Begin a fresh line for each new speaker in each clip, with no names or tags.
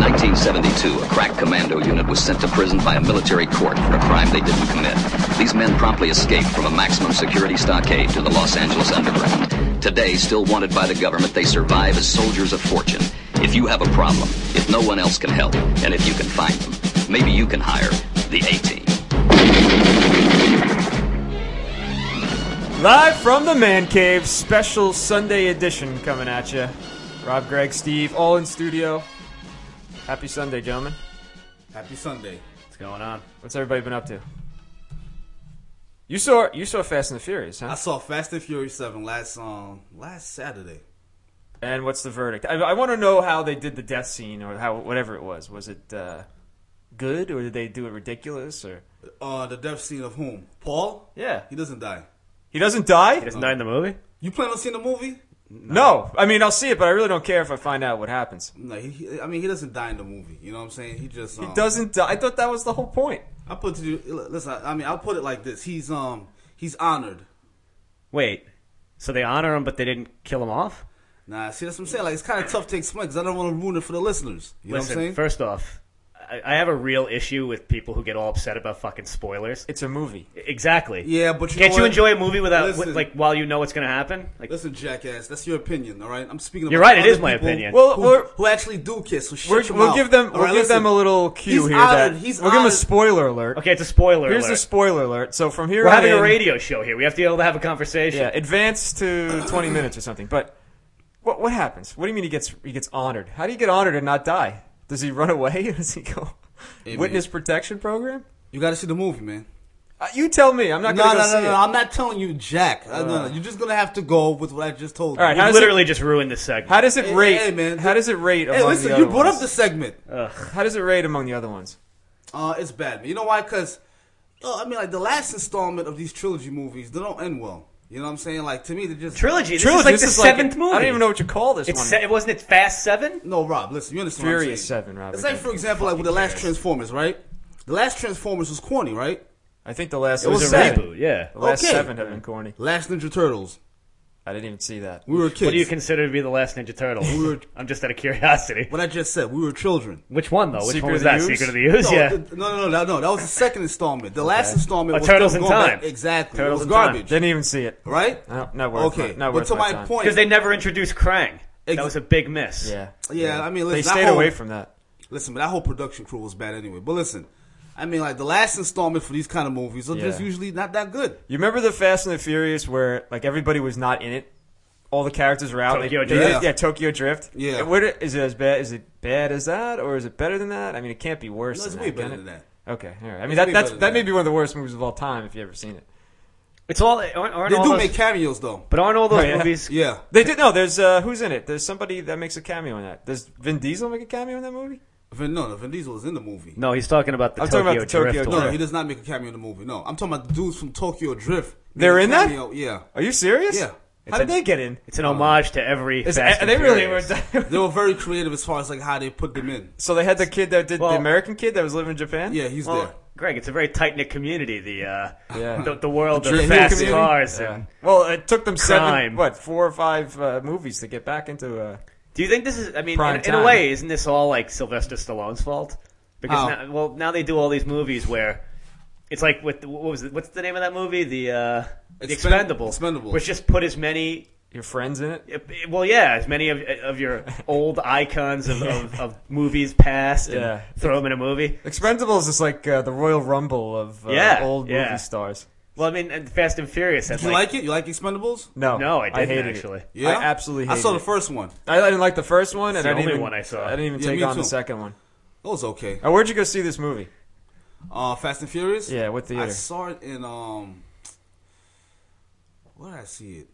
1972, a crack commando unit was sent to prison by a military court for a crime they didn't commit. These men promptly escaped from a maximum security stockade to the Los Angeles underground. Today, still wanted by the government, they survive as soldiers of fortune. If you have a problem, if no one else can help, and if you can find them, maybe you can hire the A-Team.
Live from the Man Cave, special Sunday edition coming at you. Rob, Greg, Steve, all in studio. Happy Sunday, gentlemen.
Happy Sunday.
What's going on?
What's everybody been up to? You saw you saw Fast and the Furious,
I
huh?
saw Fast and Furious Seven last um last Saturday.
And what's the verdict? I, I want to know how they did the death scene or how whatever it was. Was it uh, good or did they do it ridiculous or?
Uh, the death scene of whom? Paul.
Yeah,
He doesn't die.
he doesn't die.
Isn't
Oh.
that in the movie?
You plan on seeing the movie?
No, I mean I'll see it, but I really don't care if I find out what happens.
No. He, he- I mean, he doesn't die in the movie. You know what I'm saying? He just um,
He doesn't die. I thought that was the whole point.
I put to you. Listen. I I mean, I'll put it like this. He's um he's honored.
Wait, so they honor him, but they didn't kill him off?
Nah, see that's what I'm saying. Like it's kind of tough to explain because I don't want to ruin it for the listeners. You know what I'm
Listen,
saying?
first off, I, I have a real issue with people who get all upset about fucking spoilers.
It's a movie.
Exactly.
yeah, but you
Can't
know
you
what?
enjoy a movie without
Listen.
with, like while you know what's going to happen? Like,
Listen, jackass, that's your opinion, all right? I'm speaking.
You're
about
right, it
other
is my
people
opinion.
Well,
who,
we're-
who actually do kiss? So shut
We're,
your
we'll
mouth.
give them.
All
We'll
right,
give them
listen.
a little cue
He's
here.
honored.
That
He's
we'll give them a
honored.
spoiler alert.
okay, it's a spoiler.
Here's the
alert.
spoiler alert. So from here
We're
on
having a
in-
radio show here. We have to be able to have a conversation.
Yeah, advance to 20 minutes or something. But what what happens? What do you mean he gets he gets honored? How do you get honored and not die? Does he run away? Does he go
Hey,
witness protection program?
You got to see the movie, man.
Uh, you tell me. I'm not
No,
gonna
no,
go
no,
see
no,
it.
I'm not telling you, Jack. Uh, no, no, you're just gonna have to go with what I just told
All right,
you.
how
You
does
literally just ruined this segment.
How does it
Hey,
rate?
hey, man.
How does it rate?
Hey,
among
listen,
the
you
other
brought
ones? Uh.
up the segment.
How does it rate among the other ones?
Uh, it's bad, man. You know why? Because uh, I mean, like the last installment of these trilogy movies, they don't end well. You know what I'm saying? Like to me, they just
trilogy? This
Trilogy,
is like
this
the
is
seventh
like,
movie.
I don't even know what you call this
It's
one.
se- it wasn't it Fast Seven?
No, Rob, listen, you understand what I'm
Furious
saying.
Seven, Rob,
It's
I
like,
think.
for example, like with the last Transformers, right? The last Transformers was corny, right?
I think the last
It was
It was a
seven.
reboot. Yeah.
The last
Okay.
seven have been corny.
Last Ninja Turtles,
I didn't even see that.
we were kids.
What do you consider to be the last Ninja
We were-
Turtle? I'm just out of curiosity.
what I just said, we were children.
Which one though? Which
Secret
one
of
was
the
that?
Ooze?
Secret of the Ooze?
No,
yeah.
th- no, no, no, no, no. That was the second installment. The last installment
Oh,
was
Turtles
them
in
going
Time.
back- Exactly.
Turtles
it
in
was garbage,
Didn't even see it.
right?
No, not worth
Okay,
my, not
but
worth
to my
time.
point,
Because they never introduced Krang.
Ex-
That was a big miss.
Yeah.
Yeah, I mean,
they
listen, I
stayed
hope-
away from that.
listen, but that whole production crew was bad anyway. But listen, I mean, like the last installment for these kind of movies are just
Yeah.
usually not that good.
You remember the Fast and the Furious where like everybody was not in it? All the characters were out.
Tokyo
They- they
Drift.
did- yeah, Tokyo Drift.
Yeah.
And What i- is it as bad? Is it bad as that, or is it better than that? I mean, it can't be worse.
No, it's
than
way
that,
better
can
than
it?
that.
Okay, all right. I mean, that,
way
that's
better than
that may
that.
be one of the worst movies of all time if you have ever seen it.
It's all. Aren't, aren't
They
all
do
those-
make cameos though.
But aren't all those
Oh, yeah.
movies?
Yeah,
They did. No, there's uh, who's in it? There's somebody that makes a cameo in that. Does Vin Diesel make a cameo in that movie?
Vin, no, no, Vin Diesel is in the movie.
No, he's talking about the
I'm
Tokyo
talking about the Tokyo
Drift.
Drift.
No,
one.
no, he does not make a cameo in the movie. No, I'm talking about the dudes from Tokyo Drift. Make
They're
a
in that?
cameo, Yeah,
Are you serious?
Yeah.
How did they get in?
It's an homage to every.
Is-
Fast
are
and
they really were.
Furious.
they were very creative as far as like how they put them in.
so they had the kid that did the
Well-
American kid that was living in Japan.
Yeah, he's
Well,
there.
Greg, it's a very tight knit community. The uh,
Yeah.
the, the world
The
of
drift
fast
community?
cars.
Yeah.
And
Well, it took them seven,
Crime.
what, four or five uh, movies to get back into. Uh,
do you think this is? I mean,
Prime
in, in a
time.
way, isn't this all like Sylvester Stallone's fault?
Oh.
Because
How?
now, well, now they do all these movies where it's like with the- what was it, what's the name of that movie? The uh, the
Expend-
Expendables.
Expendables.
Which just put as many eh,
your friends in it.
Well, yeah, as many of, of your old icons of, of, of movies past, and
Yeah.
throw them in a movie.
Expendables is like uh, the Royal Rumble of uh,
Yeah,
old
yeah.
movie stars.
Well, I mean, and Fast and Furious. That's
You
like,
like it? You like Expendables?
No,
no, I didn't
hated
actually.
It. I absolutely. Hated
I saw the
it.
first one.
I I didn't like the first one, and
the
I didn't
only
even,
one I saw. Uh,
I didn't even
Yeah,
take
me
on the
too.
second one.
It was okay.
Now, where'd you go see this movie?
Uh, Fast and Furious.
Yeah, what theater?
I saw it in um. Where did I see it?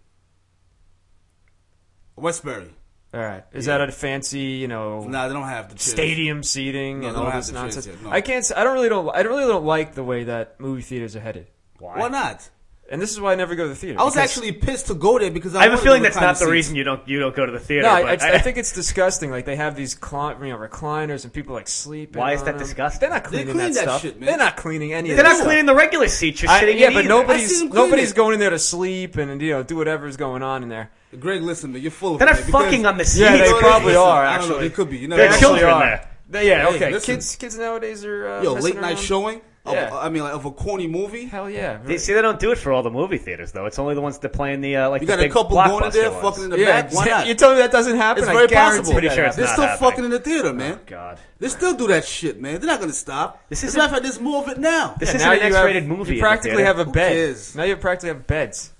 Westbury.
All right, is that a fancy, you know,
Nah, they don't have the chairs.
stadium seating
No,
and
they don't
all
have
this
the chairs
nonsense?
yet, no.
I can't. s- I don't really don't. I really don't like the way that movie theaters are headed,
Why not?
and this is why I never go to the theater.
I was
because-
actually pissed to go there because I,
I have a
wanted
feeling
to
that's not the
recline
reason you don't you don't go to the theater.
No, I,
but
I, I think it's disgusting. Like they have these cli- you know, recliners and people like sleep.
Why is that disgusting?
They're not
They
cleaning
clean that
stuff.
shit, man.
They're not cleaning any.
they're
of that
not
stuff.
cleaning the regular seats. You're
I-
sitting
yeah,
in
but
either.
I see
nobody's
them clean
nobody's
it.
going in there to sleep and you know do whatever's going on in there.
seats. Greg, listen, man, you're full of
They're
it,
not
man, because-
fucking on the seats.
Yeah, they
No,
probably
listen,
are,
I don't know,
actually.
they could be. You never
They're
know.
actually
children
are.
there.
Yeah,
Hey,
okay.
listen.
kids, kids nowadays are uh,
Yo,
messing
late night
around.
showing. Of,
Yeah.
I mean, like, of a corny movie.
Hell yeah.
They see they don't do it for all the movie theaters though. It's only the ones that play in the uh, like
You
the
got a
big
couple going in
blockbuster
there,
ones.
fucking in the
yeah,
back. Why not?
You tell me that doesn't happen.
it's
I
very
guarantee
possible.
Pretty
that
sure it's
happens.
They're
not
still
happening.
fucking in the theater, man.
God.
They still do that shit, man. They're not gonna stop. As
This
a
isn't-
matter of fact, there's more of it now.
This
Yeah,
isn't
now
an
you have-
X-rated movie.
You practically have a
Who
bed.
cares?
Now you practically have beds.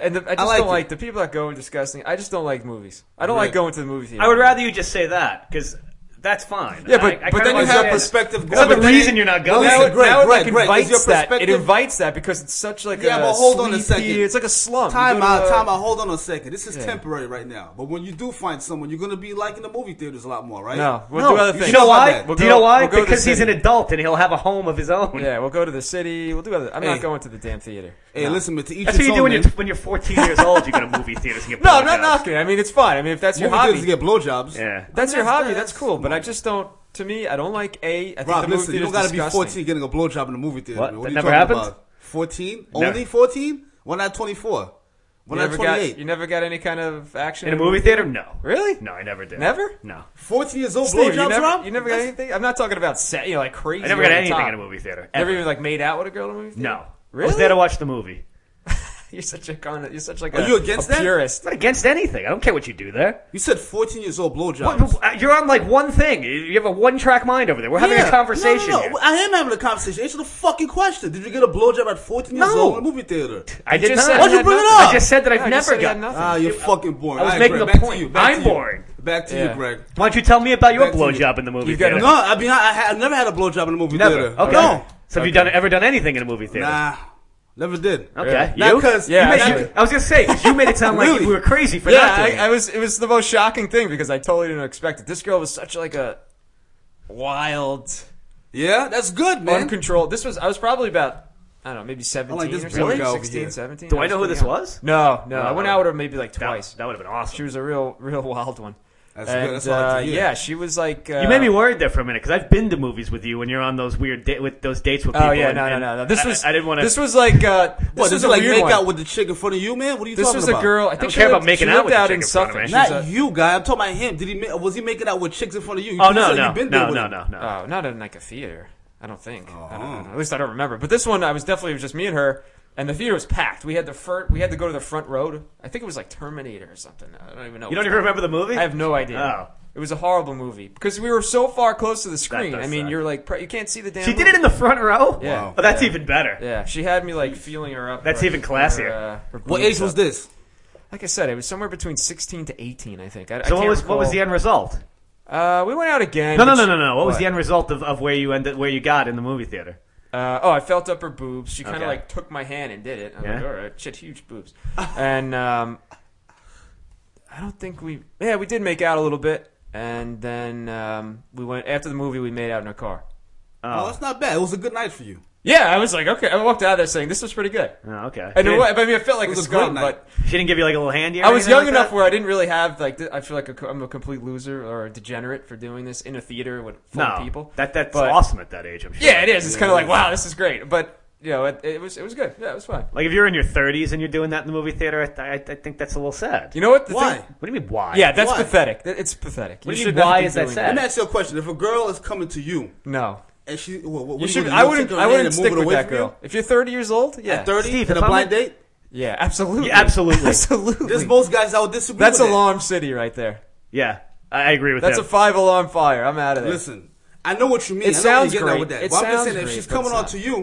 And the, I just
like
don't
it.
like the people that go and disgusting. I just don't like movies. I don't like
Right.
going to the movie theater.
I would rather you just say that because that's fine.
Yeah, but-
I,
but
I kinda
then you
Is your
have
understand.
perspective
That's not
going?
the reason you're not
Well,
going.
Now,
Listen,
it-
Greg,
now it
Greg,
like
Greg, is
invites
your
that. It
perspective-
invites that because it's such like
Yeah,
a
but hold on a
sleepy-
second.
It's like a slum. You
Time
go to
out,
a-
time out. Hold on a second. This is
Yeah.
temporary right now. But when you do find someone, you're gonna be liking the movie theaters a lot more, right?
No, we'll
No,
do other
you
things.
you know
We'll
why?
go-
do you know why?
we'll go to
because
the
he's an
city.
adult and he'll have a home of his own.
Yeah, we'll go to the city. We'll do other. I'm
Hey.
not going to the damn theater.
Hey,
no.
listen, man, to each
That's what
his
you do
own,
when you're
man.
when you're 14 years old. You go to movie theaters and get
No, I'm not
blowjobs.
knocking. it. I mean, it's fine. I mean, if that's your
Movie theaters
hobby,
get blowjobs.
Yeah.
that's your
That's-
hobby.
that's-
That's cool. But I
come on.
just don't. To me, I don't like a. I think
Rob,
the movie
listen, you
theater's
don't gotta be
disgusting.
14 getting a blowjob in a movie theater.
What?
man.
That
are you
never
talking
happened?
about? 14?
Never.
Only 14? We're not 24.
You
We're not
never got.
28.
You never got any kind of action
In a movie theater? No.
Really?
No, I never did.
Never?
No.
14 years old,
Steve, you
blowjobs,
never,
Rob?
you never got anything. I'm not talking about set. You know, like crazy.
I never got
over the
anything
top.
in a movie theater.
Never
ever.
even like made out with a girl in a movie. Theater?
No. I
Really?
was there to watch the movie.
You're such a con. You're such like.
Are
a,
you against
a
that?
Purist.
I'm not against anything. I don't care what you do there.
You said 14 years old
What-
blowjobs.
uh, You're on like one thing. You- You have a one track mind over there. We're having
Yeah.
a conversation.
No, no,
here.
no. I am having a conversation. Answer the fucking question. Did you get a blowjob at 14 years
No.
old in a movie theater?
I did
just
not.
said
Why'd you bring it up?
I just said that I've
I just
never
said I had
got.
nothing.
Ah, you're fucking boring.
I was
All
making
Greg,
a
back to
point.
you, back to
I'm
you.
boring.
Back to
Yeah.
you, Greg.
Why don't you tell me about your
Back to you.
blowjob in the movie
You've got
theater?
No, I mean, I, I, had- I never had a blowjob in a movie
Never.
theater.
Okay.
No.
So have you done ever done anything in a movie theater?
Nah. Never did.
Okay.
Not
You?
'cause-
Yeah,
You made-
I
you-
never-
I was gonna say 'cause you made it sound like
Really?
we were crazy for
yeah,
not doing
I, I
it.
was. It was the most shocking thing because I totally didn't expect it. This girl was such like a wild,
Yeah, that's good, man.
uncontrolled. This was. I was probably about. I don't know, maybe 17
like this
or
blonde
something.
guy over
16,
here.
17.
Do I
was
know who
pretty
this
young.
was?
No, no. I
No.
went out with her maybe like
That,
twice.
that would have been awesome.
She was a real, real wild one.
That's
and,
good. That's hard to
uh,
hear.
Yeah, she was like. Uh,
You made me worried there for a minute because I've been to movies with you when you're on those weird da- with those dates with people.
Oh yeah,
and-
no, no,
and
no, no. This
I-
was.
I, didn't want to.
This was like. Uh, this
What,
was
did
a
you like
weird
make
one.
out with the chick in front of you, man? What are you
this
talking
was
about?
a girl. I think
don't
she
care about
lived-
making
she
out
lived
with the
out
chick
in
in front of
Suffolk.
me.
She's a-
Not you, guy. I'm talking about him. Did he? Ma- was he making out with chicks in front of you? You
oh no,
said
no,
you've been there
no,
with
no,
him.
no, no.
Oh, not in like a theater. I don't think. I don't know. At least I don't remember. But this one, I was definitely it was just me and her, and the theater was packed. We had the front. We had to go to the front road. I think it was like Terminator or something. I don't even know.
You don't even remember the movie?
I have no idea.
Oh.
It was a horrible movie because we were so far close to the screen.
does
I mean,
suck.
you're like pre- you can't see the damn.
She did it in the front row.
Yeah. Wow.
Oh, that's
Yeah.
even better.
Yeah, she had me like feeling her up.
That's
her-
even classier.
her, uh, her
What
boobs
age was
up.
this?
Like I said, it was somewhere between sixteen to eighteen. I think. I, I
So
can't
what was what was
recall.
the end result?
Uh, we went out again.
No, no,
but
no,
she-
no, no. What, was the end result of, of where you ended where you got in the movie theater?
Uh, oh, I felt up her boobs. She kind of
Okay.
like took my hand and did it. I'm like,
Yeah?
all right, shit, huge boobs. and um, I don't think we. Yeah, we did make out a little bit, and then um, we went after the movie. We made out in her car.
Oh, that's not bad. It was a good night for you.
Yeah, I was like, okay. I walked out of there saying this was pretty good.
Oh, okay.
And
she,
it,
didn't,
wa- I mean, I felt like
It
a
was a great
scum,
night.
but
she didn't give you like a little hand here.
I was young enough where I didn't really have like. th- I feel like a co- I'm a complete loser or a degenerate for doing this in a theater with full
no
of people.
That that's
But-
awesome at that age. I'm sure.
Yeah, it is. It's kind of like, wow, this is great. But you know, it, it was it was good. Yeah, it was fun.
Like if you're in your 30s and you're doing that in the movie theater, I, I, I think that's a little sad.
You know what? The
Why?
Thing,
what do you mean why?
Yeah, that's
Why?
pathetic. Th- It's pathetic.
What do you
should
mean,
not
why
be
is that
doing
sad?
Let me ask you a question. If a girl is coming to you
No.
and she, well, what,
You
do
should,
do?
I
take
wouldn't.
her
I
hand
wouldn't
and move
stick
it
with
away
that
from
girl. If you're 30 years old, yeah,
You? At thirty,
Steve,
in a
if I'm
blind
a-
date.
yeah, absolutely,
Yeah, absolutely.
absolutely.
There's most guys that would disagree.
That's
with that.
alarm city right there.
yeah. I I agree with
That's
him.
a five alarm fire. I'm out of there.
Listen, I know what you
It
mean. I know
sounds
what you're getting
great.
at with that.
It
but I'm just
sounds
saying, if
great,
she's
but
coming
it's
on
not.
to you,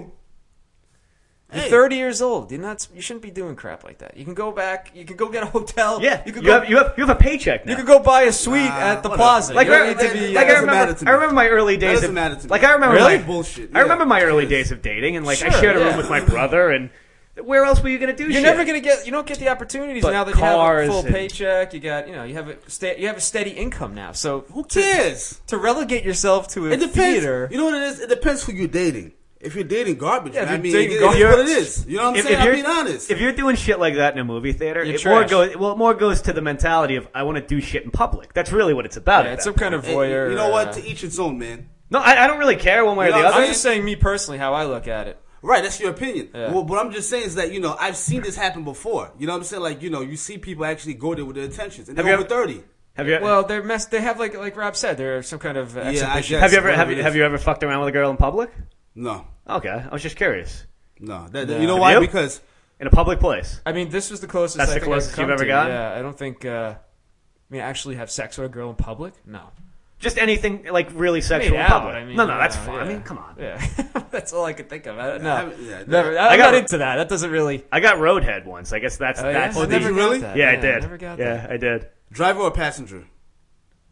You're
hey,
30 years old. You're not. You shouldn't be doing crap like that. You can go back. You can go get a hotel.
yeah,
You
you,
could go.
have you have you have a paycheck now.
you could go buy a suite
Nah,
at the
whatever.
plaza.
like
you don't
I,
need to be. uh,
like,
that
I
doesn't matter
remember,
to me.
I remember my early days.
doesn't
of,
matter to me.
Like I remember,
Really?
my,
Bullshit,
I remember
yeah.
my early days of dating, and like I
Sure,
shared a
yeah.
room with my brother. And where else were you going to do?
You're
shit?
never gonna get. You don't get the opportunities
But
now that
cars
you have a full
and-
paycheck. You got. You know. You have a. Sta- you have a steady income now. So
who cares?
to relegate yourself to a
It depends.
theater.
You know what it is? It depends who you're dating. If you're dating garbage,
Yeah, if
I
you're
mean,
dating
it,
garbage-
it's what it is. You know what I'm
If,
saying?
if
I'm
you're
being honest.
if you're doing shit like that in a movie theater,
You're
it more
trash.
goes well, it more goes to the mentality of I want to do shit in public. That's really what it's about.
Yeah,
at
it's
that
some kind of
Hey,
voyeur.
you know what?
uh,
To each its own, man.
No, I, I don't really care one way or
You know,
the
I'm
other.
I'm just saying, me personally, how I look at it.
Right, that's your opinion.
Yeah.
Well, what I'm just saying is that you know I've seen this happen before. You know what I'm saying? Like you know, you see people actually go there with their intentions, and
Have
they're
you
over
ever-
thirty.
Have you?
Well, they're messed. They have like like Rob said, they're some kind of
I
exhibition.
guess.
have you ever have
whatever
you,
it
have
is.
you ever fucked around with a girl in public?
No,
Okay, I was just curious.
no. That- that- You know
Have
why?
you?
Because
In a public place.
I mean, this was the closest.
That's
I
the
think I've
closest you've
come
ever
to.
gotten?
Yeah, I don't think. Uh, I mean, actually have sex with a girl in public? No.
Just anything like really
Made
sexual in
out,
public.
I mean,
no, no,
yeah,
that's fine. I
yeah.
mean, come on.
Yeah, that's all I could think of. I, no,
I haven't- yeah,
never.
I
I'm
got-
not into that. That doesn't really.
I got roadhead once. I guess that's
Oh, yeah?
that's
I
the
never got
really?
that.
yeah, I
I
did.
Never got
yeah,
that.
I did.
driver or passenger?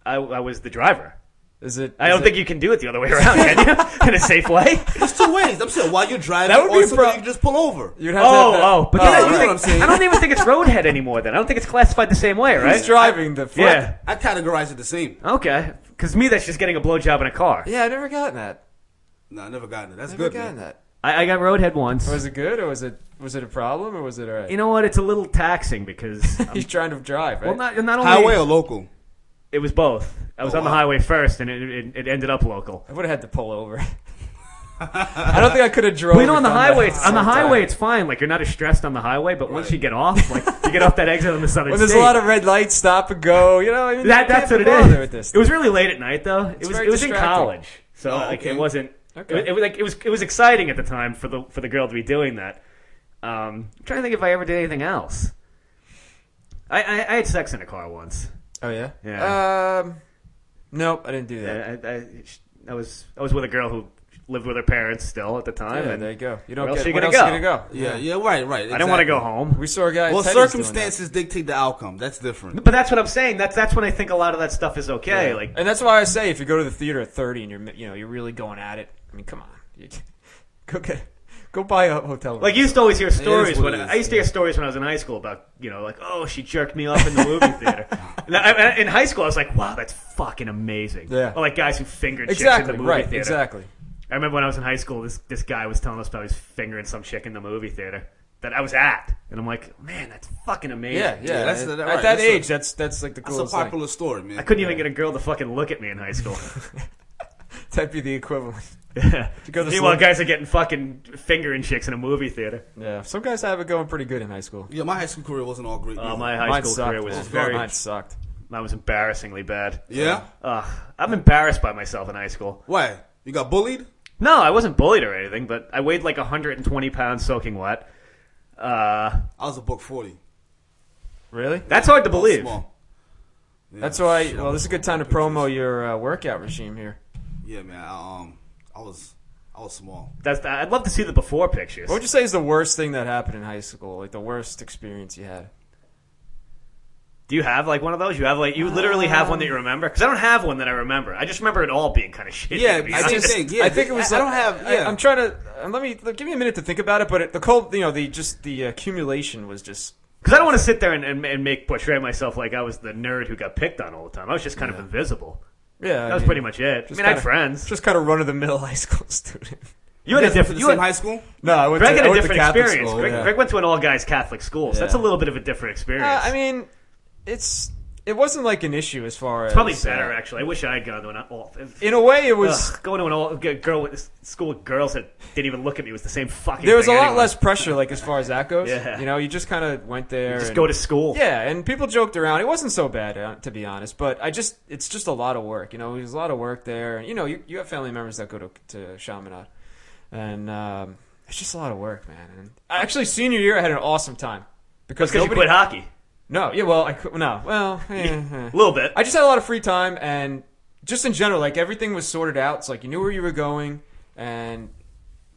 I, I was the driver.
Is it?
I
is
don't
it-
think you can do it the other way around, can you? In a safe way?
There's two ways. I'm saying while you're driving,
That would
or
be a
somebody
pro-
you can just pull over.
you'd have to.
Oh,
have that- uh,
oh, but
Oh,
then I
you
don't
know
think-
what I'm saying.
I don't even think it's roadhead anymore. Then I don't think it's classified the same way, right?
He's driving the. Front.
Yeah.
I categorize it the same.
Okay, because me, that's just getting a blowjob in a car.
Yeah, I never gotten that.
No, I never gotten it. That's
Never
good,
gotten
man.
that.
I, I got roadhead once.
Was it good or was it was it a problem or was it alright?
you know what? It's a little taxing because I'm,
He's trying to drive, right?
well, not not only
Highway or local?
it was both. I was
Oh,
on the
wow.
highway first, and it, it, it ended up local.
I would have had to pull over. I don't think I could have drove.
Well, you know, on the
if I'm
highway,
not-
it's, on the highway, it's fine. Like you're not as stressed on the highway, but once
Right.
you get off, like you get off that exit on the southern.
When there's a
state,
lot of red lights, stop and go. You know, I mean,
that,
you
that's what
can't
it
be
is.
bothered With this
It was really late at night though. It was
very
it was in
distracting.
college, so
Oh,
like, it
okay.
wasn't.
Okay.
It, it was like it was it was exciting at the time for the for the girl to be doing that. Um, I'm trying to think if I ever did anything else. I I, I had sex in a car once.
oh yeah.
Yeah.
Um, nope, I didn't do that.
I, I, I was I was with a girl who lived with her parents still at the time,
Yeah,
and
there you go. You don't
Where else
get
you
what
gonna
else
go?
you gonna go?
Yeah, yeah, right, right.
I didn't want to go
exactly.
home.
We saw a guy. at
Well,
Teddy's doing that.
circumstances dictate the outcome. That's different.
But that's what I'm saying. That's that's when I think a lot of that stuff is okay. Like
And that's why I say if you go to the theater at 30 and you're you know you're really going at it. I mean, come on, you, go get go buy a hotel room.
Like you used to always hear stories
what
when
it is,
I used to hear stories when I was in high school about you know like oh she jerked me off in the movie theater. And I- I- in high school I was like wow that's fucking amazing.
Yeah.
Or like guys who fingered chicks in
exactly
the movie
right,
theater.
exactly.
I remember when I was in high school this this guy was telling us about his fingering some chick in the movie theater that I was at, and I'm like man that's fucking amazing.
Yeah, yeah.
that's-
at
that-
that,
right, that's a-
age, that's that's like the
That's a
coolest thing.
popular story, man.
I couldn't even get a girl to fucking look at me in high school.
That'd be the equivalent. go to
Meanwhile,
slim-
guys are getting fucking fingering chicks in a movie theater.
Yeah, some guys have it going pretty good in high school.
yeah, my high school career wasn't all
Uh,
great.
Oh,
either.
my high
Mine
school
sucked.
career was
man.
very.
Mine sucked.
Mine was embarrassingly bad.
Yeah?
Uh,
Ugh, I'm embarrassed by myself in high school.
Why? You got bullied?
No, I wasn't bullied or anything, but I weighed like 120 pounds soaking wet. Uh,
I was a buck 40.
Really?
that's hard to believe.
Small.
That's why. Well, this is a good time to promo your uh, workout regime here.
Yeah, man. I, um, I was, I was small.
That's I'd love to see the before pictures.
What would you say is the worst thing that happened in high school? Like the worst experience you had?
Do you have like one of those? You have like you literally have one that you remember? Because I don't have one that I remember. I just remember it all being kind of shit.
Yeah, I
I
just-
just,
think, yeah,
I think it
I-
was.
I
like-
don't have-
I,
yeah.
am trying to. uh, Let me let- give me a minute to think about it. But it, the cold, you know, the just the uh, accumulation was just.
Because I don't want to sit there and, and, and make portray myself like I was the nerd who got picked on all the time. I was just kind of invisible.
Yeah,
That was pretty much it. I mean, I had friends.
Just kind of run of the mill high school student.
you had a
For the
different. You
same
had,
high school?
No, I went
Greg
to,
had
I
a
went to
different
Catholic
experience.
School,
Greg,
yeah.
Greg went to an all guys Catholic school, so that's a
Yeah.
little bit of a different experience.
Uh, I mean, it's it wasn't like an issue as far as
Probably
uh,
better, actually. I wish I had gone to an all. If,
in a way, it was.
ugh, going to an all g- girl with school with girls that didn't even look at me was the same fucking.
There was a
thing
lot
anyway.
less pressure, like as far as that goes.
Yeah.
You know, you just kind of went there.
Just
and-
go to school.
Yeah, and people joked around. It wasn't so bad, uh, to be honest. But I just, it's just a lot of work. You know, there's a lot of work there. And, you know, you, you have family members that go to to Chaminade, and um, it's just a lot of work, man. And actually, senior year, I had an awesome time because
because you
nobody.
quit hockey
no, yeah, well, I could, no, well, eh, eh.
a little bit.
I just had a lot of free time, and just in general, like everything was sorted out. It's like you knew where you were going, and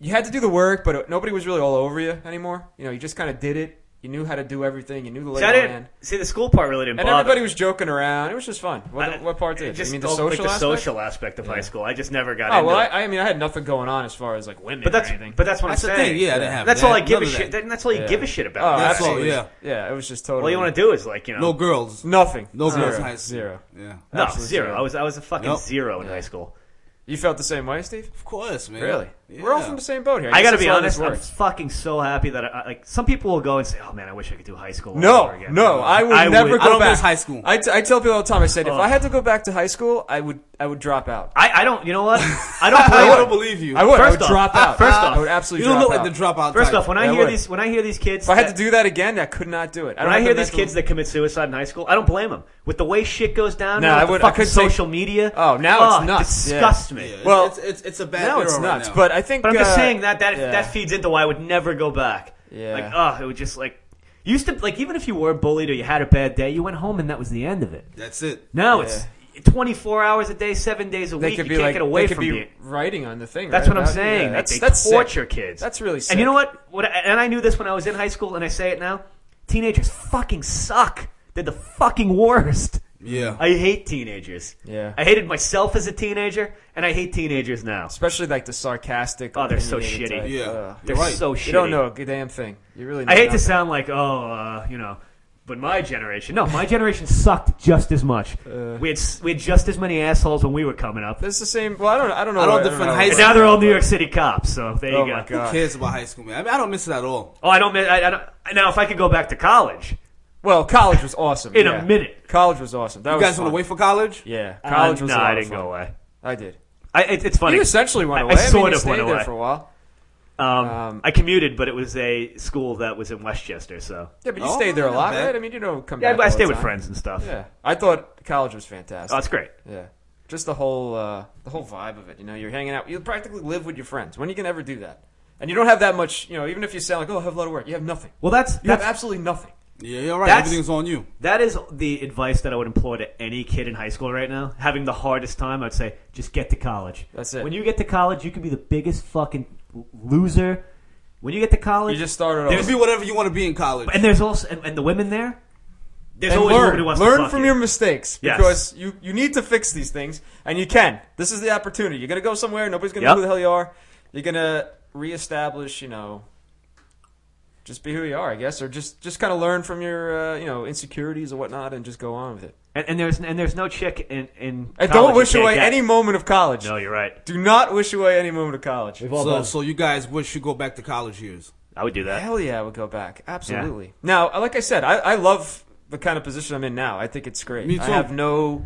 you had to do the work, but it- nobody was really all over you anymore. You know, you just kind of did it. You knew how to do everything. You knew the lay
see, I
of the
didn't
land.
see the school part really didn't
And
bother.
everybody was joking around. It was just fun. What,
I-
what part did?
Just
you mean the
all-
social
like the
aspect?
social aspect of high school. I just never got
Oh
into
well,
it.
I, I mean, I had nothing going on as far as like women
but that's
or anything.
but that's what
That's
I'm
the
saying.
thing, yeah, I didn't have
that's
that,
all I give
none
a
of
shit.
that.
That's all you
Yeah.
give a shit
oh,
about.
that's all,
absolutely.
yeah.
yeah, it was just totally.
all you want to do is like you know
No girls.
Nothing.
No
zero.
girls in high school.
Zero.
Yeah.
no
absolutely
zero.
zero.
I was I was a fucking
Nope.
zero in
Yeah.
high school.
You felt the same way, Steve?
Of course, man.
Really? We're all
Yeah.
from the same boat here.
I
guess
gotta
that's
be
how this
honest. I'm
works.
fucking so happy that I, I- like some people will go and say, "Oh man, I wish I could do high school." all
No,
over again."
no, I would never
would-
go
I don't
back.
miss high school.
I, t- I tell people all the time. I said if
Ugh.
I had to go back to high school, I would I would drop out.
I, I don't. You know what? I don't play.
I don't believe you.
I would. I
First
would
off-
drop out.
first
I would
off,
You
absolutely.
don't
drop
look like
out.
the dropout.
First
type.
off, when I
I
hear
would.
these, when I hear these kids,
If I had
that-
to do that again, I could not do it. I don't
when I
have
hear
the
these
mental-
kids that commit suicide in high school, I don't blame them. With the way shit goes down,
No,
now,
I
with the
would- I
fucking
could take-
social media.
Oh, now it's
ugh,
nuts, yeah.
Disgusts
Yeah,
me.
it's,
Well,
it's, it's it's a bad.
now it's
era right
nuts.
now.
But I think.
But I'm just
uh,
saying that that
yeah.
that feeds into why I would never go back.
Yeah.
Like, oh, it would just like used to like even if you were bullied or you had a bad day, you went home and that was the end of it.
that's it.
Now it's 24 hours a day, seven days a
they
week.
could
you
be
can't
like
get away
they could
from
be
it.
writing on the thing.
That's
right,
what I'm
about-
saying.
yeah,
That's,
that's
they
that's sick.
torture kids.
That's really
And
sick.
you know what? What? And I knew this when I was in high school, and I say it now. Teenagers fucking suck. They're the fucking worst.
Yeah.
I hate teenagers.
Yeah.
I hated myself as a teenager, and I hate teenagers now.
Especially like the sarcastic.
Oh, they're so
opinionated
shitty.
type.
yeah.
Ugh.
They're
You're right.
so shitty.
You don't know a good damn thing. You really. Know
I hate to
nothing.
sound like, oh, uh, you know, but my generation. No, my generation sucked just as much.
Uh.
we had s- we had just as many assholes when we were coming up.
It's the same. Well, I don't. I don't know.
I don't
what-
defend
know
high
what-
And now they're all New York City cops. So there you
Oh
go.
my
Who
God.
cares about high school, man? I mean, I don't miss it at all.
Oh, I don't. mi- I, I don't. Now, if I could go back to college,
Well, college was awesome.
In a
yeah.
minute.
College was awesome. That
You
was
guys want
fun.
to wait for college?
Yeah, college
uh,
was. a
no,
lot
I
of
didn't
fun.
go away.
I did.
I, it, it's funny.
You essentially went
I-
away.
I
I, mean,
sort
you
of
stayed
went
there
away.
for a while.
um,
um,
I commuted, but it was a school that was in Westchester. So
Yeah, but you
Oh,
stayed there a
not
lot,
bad.
right? I mean, you don't come
yeah,
back.
but I
all
stayed
the
with
time.
friends and stuff.
Yeah, I thought college was fantastic.
Oh, it's great.
yeah, just the whole uh, the whole vibe of it. You know, you're hanging out. You practically live with your friends. When you can ever do that, and you don't have that much. You know, even if you sound like, oh, I have a lot of work, you have nothing.
Well, that's
You have
that's
absolutely nothing.
Yeah, you're right.
That's-
Everything's on you.
that is the advice that I would employ to any kid in high school right now having the hardest time. I'd say just get to college.
That's it.
When you get to college, you can be the biggest fucking l- loser. When you get to college,
You just started
You
off.
can be whatever you want to be in college.
and there's also and, and the women there. There's
And
always a woman
learn,
who wants to
learn
fuck
from
you.
your mistakes
Yes.
because you, you need to fix these things, and you can. This is the opportunity. You're gonna go somewhere. Nobody's gonna
Yep.
know who the hell you are. You're gonna reestablish. You know, just be who you are, I guess, or just just kind of learn from your uh, you know insecurities and whatnot, and just go on with it.
And, and there's and there's no chick in in.
And
college
don't
you
wish
can't
away
get.
any moment of college.
No, you're right.
Do not wish away any moment of college.
so, so you guys wish you go back to college years.
I would do that.
Hell yeah, I would go back. Absolutely. Now, uh, like I said, I, I love the kind of position I'm in now. I think it's great.
Me
I
too.
have no.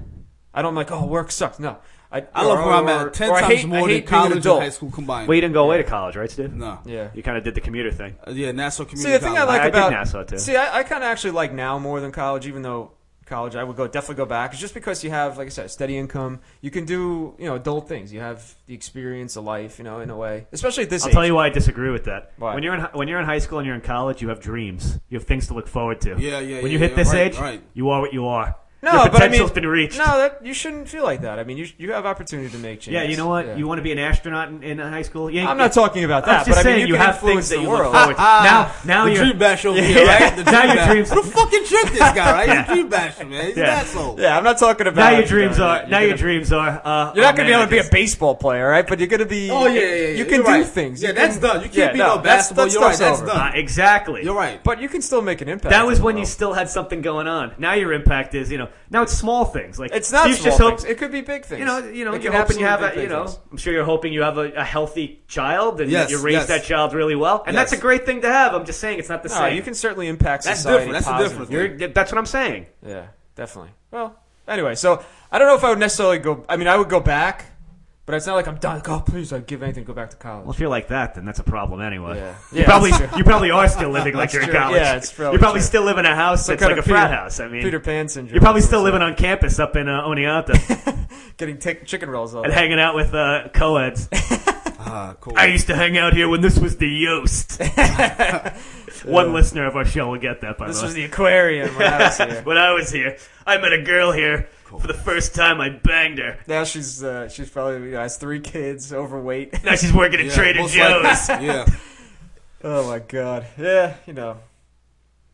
I don't like. Oh, work sucks. No, I,
I love
or-
where I'm
or-
at. Ten
or I
times
hate- I
more
hate
than
being an
college and
adult.
high school combined.
Well, you didn't go away to college, right, Stu?
no.
Yeah.
You kind of did the commuter thing.
Uh, yeah, Nassau community.
See, the thing I
college.
like
I did
about
Nassau, too.
See, I, I kind of actually like now more than college, even though college I would go definitely go back. It's just because you have, like I said, steady income. You can do you know adult things. You have the experience of life, you know, in a way, especially at this
I'll
age.
tell you why I disagree with that.
Why?
When you're in hi- when you're in high school and you're in college, you have dreams. You have things to look forward to.
Yeah, yeah,
When
yeah,
you hit
yeah,
this
right,
age,
right.
you are what you are.
no,
Your
but I
potential's
mean,
been reached.
No, that you shouldn't feel like that. I mean, you you have opportunity to make changes.
yeah, you know what?
Yeah.
You want to be an astronaut in, in high school? Yeah,
I'm not talking about that,
I'm just
but I
saying
mean, you,
you
can
have
influence
things that
the
you
world.
look forward to. now, now
Ah, the
you're
dream bash over here, right? The
Now your dreams-
Who the fucking tricked this guy, right? He's a dream basher, man. He's
Yeah.
an asshole.
Yeah, I'm not talking about.
now your dreams
uh,
are
you're
now your
gonna-
dreams are. Uh,
You're not going to
oh,
be
man,
able to be
I
a
just-
baseball player, right? But you're going to be.
Oh, yeah, yeah, yeah.
You can
You're
do
right.
things.
Yeah,
You
that's
can-
done. You can't be no
that's-
basketball.
that
You're right,
stuff's
that's
over.
done.
Uh, exactly.
You're right.
But you can still make an impact.
That was
in the
when you
world.
still had something going on. Now your impact is, you know, now it's small things. Like
It's not
you
small
just hope,
things. It could be big things.
you know, you know,
It
you're
can
hoping
absolutely
you have
be
a,
big
you know,
things.
I'm sure you're hoping you have a, a healthy child and
Yes,
that you raise
yes.
that child really well, and that's
Yes.
a great thing to have. I'm just saying it's not the
No,
same.
you can certainly impact
That's
society.
different. That's the
positively.
difference.
You're, that's what I'm saying.
Yeah, definitely. Well, anyway, so I don't know if I would necessarily go. I mean, I would go back, but it's not like I'm done. Like, oh, please, I'd give anything to go back to college.
Well, if you're like that, then that's a problem anyway.
Yeah.
you
Yeah,
probably
that's true.
you probably are still living like you're in
true.
college.
Yeah, it's probably
you probably
true.
still live in a house
Some
that's
kind
like a
of
frat
Peter-
house. I mean,
Peter Pan syndrome.
You're probably still
That's
living on campus up in uh, Oneonta
Getting tic- chicken rolls all
and
day.
hanging out with uh, co-eds.
Ah, cool.
I used to hang out here when this was the Yost. One listener of our show will get that, by
This
the way.
was the aquarium when I was here.
when I was here, I met a girl here. For the first time, I banged her.
Now she's uh, she's probably you know, has three kids, overweight.
Now she's working at
Yeah,
Trader
most
Joe's.
likely. yeah.
oh my god. Yeah, you know,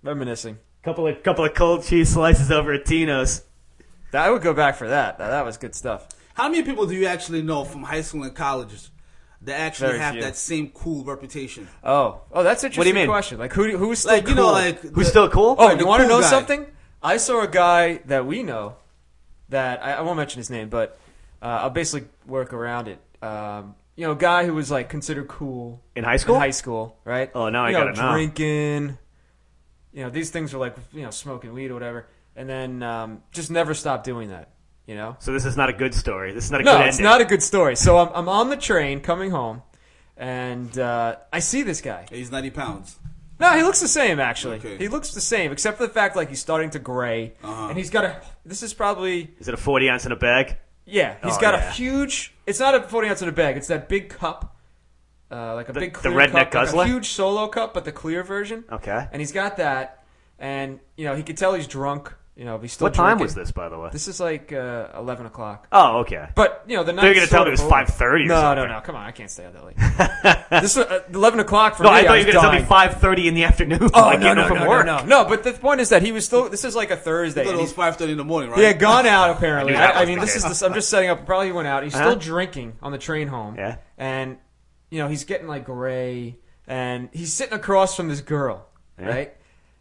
reminiscing.
couple of couple of cold cheese slices over at Tino's.
That, I would go back for that. Now, that was good stuff.
How many people do you actually know from high school and colleges that actually
Very
have
few.
that same cool reputation?
Uh,
Oh, oh, that's an interesting
you mean?
question. Like who who's still
Like you know,
cool?
like the-
Who's still cool?
Oh,
like
you
the
want to
cool
know
guy.
something? I saw a guy that we know that I, I won't mention his name, but uh, I'll basically work around it. Um, you know, guy who was like considered cool
In high school?
in high school, right?
Oh, now I
you
got
know,
it now.
Drinking, you know, these things were like you know smoking weed or whatever, and then um, just never stopped doing that. You know,
So this is not a good story. This is not a
no,
good
it's
ending.
not a good story. So I'm I'm on the train coming home, and uh, I see this guy.
He's 90 pounds.
No, he looks the same actually.
Okay.
He looks the same except for the fact like he's starting to gray, and he's got a. This is probably
is it a 40 ounce in a bag?
yeah. He's
Oh,
got
yeah.
a huge. It's not a forty ounce in a bag. It's that big cup, uh, like a
The-
big
the
clear
redneck
cup, like
guzzler?
a huge solo cup, but the clear version.
Okay.
And he's got that, and you know he could tell he's drunk. You know, but he's still.
What time
drinking.
was this, by the way?
This is like uh, eleven o'clock.
Oh, okay.
But you know the night.
gonna tell me it was 5:30 or
No,
something.
no, no. Come on, I can't stay out that late. this uh, eleven o'clock for
no,
me.
I thought
was
you were going to tell
dying.
me 5:30 in the afternoon.
Oh
I
no,
came
no,
home from
no,
work.
no, no, no. But the point is that he was still. This is like a Thursday.
It
and
was
he's-
5.30 in the morning, right?
He had gone out apparently.
I knew that
I, I
was
mean,
the
this is.
case.
This, I'm just setting up. Probably went out. He's
Uh-huh.
still drinking on the train home.
Yeah.
And you know he's getting like gray, and he's sitting across from this girl, right?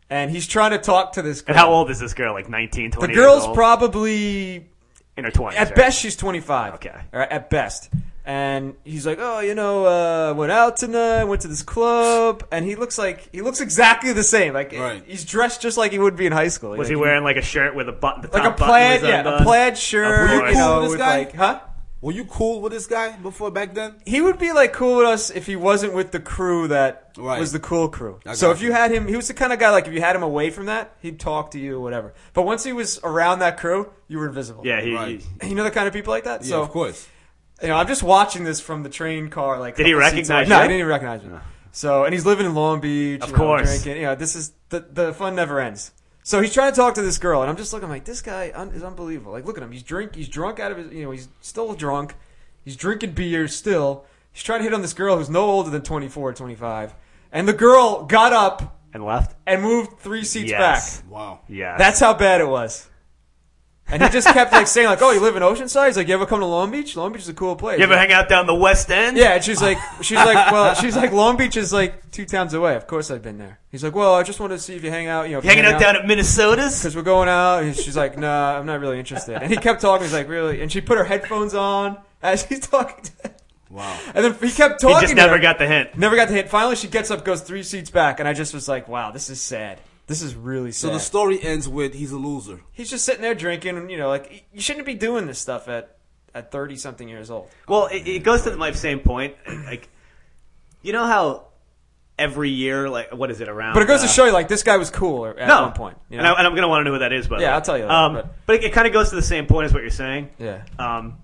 And he's trying to talk to this girl.
And how old is this girl? Like 19, 20
The girl's
years old?
probably
in her 20s.
at
right?
best she's 25
Okay.
all right at best and he's like oh you know uh went out tonight went to this club and he looks like he looks exactly the same like
Right.
he's dressed just like he would be in high school
Was
Like,
he wearing like a shirt with a button? The
like a
top button
plaid
was
yeah
undone?
a plaid shirt
Of course.
you know
This
with
guy?
like huh
Were you cool with this guy before back then?
he would be like cool with us if he wasn't with the crew that
Right.
was the cool crew.
I
So
got
if you
you.
had him, he was the kind of guy like if you had him away from that, he'd talk to you, whatever. But once he was around that crew, you were invisible.
Yeah, he,
Right.
he-
you know the kind of people like that.
Yeah,
so
of course.
you know, I'm just watching this from the train car. Like,
Did he
couple seats
recognize
away. No,
you?
he didn't even recognize me. So, and he's living in Long Beach.
Of
you know,
course.
drinking. You know, this is the the fun never ends. So he's trying to talk to this girl, and I'm just looking I'm like, this guy un- is unbelievable. Like, look at him. He's drink. He's drunk out of his. You know, he's still drunk. He's drinking beer still. He's trying to hit on this girl who's no older than 24 or 25. And the girl got up
and left.
and moved three seats
Yes.
back.
Wow.
Yeah.
That's how bad it was. And he just kept like saying like, "Oh, you live in Oceanside?" He's like, "You ever come to Long Beach? Long Beach is a cool place."
You ever hang out down the West End?
Yeah, and she's like, she's like, well, she's like, Long Beach is like two towns away. Of course, I've been there. He's like, well, I just wanted to see if you hang out. You know, if you
Hanging
hang
out down at Minnesota's?
because we're going out. And she's like, nah, I'm not really interested. And he kept talking. He's like, really? And she put her headphones on as he's talking. To
Wow.
And then he kept
He
talking.
just
to
never
her.
got the hint.
never got the hit. Finally, she gets up, goes three seats back, and I just was like, wow, this is sad. This is really sad.
So the story ends with he's a loser.
he's just sitting there drinking. and You know, like you shouldn't be doing this stuff at at thirty something years old.
Well, it, it goes to my same point. Like, you know how every year, like, what is it around?
But it goes
uh,
to show you, like this guy was cool at
no.
one point. You know?
and, I, and I'm going to want to know who that is, but
Yeah, I'll tell you that,
um,
but-
but it, it kind of goes to the same point as what you're saying.
Yeah.
Um,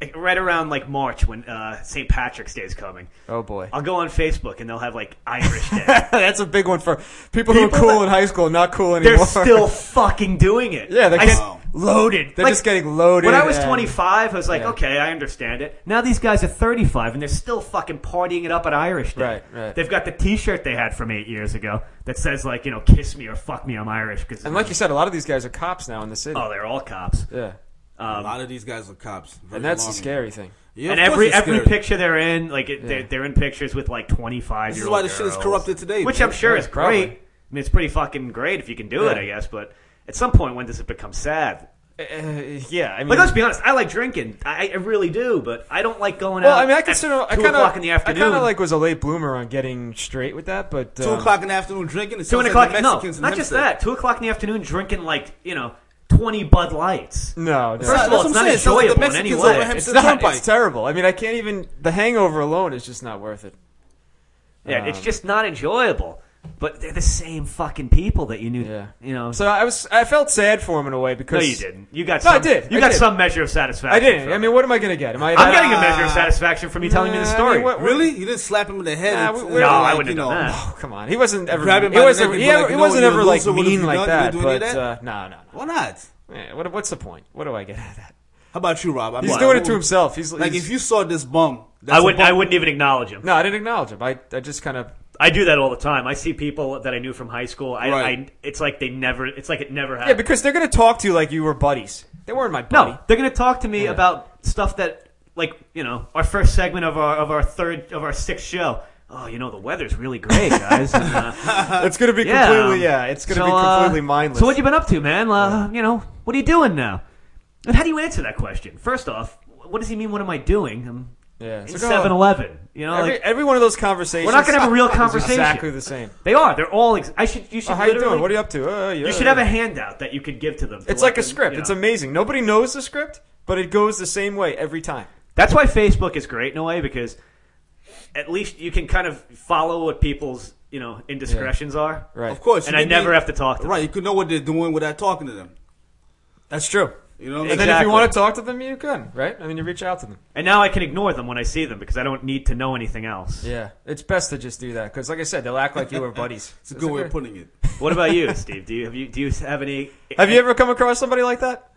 like, right around like March when uh, St. Patrick's Day is coming,
oh boy.
I'll go on Facebook and they'll have like Irish Day.
That's a big one for people, who are
People
cool
that-
in high school, not cool anymore.
They're still fucking doing it.
Yeah, they're
I
getting-
s- loaded.
They're just getting loaded
When I was
and-
25, I was like,
Yeah.
okay, I understand it. Now these guys are 35 and they're still fucking partying it up at Irish Day.
Right, right.
They've got the T-shirt they had from eight years ago that says like, you know, kiss me or fuck me, I'm Irish. Because
and like you said, a lot of these guys are cops now in the city.
oh, they're all cops.
yeah,
Um,
a lot of these guys are cops. Very
and that's the
alarming.
scary thing.
Yeah,
and
of course
every
it's
every
scary.
picture they're in, like it, they're, they're in pictures with like 25
This
year
is
old.
why this shit is corrupted today.
Which
man.
I'm sure
Yeah,
is
probably.
great. I mean, it's pretty fucking great if you can do it,
Yeah.
I guess. But at some point, when does it become sad?
Uh, yeah, I mean,
Like, let's be honest. I like drinking. I, I really do, but I don't like going
well,
out.
I mean, I
at
consider I
two
kind
o'clock
of
in the
I
afternoon.
kind of like was a late bloomer on getting straight with that, but
Two
um,
o'clock in the afternoon drinking. It
two
sounds
o'clock.
Like the
no,
Mexicans in
not just
Hempstead.
that. Two o'clock in the afternoon, drinking like you know twenty Bud Lights.
No, no.
First
That's
of all,
what
it's
I'm
not
saying. It sounds like the
enjoyable in any
Mexicans over
way.
Hempstead
it's not.
Turnpike.
It's terrible. I mean, I can't even. The hangover alone is just not worth it.
Yeah, it's just not enjoyable. But they're the same fucking people that you knew.
Yeah.
You know.
So I was. I felt sad for him in a way because
no, you didn't. You got.
No, I
some,
did.
You
I
got
did.
some measure of satisfaction.
I didn't.
from
I
it.
mean, what am I going to get? Am I?
I'm getting a measure of satisfaction from you telling me the
Nah, I
story.
mean, what-
Really? You didn't slap him in the head?
Nah,
and-
we-
and,
we're- No,
I
like,
wouldn't
you
have done
know,
that.
Oh, come on. He wasn't ever.
Grab
he
him by the
wasn't.
neck and
he
be like,
ever-
you
he
know
wasn't
what, you're
ever
a
like
loser, what have
mean
you
like
done?
that.
You doing
But
any of
uh, no, no, no.
Why not?
Eh, What, what's the point? What do I get out of that?
How about you, Rob? I
He's
mean,
doing
what
it to
would-
himself. He's
Like,
he's-
if you saw this bum, that's
I
a
wouldn't.
bum.
I wouldn't even acknowledge him.
No, I didn't acknowledge him. I, I just kind of.
I do that all the time. I see people that I knew from high school. I,
Right.
I it's like they never. It's like it never happened.
Yeah, because they're gonna talk to you like you were buddies. They weren't my buddy.
no, they're gonna talk to me
Yeah.
about stuff that, like you know, our first segment of our of our third of our sixth show. Oh, you know, the weather's really great, guys. And, uh,
It's gonna be
yeah, um,
completely. Yeah, it's gonna
so,
be
uh,
completely mindless.
So what you been up to, man? Uh, You know, what are you doing now? And how do you answer that question? First off, what does he mean? What am I doing? Um,
Yeah.
in
So go-
7-Eleven. You know,
Every,
like,
every one of those conversations.
we're not going to have a real
is
conversation.
Exactly the same.
They are. They're all. Ex- I should. You should.
Oh, how you
literally-
doing? What are you up to? Uh, yeah.
You should have a handout that you could give to them. to
It's
let
like a
them,
script.
you
It's
know.
amazing. Nobody knows the script, but it goes the same way every time.
That's why Facebook is great in a way because at least you can kind of follow what people's you know indiscretions are.
Right.
Of course,
And
you
I
could
never
be-
have to talk to them.
Right, you could know what they're doing without talking to them.
That's true.
You know, what I'm
And then
saying?
if you
Exactly.
want to talk to them, you can, right? I mean, you reach out to them.
And now I can ignore them when I see them because I don't need to know anything else.
Yeah, it's best to just do that because, like I said, they'll act like you were buddies.
it's a good way of putting it.
What about you, Steve? Do you have you do you have any?
Have you ever come across somebody like that?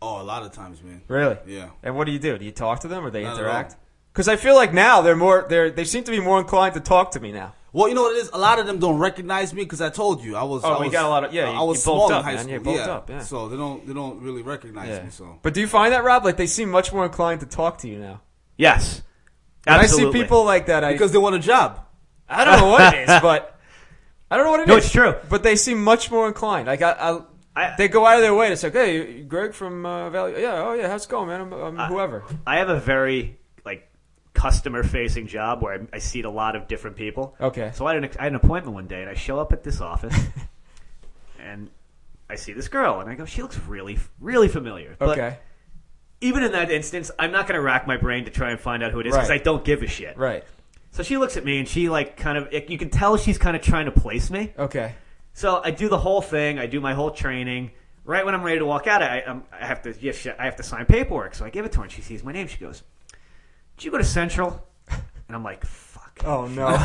Oh, a lot of times, man.
Really?
Yeah.
And what do you do? Do you talk to them or they
Not at
interact?
all.
Because I feel like now they're more they are they seem to be more inclined to talk to me now.
Well, you know what it is. A lot of them don't recognize me because I told you I was.
Oh,
I
we
was-
got a lot of- yeah,
I
you-
was
you bulked
small
up,
in high
man. You
school.
bulked
yeah.
up, yeah.
So they don't they don't really recognize me. So
But do you find that Rob? Like they seem much more inclined to talk to you now.
Yes.
When
Absolutely.
I see people like that, I
because they want a job.
I don't know what it is, but I don't know what it is.
No, it's true.
But they seem much more inclined. Like I, I,
I-
they go out of their way to say, "Hey, Greg from uh, Valley, yeah, oh yeah, how's it going, man? I'm, I'm whoever."
I have a very like customer facing job where I, I seat a lot of different people.
Okay.
So I had, an, I had an appointment one day and I show up at this office and I see this girl and I go, she looks really, really familiar. But
Okay,
even in that instance, I'm not going to rack my brain to try and find out who it is because
Right.
I don't give a shit.
right,
So she looks at me and she like kind of, you can tell she's kind of trying to place me.
okay,
So I do the whole thing. I do my whole training. Right when I'm ready to walk out, I, um, I have to yeah, shit, I have to sign paperwork. So I give it to her, and she sees my name. She goes, "Did you go to Central?" And I'm like, "Fuck."
oh no,
Uh,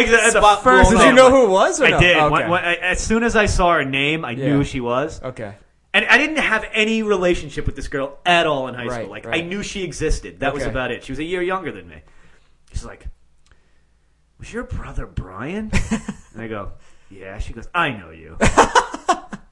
exa- the
Spot
first
blown
did you
Oh,
time-
know who it was? Or
I
no?
did.
Okay.
When- when I- as soon as I saw her name, I
Yeah.
knew she was.
okay,
And I didn't have any relationship with this girl at all in high
Right,
school. Like
right.
I knew she existed. That was
Okay.
about it. She was a year younger than me. She's like, "Was your brother Brian?" and I go, "Yeah." She goes, "I know you."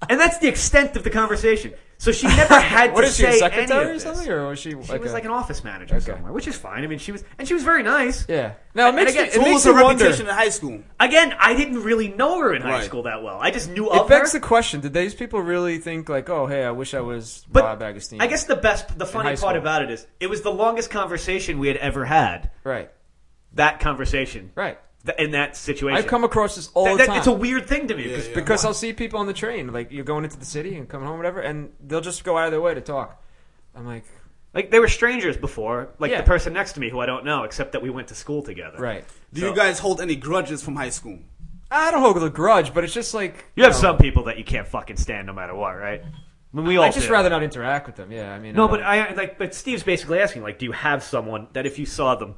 and that's the extent of the conversation. So she never had
what
to
is she
say
a
any
secretary
of
or
this.
something, or was she?
She was like an office manager
Okay.
somewhere, which is fine. I mean, she was and she was very nice.
yeah. Now it
And
makes
again,
me-
so
it
What
makes
was her
you wonder.
reputation in high school?
Again, I didn't really know her in high
Right.
school that well. I just knew
It
of
begs
her.
the question: Did these people really think like, "Oh, hey, I wish I was
But
Rob Agostini"?
I guess the best, the
high
funny
school.
part about it is it was the longest conversation we had ever had.
right,
That conversation,
right.
Th- in that situation,
I've come across this all
Th-
the
that-
time.
It's a weird thing to me because
yeah.
Because I'll see people on the train, like you're going into the city and coming home, whatever, and they'll just go out of their way to talk. I'm like,
like they were strangers before, like
Yeah.
the person next to me who I don't know, except that we went to school together.
right.
Do
So-
you guys hold any grudges from high school?
I don't hold a grudge, but it's just like
You have
know,
some people that you can't fucking stand no matter what, right? I mean, we all.
I just
do.
rather not interact with them. Yeah, I mean,
No,
I
but
don't-
I like. But Steve's basically asking, like, do you have someone that if you saw them,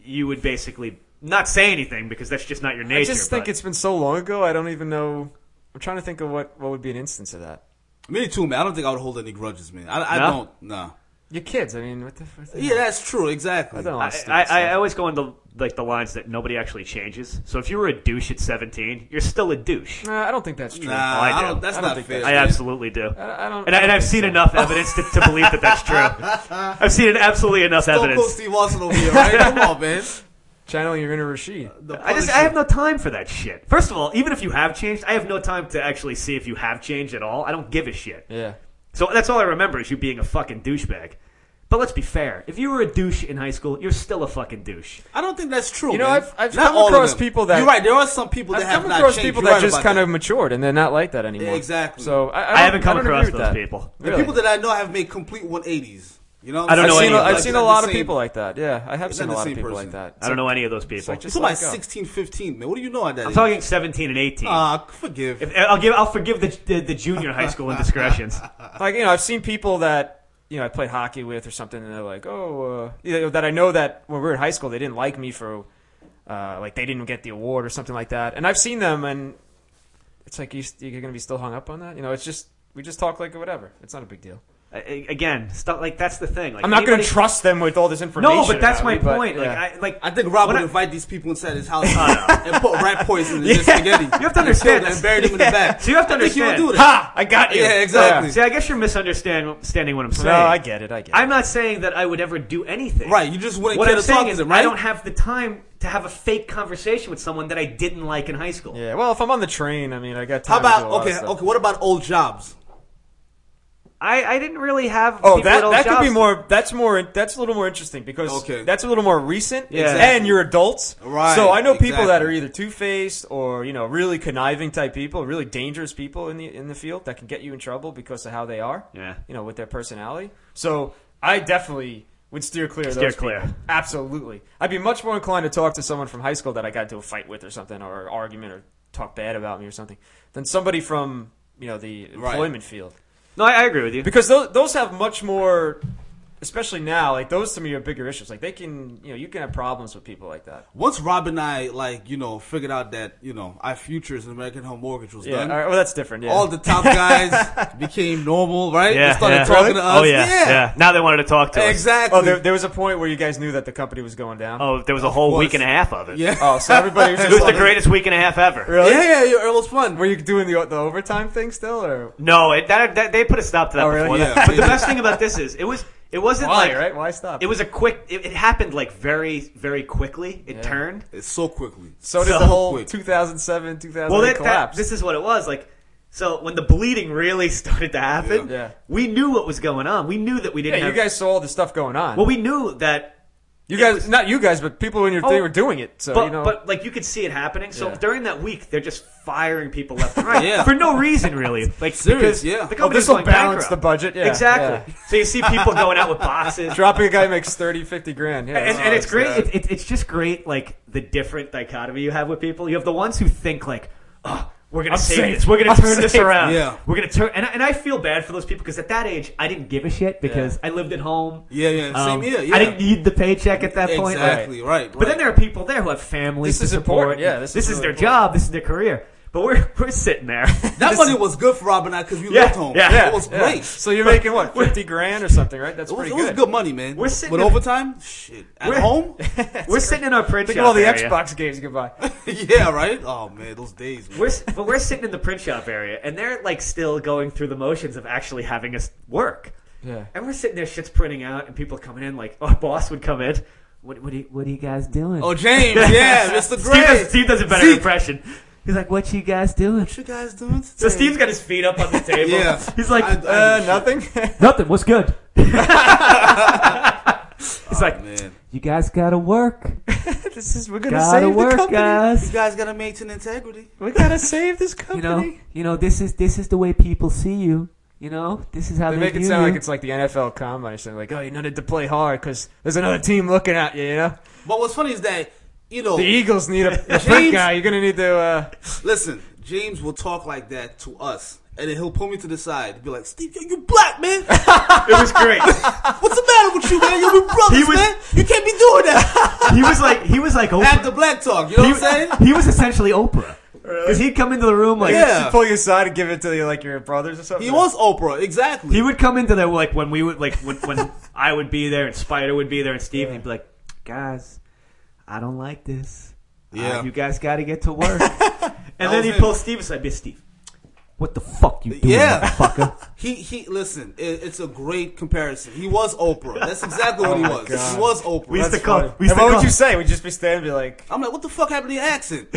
you would basically not say anything because that's just not your nature.
I just think
but-
it's been so long ago. I don't even know. I'm trying to think of what what would be an instance of that.
Me too, man. I don't think I would hold any grudges, man. I, I
No?
don't. Nah.
Your kids. I mean, what the? What the
Yeah, that's true. Exactly.
I don't know.
I, I, I always go into like the lines that nobody actually changes. So if you were a douche at 17, you're still a douche.
Nah, I don't think that's true.
Nah,
I
I
do.
don't. That's
I don't
not
think
fair.
that's-
I
man.
absolutely do.
I don't-
and,
I don't
and
think
I've seen
so.
enough evidence to, to believe that that's true. I've seen absolutely enough
Stone Cold
evidence.
Steve Austin over here, right? Come on, man.
Channeling your inner Rashid.
The
I just
Punisher.
I have no time for that shit. First of all, even if you have changed, I have no time to actually see if you have changed at all. I don't give a shit.
Yeah.
So that's all I remember is you being a fucking douchebag. But let's be fair. If you were a douche in high school, you're still a fucking douche.
I don't think that's true.
You know,
man.
I've- I've
Not
come
all of
across
them.
people that-
You're right. There are some people that
I've
have
come
not
across
changed.
people
You're
that
right
just
about
kind
that.
of matured and they're not like that anymore.
Yeah, exactly.
So I, I, don't-
I haven't come
I don't
across
agree with
those
that.
people.
The
Really.
people that I know have made complete 180s. You know,
I don't
I've
know
seen,
any
a,
of
I've
them.
seen a
It's
lot
the
of
same-
people like that. Yeah, I have
It's
seen a
not the
lot of
same
people
person.
like that.
I don't know any of those
It's
people.
like just
It's about
like us.
16, 15, man. What do you know at that?
I'm talking 17 and 18.
Oh,
Ah, forgive.
If- I'll give. I'll forgive the the, the junior high school indiscretions.
like you know, I've seen people that you know I played hockey with or something, and they're like, oh, uh, you know, that I know that when we were in high school, they didn't like me for uh, like they didn't get the award or something like that. And I've seen them, and it's like you, you're going to be still hung up on that. You know, it's just we just talk like whatever. It's not a big deal.
I- I- Again, stuff like that's the thing. Like
I'm not going to
anybody-
trust them with all this information.
No, but that's
about
my
me, but,
point.
yeah.
Like, I, like
I think Rob
when
would
I-
invite these people inside his house
Oh,
and put rat poison in
Yeah.
their spaghetti. You
have to understand
and
that.
bury them in the back.
So you have to
I think
understand.
He would do that.
ha, I got you.
Yeah, exactly.
see, I guess you're misunderstanding standing what I'm saying.
No, I get it. I get it.
I'm not saying that I would ever do anything.
Right, you just wouldn't
What
care
I'm
to talk
saying
to
is
them, right?
I don't have the time to have a fake conversation with someone that I didn't like in high school.
yeah, well, if I'm on the train, I mean, I got time. to do
How
a
about
lot of
okay?
stuff.
Okay, what about old jobs?
I, I didn't really have.
Oh,
people
that
at all
that could be
jobs.
more. That's more. That's a little more interesting because
Okay.
that's a little more recent.
Yeah.
and you're adults,
Right,
So I know people that
exactly.
are either two faced or you know really conniving type people, really dangerous people in the in the field that can get you in trouble because of how they are.
Yeah.
you know with their personality. So I definitely would steer clear. of
Steer
those
clear.
people. Absolutely, I'd be much more inclined to talk to someone from high school that I got into a fight with or something, or argument, or talk bad about me or something, than somebody from you know the
Right.
employment field.
No, I, I agree with you.
Because those those have much more, especially now. Like those to me are bigger issues. Like they can, you know, you can have problems with people like that.
Once Rob and I, like, you know, figured out that, you know, our futures in American Home Mortgage was
Yeah,
done,
all right, well that's different. Yeah.
all the top guys became normal, right?
Yeah,
they started
yeah.
talking to us.
Oh yeah, yeah, Now they wanted to talk to us.
Exactly.
oh, there, there was a point where you guys knew that the company was going down.
Oh, there was a whole
course.
week and a half of it.
yeah.
Oh, so everybody was
It
just
was the
like-
greatest week and a half ever.
Really?
Yeah, yeah, yeah, it was fun.
Were you doing the the overtime thing still, or
No, it, that, that they put a stop to that
Oh, really?
before that.
Yeah.
But the best thing about this is it was it wasn't
why?
like
right? Why stop?
it was a quick. It, it happened like very very quickly. It turned.
It's so quickly.
so did
so
the whole
quick.
2007, 2008
Well, that, that
collapse.
this is what it was like. So when the bleeding really started to happen,
Yeah. Yeah.
we knew what was going on. We knew that we didn't.
yeah, you
have,
guys saw all the stuff going on.
Well, we knew that
you guys, not you guys, but people in your thing
Oh,
were doing it. So
But,
you know,
but like you could see it happening. So
Yeah.
during that week, they're just firing people left and right
Yeah.
for no reason, really. Like
Serious,
because
yeah.
the
Oh,
oh,
company's
this will
going
balance
bankrupt.
the budget. Yeah,
exactly.
yeah.
So you see people going out with boxes,
Dropping a guy makes 30, 50 grand. Yeah,
and, and it's great.
uh,
It, it, it's just great, like the different dichotomy you have with people. You have the ones who think like, "Oh, we're gonna
I'm
save
safe.
this. We're gonna
I'm
turn this
safe."
around.
Yeah.
we're gonna turn." And, I- and I feel bad for those people because at that age, I didn't give a shit because I lived at home.
Yeah, yeah, same
Um,
here, yeah.
I didn't need the paycheck at that point. like-
Exactly, right.
But then there are people there who have families
This
to
is
support.
important, yeah, this is
is
really
their
important.
job. This is their career. But we're we're sitting there.
that money was good for Rob and I because we
Yeah,
lived home.
yeah,
Yeah,
it was
yeah.
great.
So you're making what fifty grand or something, right? That's
It was,
pretty
it was
good.
good money, man.
We're sitting
with
in-
overtime. Shit, at
We're-
home.
we're sitting in our print
Think
shop
of all the
area.
Xbox games you could buy.
yeah, right. Oh man, those days. man.
We're, s- but we're sitting in the print shop area, and they're like still going through the motions of actually having us work.
Yeah.
And we're sitting there, shit's printing out, and people coming in. Like our boss would come in. What what are you, what are you guys doing?
Oh James, yeah, Mr.
Steve does,
Gray.
Steve does a better
Zeke.
impression. He's like, "What you guys doing?"
What you guys doing? Today?
So Steve's got his feet up on the table.
Yeah.
He's like,
I- I-
Uh, nothing.
Nothing. What's good? He's like,
Oh, man.
You guys gotta work.
this is we're gonna
Gotta
save the
work,
company.
You
guys.
guys gotta maintain integrity.
We gotta save this
You
company.
know, you know, this is this is the way people see you. You know, this is how
They
they,
make it
view
sound
you.
like it's like the NFL combine or something. Like, oh, you needed to play hard because there's another team looking at you. You know,
But what's funny is that you know,
the Eagles need a, a
James-
big guy. You're gonna need to. Uh,
listen, James will talk like that to us, and then he'll pull me to the side, and be like, "Steve, yo, you black man.
it was great.
What's the matter with you, man? You're with brothers,
He was-
man. You can't be doing that."
He was like, he was like Oprah.
At the black talk, you know what I'm saying?
he, he was essentially Oprah because he'd come into the room like
Yeah.
pull you aside and give it to you like your brothers or something.
He was Oprah, exactly.
he would come into the like when we would like when, when I would be there and Spider would be there and Steve and he'd be like,
guys, I don't like this.
Uh,
yeah.
You guys gotta get to work.
and
That
then
was
he
him.
pulls Steve aside, be Steve.
what the fuck you doing,
Yeah.
motherfucker?
He he. Listen, it, it's a great comparison. He was Oprah. That's exactly what he
my
was.
God.
He was Oprah.
Oh We used to
That's-
call.
And
We used
what
to call,
would you say? Would you just be standing and be like,
I'm like, what the fuck happened to your accent?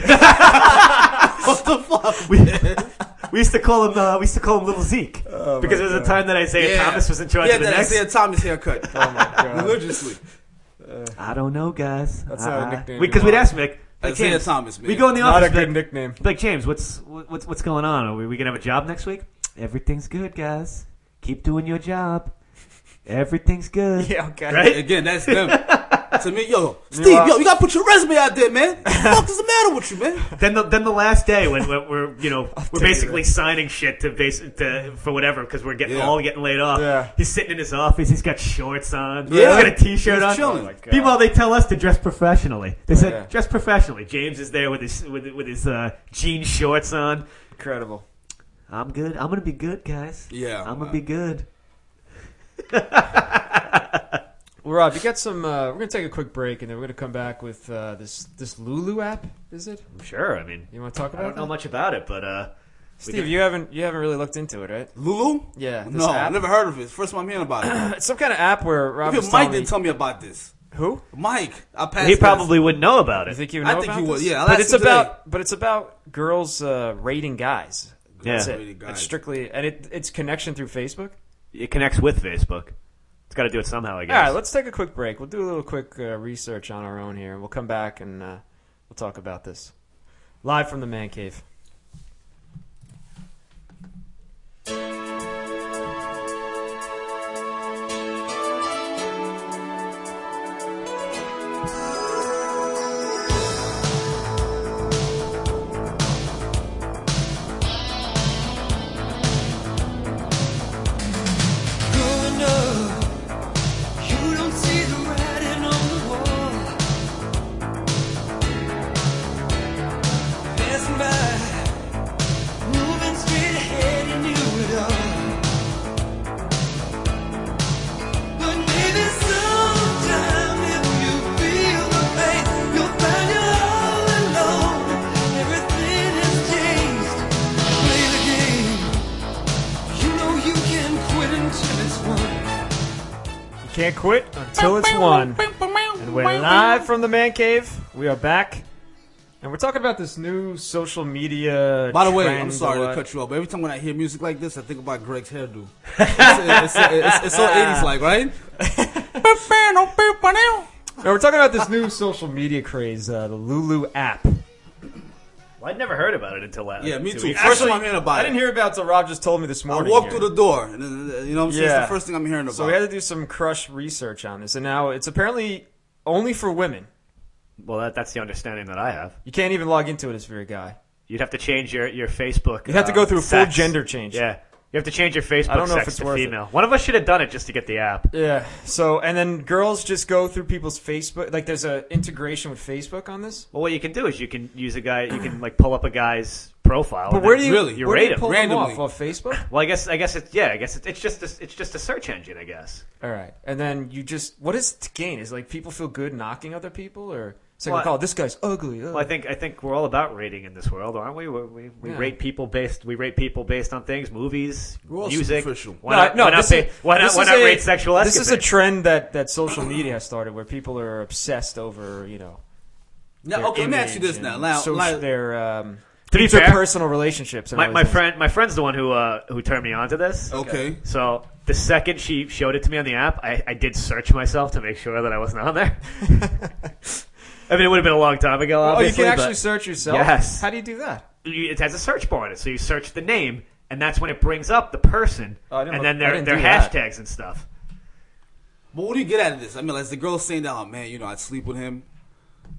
what the fuck?
we, we used to call him. Uh, we used to call him Little Zeke
oh
because it was a time that Isaiah Thomas was in charge
Oh Yeah,
of the
that
next.
Isaiah Thomas haircut.
oh my god,
Religiously,
I don't know, guys.
that's not
Uh-uh.
a nickname.
Because
you
Uh, we'd
want.
ask Mick. Like,
Isaiah
James,
Thomas, man.
we go in the
Not a
office.
good
Mick,
nickname.
like James, what's what- what's what's going on? Are we, we gonna have a job next week?
Everything's good, guys. Keep doing your job. Everything's good.
Yeah, okay.
Right?
Again, that's them. to me, yo, Steve,
Meanwhile-
yo, you gotta put your resume out there, man. What the fuck is the matter with you, man?
Then the then the last day when, when we're you know we're
take
basically signing shit to base to for whatever because we're getting
Yeah.
all getting laid off.
Yeah.
He's sitting in his office. He's got shorts on.
Yeah.
He's got a t-shirt
He's
on.
chilling. Oh my
God.
Meanwhile, they tell us to dress professionally. They said
Yeah.
dress professionally. James is there with his with, with his uh, jean shorts on.
Incredible.
I'm good. I'm gonna be good, guys.
Yeah,
I'm gonna be good.
Well, Rob, you got some. Uh, we're gonna take a quick break, and then we're gonna come back with uh, this this Lulu app. Is it?
I'm sure. I mean,
You want to talk
I
about
don't know
that?
much about it, but uh, we
Steve,
can-
you haven't you haven't really looked into it, right?
Lulu.
Yeah, this
no,
app.
I've never heard of it. First time I'm hearing about it.
It's some kind of app where Rob
Even
was
Mike
telling me-
didn't tell me about this.
who.
Mike, I passed.
he
this.
probably wouldn't know about
You
it.
think you would
I
know
think
about
you would,
this?
yeah, I'll
but
ask
it's
him today.
about but it's about girls uh, rating guys. That's
Yeah.
it.
Rating guys.
It's strictly and it, it's connection through Facebook.
It connects with Facebook. It's got to do it somehow, I
All right,
guess.
let's take a quick break. We'll do a little quick uh, research on our own here, and we'll come back and uh, we'll talk about this live from the man cave.
Growing up, you don't see the writing on the wall. Passing by, moving straight ahead, you knew it all. But maybe sometime if you feel the pain, you'll find you're all alone. Everything has changed. Play the game. You know you can quit until it's won.
You can't quit until it's won. And we're live from the man cave. We are back, and we're talking about this new social media.
By the way,
trend
I'm
or
sorry to
what.
cut you off, but every time when I hear music like this, I think about Greg's hairdo. it's, it's, it's, it's so 80s like, right?
Now, we're talking about this new social media craze, uh, the Lulu app.
Well, I'd never heard about it until last.
Yeah, me
two
too.
weeks.
First time I'm hearing about
I
it.
didn't hear about it until Rob just told me this
I
morning.
walked
here.
through the door, and uh, you know what I'm saying? It's
Yeah.
the first thing I'm hearing about.
So we had to do some crush research on this, and now it's apparently only for women.
Well, that, that's the understanding that I have.
You can't even log into it if you're a guy.
You'd have to change your your Facebook. uh,
You'd have to go through a full
sex.
gender change.
Yeah, you have to change your Facebook
I don't know if
sex
it's
to
worth it.
female. One of us should have done it just to get the app.
Yeah. So and then girls just go through people's Facebook. Like there's a integration with Facebook on this.
Well, what you can do is you can use a guy. You can like pull up a guy's profile.
But
and
where
then-
do you
Really?
You
where do
rate
you
them.
pull
randomly.
them off? Off Facebook.
Well, I guess I guess it's yeah. I guess it's, it's just a, it's just a search engine. I guess.
All right. And then you just what is it to gain? Is like people feel good knocking other people or it's like
Well,
oh, this guy's ugly. ugh.
Well, I think I think we're all about rating in this world, aren't we? We, we, we
Yeah.
rate people based we rate people based on things, movies,
We're all
music.
superficial.
Why not? why not,
this
ba-
is-
why not,
this
why
is
not
a-
rate sexual
This is a
escapades?
trend that, that social media has started where people are obsessed over, you know,
now,
their
okay, let me ask you
image
this now.
and
Now,
soci-
like,
their um,
To be fair,
interpersonal relationships. And
my,
all
my
these things.
friend my friend's the one who uh, who turned me onto this.
okay.
So the second she showed it to me on the app, I, I did search myself to make sure that I wasn't on there. I mean, it would have been a long time ago.
Oh, you
Obviously,
can
but
actually search yourself.
Yes.
How do you do that?
you- it has a search bar in it, so you search the name, and that's when it brings up the person,
Oh, I didn't
and
look-
then
I
their
didn't
their
do that.
hashtags and stuff.
But what do you get out of this? I mean, like, is the girl saying that, oh, man, you know, I'd sleep with him.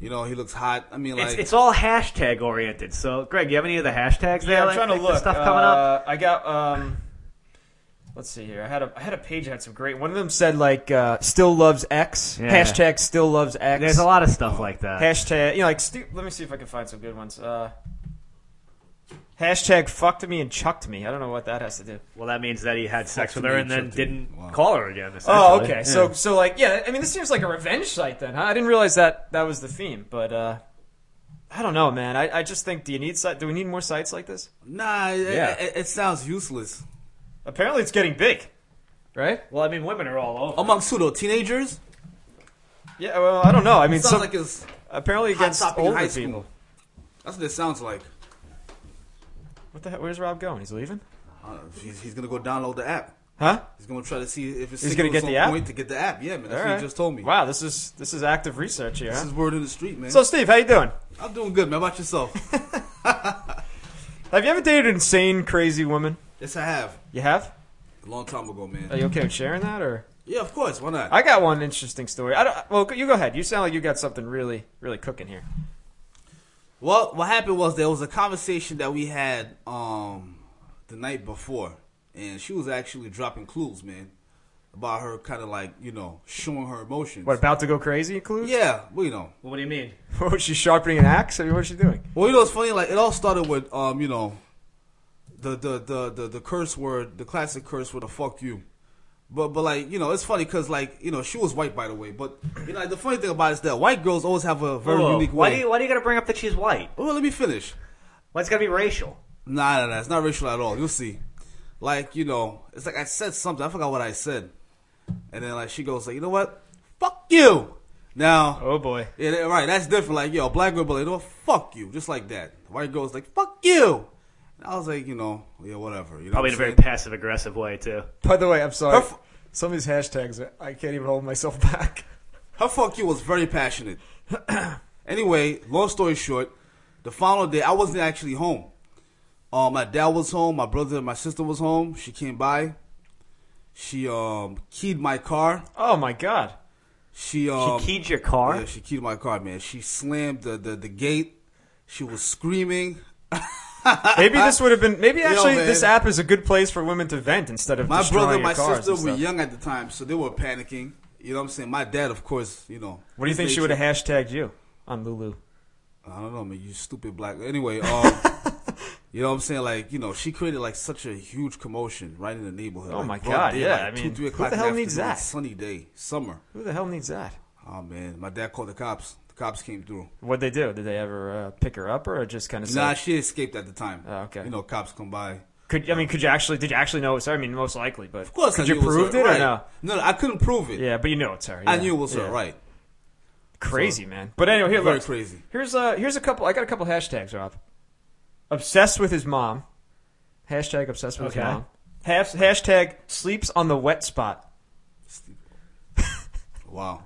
You know, he looks hot. I mean, like,
It's, it's all hashtag oriented. So, Greg, you have any of the hashtags there?
Yeah, I'm
like-
trying to
like the
look.
stuff coming up.
Uh, I got. Um, let's see here. I had a I had a page that had some great. One of them said like uh, "still loves X"
Yeah.
hashtag "still loves X."
There's a lot of stuff like that.
hashtag. You know, like stu- let me see if I can find some good ones. Uh, hashtag "fucked me" and "chucked me." I don't know what that has to do.
well, that means that he had sex with her
me,
and then
chucked me.
didn't
Wow.
call her again.
Oh,
essentially.
okay.
Yeah.
So so like yeah. I mean, this seems like a revenge site then. Huh? I didn't realize that that was the theme, but. uh I don't know, man. I, I just think, do you need site? Do we need more sites like this?
nah, it,
Yeah.
it, it sounds useless.
Apparently, it's getting big, right?
well, I mean, women are all over.
Among pseudo teenagers,
Yeah. Well, I don't know. I mean,
it sounds
some,
like it's
apparently
hot
against
topic in
older
high school.
people.
That's what it sounds like.
What the heck? Where's Rob going? He's leaving?
I don't know, Uh, he's, he's gonna go download the app.
Huh?
He's gonna try to see if it's
He's gonna get
on
the app?
point to get the app. Yeah, man, that's
All
what
right.
he just told me.
Wow, this is this is active research here.
This
Huh?
is word in the street, man.
So, Steve, how you doing?
I'm doing good, man. How about yourself?
Have you ever dated an insane, crazy woman?
yes, I have.
You have?
A long time ago, man.
Are you okay with sharing that, or
Yeah, of course. Why not?
I got one interesting story. I don't. Well, you go ahead. You sound like you got something really, really cooking here.
Well, what happened was there was a conversation that we had um the night before, and she was actually dropping clues, man, about her kind of like you know showing her emotions.
What about to go crazy? Clues?
Yeah, well, you know.
Well, what do you mean?
What was she sharpening an axe? I mean, what was she doing?
Well, you know, it's funny. Like it all started with um, you know, the the the the, the curse word, the classic curse word, the fuck you. But but like you know, it's funny because like you know, she was white by the way. But you know, like, the funny thing about it is that white girls always have a very
Whoa.
unique
why
way.
do you why do you gotta bring up that she's white?
well, let me finish.
Why it's gotta be racial?
Nah, nah, nah, it's not racial at all. You'll see. Like you know, it's like I said something. I forgot what I said. And then like she goes like, you know what? Fuck you. Now
Oh boy.
yeah, that- right. That's different. Like, yo, black girl, be like, you know what? Fuck you. Just like that. White girl's like, fuck you. And I was like, you know, yeah, whatever. You know
Probably in a
what
very
I'm
passive aggressive way too.
By the way, I'm sorry.
Her f-
Some of these hashtags, I can't even hold myself back.
Her fuck you was very passionate. anyway, long story short, the following day I wasn't actually home. Uh, my dad was home, my brother and my sister was home. She came by. She um keyed my car.
Oh my god.
She
She
um
keyed your car.
Yeah, she keyed my car, man. She slammed the, the, the gate. She was screaming.
Maybe this would have been. Maybe actually,
man.
this app is a good place for women to vent instead of
My
destroying
brother and
your
my
cars
sister
and
were
stuff.
young at the time, so they were panicking. You know what I'm saying? My dad, of course, you know.
What do you
his
think she
nature-
would have hashtagged you on Lulu?
I don't know, man. You stupid black. Anyway, um, you know what I'm saying? Like, you know, she created like such a huge commotion right in the neighborhood.
Oh,
Like,
my
broad
God, yeah, I mean, who
o'clock
the
in
hell needs
afternoon,
that?
Sunny day, summer.
Who the hell needs that?
Oh man, my dad called the cops. The cops came through.
What'd they do? Did they ever uh, pick her up or just kind of say?
Nah, she escaped at the time.
Oh, okay.
You know, cops come by.
could I mean? Could you actually? Did you actually know it was her? I mean, most likely, but
Of course, I
could
knew
you
it was
prove
her.
it
right.
or no?
No, no, I couldn't prove it.
Yeah, but you know it's her.
I
yeah.
knew it was her.
Yeah.
Right.
Crazy man. But anyway, here
Very
look.
crazy.
Here's uh here's a couple. I got a couple hashtags, Rob. Obsessed with his mom. Hashtag obsessed with
Okay.
his mom. Has, hashtag sleeps on the wet spot.
Wow.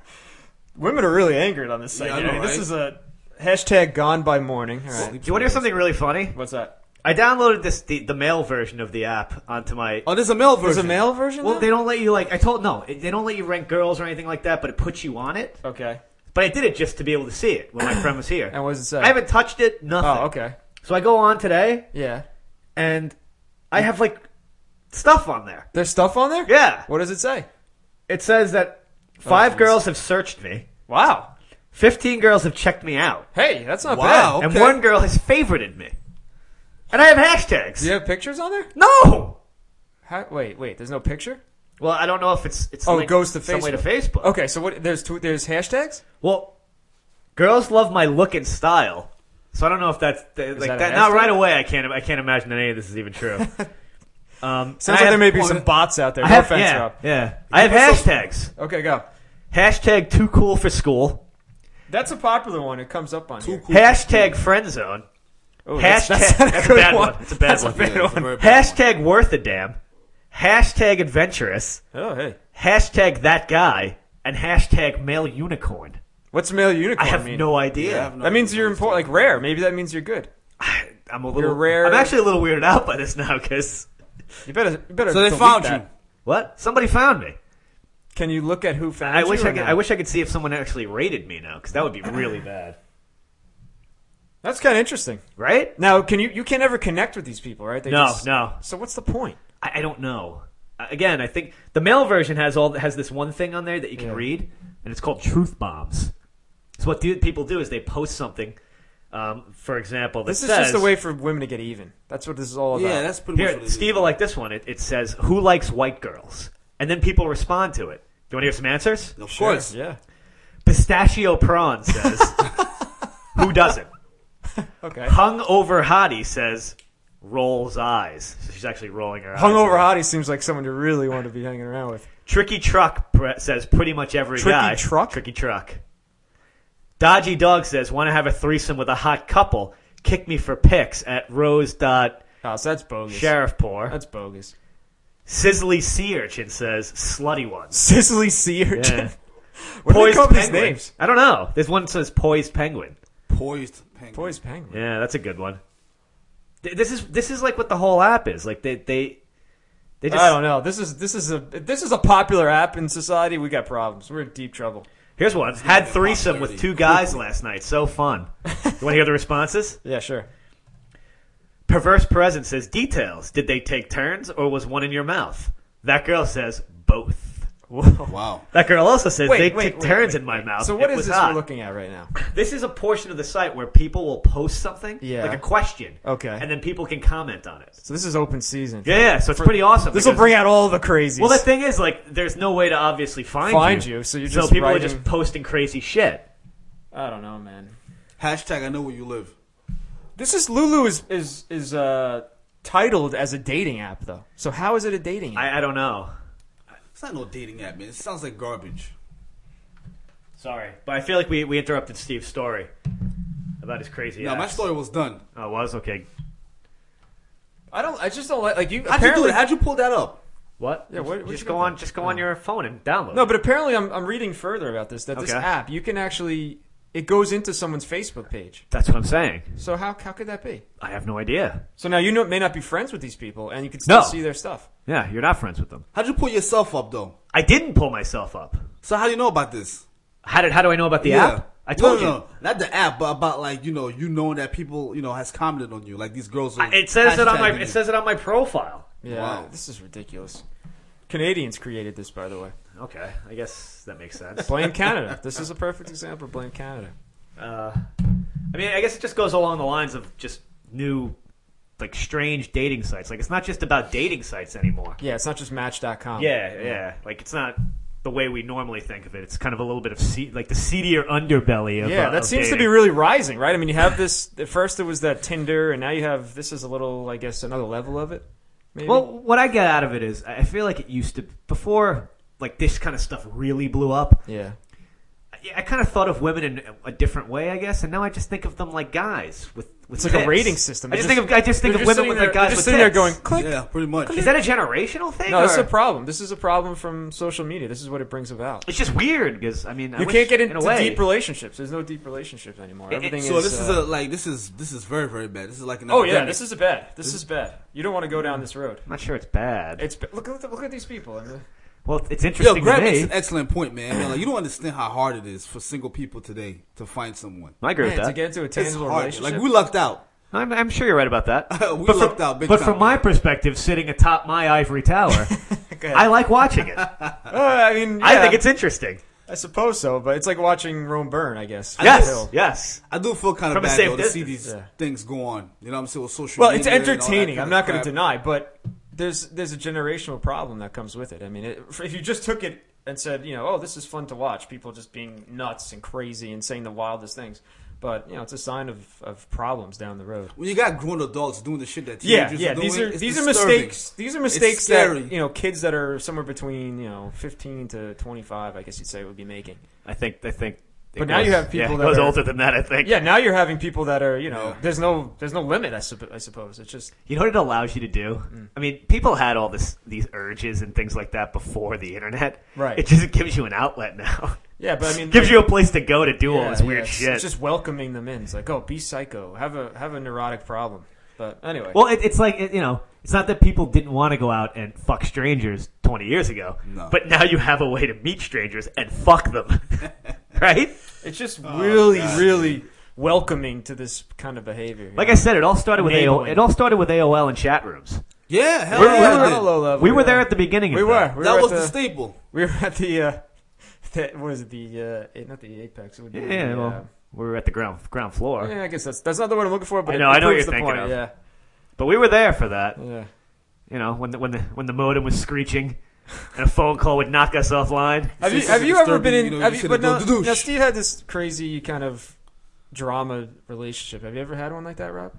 Women are really angered on this site.
Yeah, I
here.
know,
I mean, This
right?
is a hashtag gone by morning. All right.
Do you want to hear something really funny?
What's that?
I downloaded this the, the mail version of the app onto my.
Oh, there's a male version.
There's a male version.
Well,
though?
they don't let you like. I told no, they don't let you rank girls or anything like that, but it puts you on it.
okay.
But I did it just to be able to see it when my friend was here.
And what does it say?
I haven't touched it. Nothing.
Oh, okay.
So I go on today,
Yeah.
and I have like stuff on there.
There's stuff on there.
Yeah.
What Oh, does it say?
It says that five
geez.
girls have searched me.
Wow.
15 girls have checked me out.
Hey, that's not
Wow.
bad.
And
Okay.
one girl has favorited me. And I have hashtags.
Do you have pictures on there?
No!
How, wait, wait. There's no picture.
Well, I don't know if it's it's
Oh, it
linked
goes to
some way to
Facebook.
Facebook.
Okay, so what? There's tw- there's hashtags.
Well, girls love my look and style. So I don't know if that's th- like
that a
that. Not
hashtag?
right away. I can't. I can't imagine that any of this is even true. um,
Sounds like there may be some bots out there.
I
no
have,
offense,
yeah,
Rob.
yeah. I have
us some-
hashtags.
Okay, go.
Hashtag too cool for school.
That's a popular one. It comes up on
Too
here.
cool.
Hashtag friend zone.
Ooh,
Hashtag. That's,
not
a,
good
bad one. It's a bad
That's
one.
a bad
Yeah, it's a
one.
very bad one.
Hashtag worth a damn. Hashtag adventurous.
Oh, hey.
Hashtag that guy. And hashtag male unicorn.
What's male unicorn
I have
mean?
no
Yeah, I
idea.
have no
that means
idea
you're
what it's
important,
talking
like rare. Maybe that means you're good.
I'm a little
You're rare.
I'm actually a little weirded out by this now because
You better, you better.
So they
delete
found
that.
you.
what? Somebody found me.
Can you look at who found
I
you?
wish
or
I could,
no?
I wish I could see if someone actually rated me now because that would be really bad,
That's kind of interesting.
right?
Now, can you? You can't ever connect with these people, right? They
No,
just-
no.
So what's the point?
I, I don't know. Uh, Again, I think the male version has all has this one thing on there that you can
Yeah.
read, and it's called truth bombs. So what do people do is they post something. Um, for example, that
This is
says,
just a way for women to get even. That's what this is all about.
Yeah, that's pretty much
Here,
what it is.
Steve, will like this one. It, it says, "Who likes white girls?" And then people respond to it. Do you want to hear some answers?
Of
Sure,
course.
Yeah.
Pistachio prawn says, "Who doesn't?"
Okay.
Hungover hottie says, "Rolls eyes." So she's actually rolling her eyes.
Hungover hottie seems like someone you really want to be hanging around with.
Tricky Truck pre- says pretty much every
Tricky
guy.
Truck?
Tricky Truck. Dodgy Dog says, want to have a threesome with a hot couple? Kick me for pics at rose dot
Oh, so that's bogus.
rose.sheriffpoor.
That's bogus.
Sizzly Sea Urchin says, slutty ones.
Sicily Sea Urchin.
Yeah.
What do they
Poised
call these
Penguin.
names?
I don't know. There's one that says Poised Penguin.
Poised penguin.
Poised Penguin.
Yeah, that's a good one. Th- This is this is like what the whole app is. Like they they they just
I don't know. This is this is a this is a popular app in society. We got problems. We're in deep trouble.
Here's one. Had threesome
popularity.
with two guys last night. So fun. You want to hear the responses?
Yeah, sure.
Perverse Present says, details. Did they take turns or was one in your mouth? That girl says, both.
Wow.
That girl also says,
Wait,
they
wait,
took
wait,
turns
wait,
in my mouth.
So what
It
is
was
this
hot."
we're looking at right now?
This is a portion of the site where people will post something,
Yeah.
like a question.
Okay.
And then people can comment on it.
So this is open season.
Yeah, yeah so it's pretty awesome.
This will
because-
bring out all the crazies.
Well, the thing is, like, there's no way to obviously find,
Find you, so you're just
people are
writing-
just posting crazy shit.
I don't know, man.
Hashtag I know where you live.
This is Lulu is is is uh titled as a dating app though. So how is it a dating app?
I, I don't know.
It's not no dating app, man. It sounds like garbage.
Sorry, but I feel like we, we interrupted Steve's story about his crazy.
No, my
ass.
story was done.
Oh, it was okay.
I don't. I just don't like like you.
How'd you do
apparently-
it? How'd you pull that up?
What?
Yeah, where- where'd
just
you
go
get
on.
that?
Just go on your phone and download.
No,
it.
but apparently I'm, I'm reading further about this that this
Okay.
app you can actually it goes into someone's Facebook page.
that's what I'm saying.
So how how could that be?
I have no idea.
So now you know, may not be friends with these people, and you can still
No.
see their stuff.
Yeah, you're not friends with them.
How'd you pull yourself up though?
I didn't pull myself up.
So how do you know about this?
How did? How do I know about the app? I
No,
told
no,
you.
no, not the app, but about like you know, you knowing that people you know has commented on you, like these girls. Are
I- It says it on my.
hashtagging you.
It says it on my profile.
Yeah,
Wow.
this is ridiculous. Canadians created this, by the way.
Okay, I guess that makes sense.
Blame Canada. this is a perfect example. Blame Canada.
Uh, I mean, I guess it just goes along the lines of just new, like strange dating sites. Like it's not just about dating sites anymore.
Yeah, it's not just Match.com.
Yeah, yeah. Like it's not the way we normally think of it. It's kind of a little bit of se- like the seedier underbelly of
Yeah,
uh,
that
of
seems to
dating.
be really rising, right? I mean, you have this. At first, it was that Tinder, and now you have this is a little, I guess, another level of it. Maybe.
Well, what I get out of it is I I feel like it used to before like this kind of stuff really blew up.
yeah.
I- I kind of thought of women in a- a different way, I guess, and now I just think of them like guys with with
It's like a
tits.
rating system.
I just,
They're
think of I just think
they're
of women
sitting
with
there,
like guys
they're just
with
sitting there
tits.
going click.
Yeah, pretty much.
Is that a generational thing?
No,
or?
this is a problem. This is a problem from social media. This is what it brings about.
It's just weird because I mean I
You
wish-
can't get
in
into
a way,
deep relationships. There's no deep relationships anymore.
it-
Everything
So
is.
this is
uh,
a like this is this is very very bad. This is like an
Oh yeah,
epidemic.
this is a bad. This is bad. You don't want to go down this road.
I'm not sure it's bad.
It's ba- look at look at these people. I mean,
well, it's
Yo,
interesting
Greg
to me.
makes an excellent point, man. man. Like, you don't understand how hard it is for single people today to find someone.
I agree with
man,
that.
to get into a
It's
tangible
hard.
relationship.
Like we lucked out.
I'm, I'm sure you're right about that.
we
but
lucked
from,
out big
but
time.
from my perspective, sitting atop my ivory tower, I like watching it.
Uh, I mean,
I
yeah,
think it's interesting.
I suppose so, but it's like watching Rome burn. I guess. from the
Yes,
hill.
yes.
I do feel kind of
From a
bad
safe
though, to see
distance,
these
yeah.
things go on. You know what I'm saying? With social
Well,
media
it's
and all that
entertaining.
kind
I'm
of
not going
crap.
to deny, but there's there's a generational problem that comes with it. I mean, it, if you just took it and said, you know, oh, this is fun to watch, people just being nuts and crazy and saying the wildest things, but you know, it's a sign of, of problems down the road.
When you got grown adults doing the shit that
Yeah,
teenagers
yeah.
are doing,
These are
it's
these are
disturbing.
mistakes. These are mistakes
scary.
that you know kids that are somewhere between you know 15 to 25, I guess you'd say, would be making.
I think I think. it
But now you have
yeah,
people
it
that
goes
are-
older than that. I think.
Yeah, now you're having people that are you know
Yeah.
there's no there's no limit. I, sup- I suppose it's just
You know what it allows you to do?
Mm.
I mean, people had all this these urges and things like that before the internet.
Right.
It just gives you an outlet now.
Yeah, but I mean,
gives
like-
you a place to go to do all this
Yeah,
weird
yeah, it's-
shit.
It's just welcoming them in. It's like, oh, be psycho, have a have a neurotic problem. But anyway,
Well, it, it's like it, you know, it's not that people didn't want to go out and fuck strangers twenty years ago,
No.
but now you have a way to meet strangers and fuck them, right?
it's just
Oh,
really, really welcoming to this kind of behavior. you
Like
know?
I said, it all started with AOL.
Enabling.
It all started with AOL and chat rooms.
Yeah, hell
we
yeah,
were
I
on
did.
a low level.
we were
yeah.
there at the beginning.
We
of
were.
that.
We
that
were
was
at
the, staple.
We were at the. Uh, that was the uh, eh, not the apex. It would be
Yeah,
the,
well,
uh,
we were at the ground ground floor,
yeah, I guess that's that's not the one I'm looking for. But
I
it
know, I know what
proves
you're
the
thinking
point,
of.
Yeah,
but we were there for that.
yeah.
You know, when the when the when the modem was screeching, and a phone call would knock us offline.
Have you,
It's
have you ever
disturbing,
been in?
you know, you
have you,
should've
but now,
gone, "Doosh."
now Steve had this crazy kind of drama relationship. Have you ever had one like that, Rob?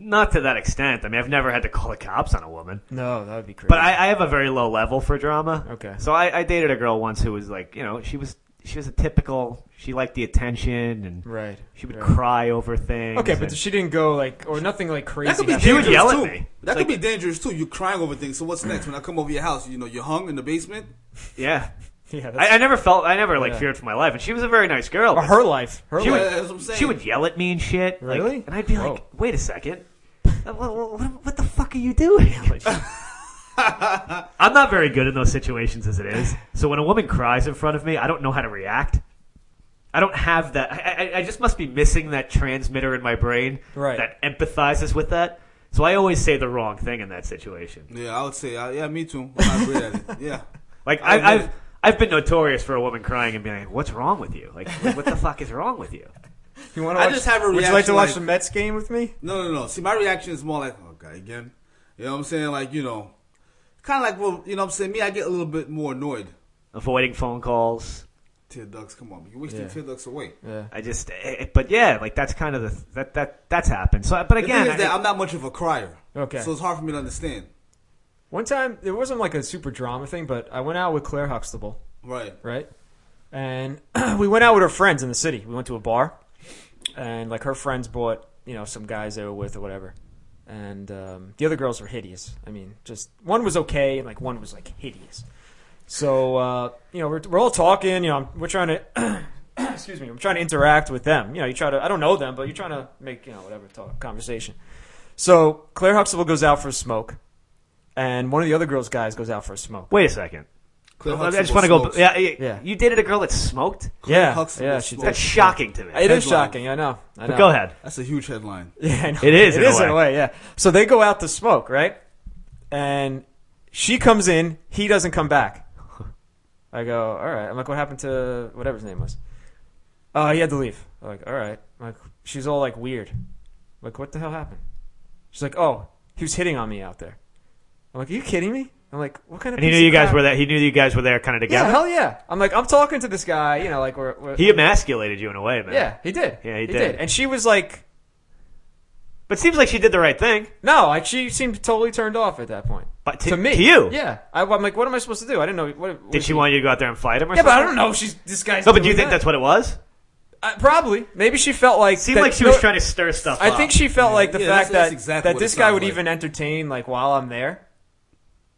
Not to that extent. I mean, I've never had to call the cops on a woman.
No, that would be crazy.
But I, I have a very low level for drama.
Okay.
So I, I dated a girl once who was like, you know, she was she was a typical. She liked the attention, and
right.
she would
right.
cry over things.
Okay, but
and-
she didn't go like or nothing like crazy.
That could be
happened.
She would
dangerous
yell at
too.
me.
That could be dangerous too. You're crying over things. So what's next? When I come over your house, you know, you're hung in the basement.
yeah,
yeah,
I,
that's,
I never felt I never like
Yeah.
feared for my life, and she was a very nice girl.
or
but
her life. Her
She
Yeah,
life.
would-
that's what I'm saying.
she would yell at me and shit. like-
Really?
and I'd be like,
Whoa.
wait a second. What, what- what the fuck are you doing? Like, I'm not very good in those situations as it is. So when a woman cries in front of me, I don't know how to react. I don't have that. I, I, I just must be missing that transmitter in my brain
Right.
that empathizes with that. So I always say the wrong thing in that situation.
Yeah, I would say. I, yeah, me too. I'm not great at it. Yeah.
Like
I
I,
admit
I've
it.
I've been notorious for a woman crying and being like, "What's wrong with you? Like, what the fuck is wrong with you?"
You want to
I
watch?
just have a
would you like to
reaction,
watch
like-
the Mets game with me?
No, no, no. See, my reaction is more like, oh, God, again. You know what I'm saying? Like, you know, kind of like, well, you know what I'm saying? Me, I get a little bit more annoyed.
Avoiding phone calls.
Tear ducts, come on. You're wasting
Yeah.
tear ducts away.
Yeah.
I just, eh, but yeah, like that's kind of the that that that's happened. So, but
The
again,
thing is that
I-
I'm not much of a crier.
Okay.
So it's hard for me to understand.
One time, it wasn't like a super drama thing, but I went out with Claire Huxtable,
Right.
right? And we went out with her friends in the city. We went to a bar, and like her friends bought you know some guys they were with or whatever, and um, the other girls were hideous. I mean, just one was okay, and like one was like hideous. So uh, you know, we're, we're all talking. You know, I'm- we're trying to excuse me, I'm trying to interact with them. You know, you try to I don't know them, but you're trying to make you know whatever talk conversation. So Claire Huxtable goes out for a smoke, and one of the other girls' guys goes out for a smoke.
Wait a second.
Claire
I just
Huxtable
want to go.
smokes.
Yeah, yeah,
Yeah.
You dated a girl that smoked?
yeah,
Huxtable
yeah, she
smokes.
did.
That's shocking to me.
It is
Headline.
shocking. I know. I know.
But go ahead.
That's a huge headline.
Yeah, I know.
It is,
It
in a
is in
way.
a way. Yeah. So they go out to smoke, right? And she comes in. He doesn't come back. I go, all right. I'm like, what happened to whatever his name was? Uh, he had to leave. I'm like, all right. I'm like, she's all like weird. I'm like, what the hell happened? She's like, oh, he was hitting on me out there. I'm like, are you kidding me? I'm like, what kind of?
And he
piece
knew you
of
guys
crap-
were there. He knew you guys were there, kind of
Yeah,
together.
hell yeah. I'm like, I'm talking to this guy. You know, like we're. we're
He emasculated you in a way, man.
yeah, he did.
Yeah, he
did.
did.
And she was like,
But seems like she did the right thing.
No, like she seemed totally turned off at that point.
But to-
to me,
to you?
yeah. I, am like, what am I supposed to do? I didn't know. What,
Did she want you to go out there and fight him or
Yeah, but
something?
I don't know. She's this guy's.
No, but do you
doing
think
that.
that's what it was?
Uh, probably? Maybe she felt like
Seemed
that-
like she
no,
was trying to stir stuff
I
up.
think she felt like the
Yeah,
fact
that's- that's
that
exactly
that
what
this
it
guy
sounded
would
like.
even entertain like while I'm there.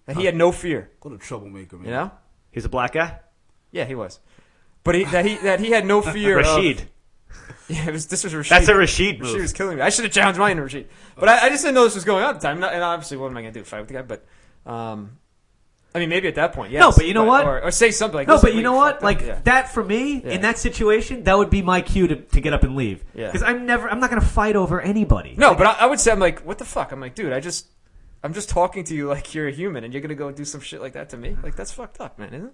That he had no fear.
What a troublemaker, man.
You know?
he's a black guy.
Yeah, he was. But he that he that he had no fear. of-
Rashid.
yeah, it was, this was Rashid.
That's a Rashid
She was
move.
killing me. I should have challenged mine to Rashid. But I, I just didn't know this was going on at the time. And obviously, what am I going to do? Fight with the guy? But, um, I mean, maybe at that point, yes.
No, but you know what?
Or, or say something like
No,
"Listen,
but you know
fucked
what?
up."
Like
Yeah.
that for me
Yeah.
in that situation, that would be my cue to, to get up and leave.
Yeah.
Because I'm never, I'm not going to fight over anybody.
No, but I, I would say, I'm like, what the fuck? I'm like, dude, I just, I'm just talking to you like you're a human and you're going to go do some shit like that to me? Like, that's fucked up, man, isn't it?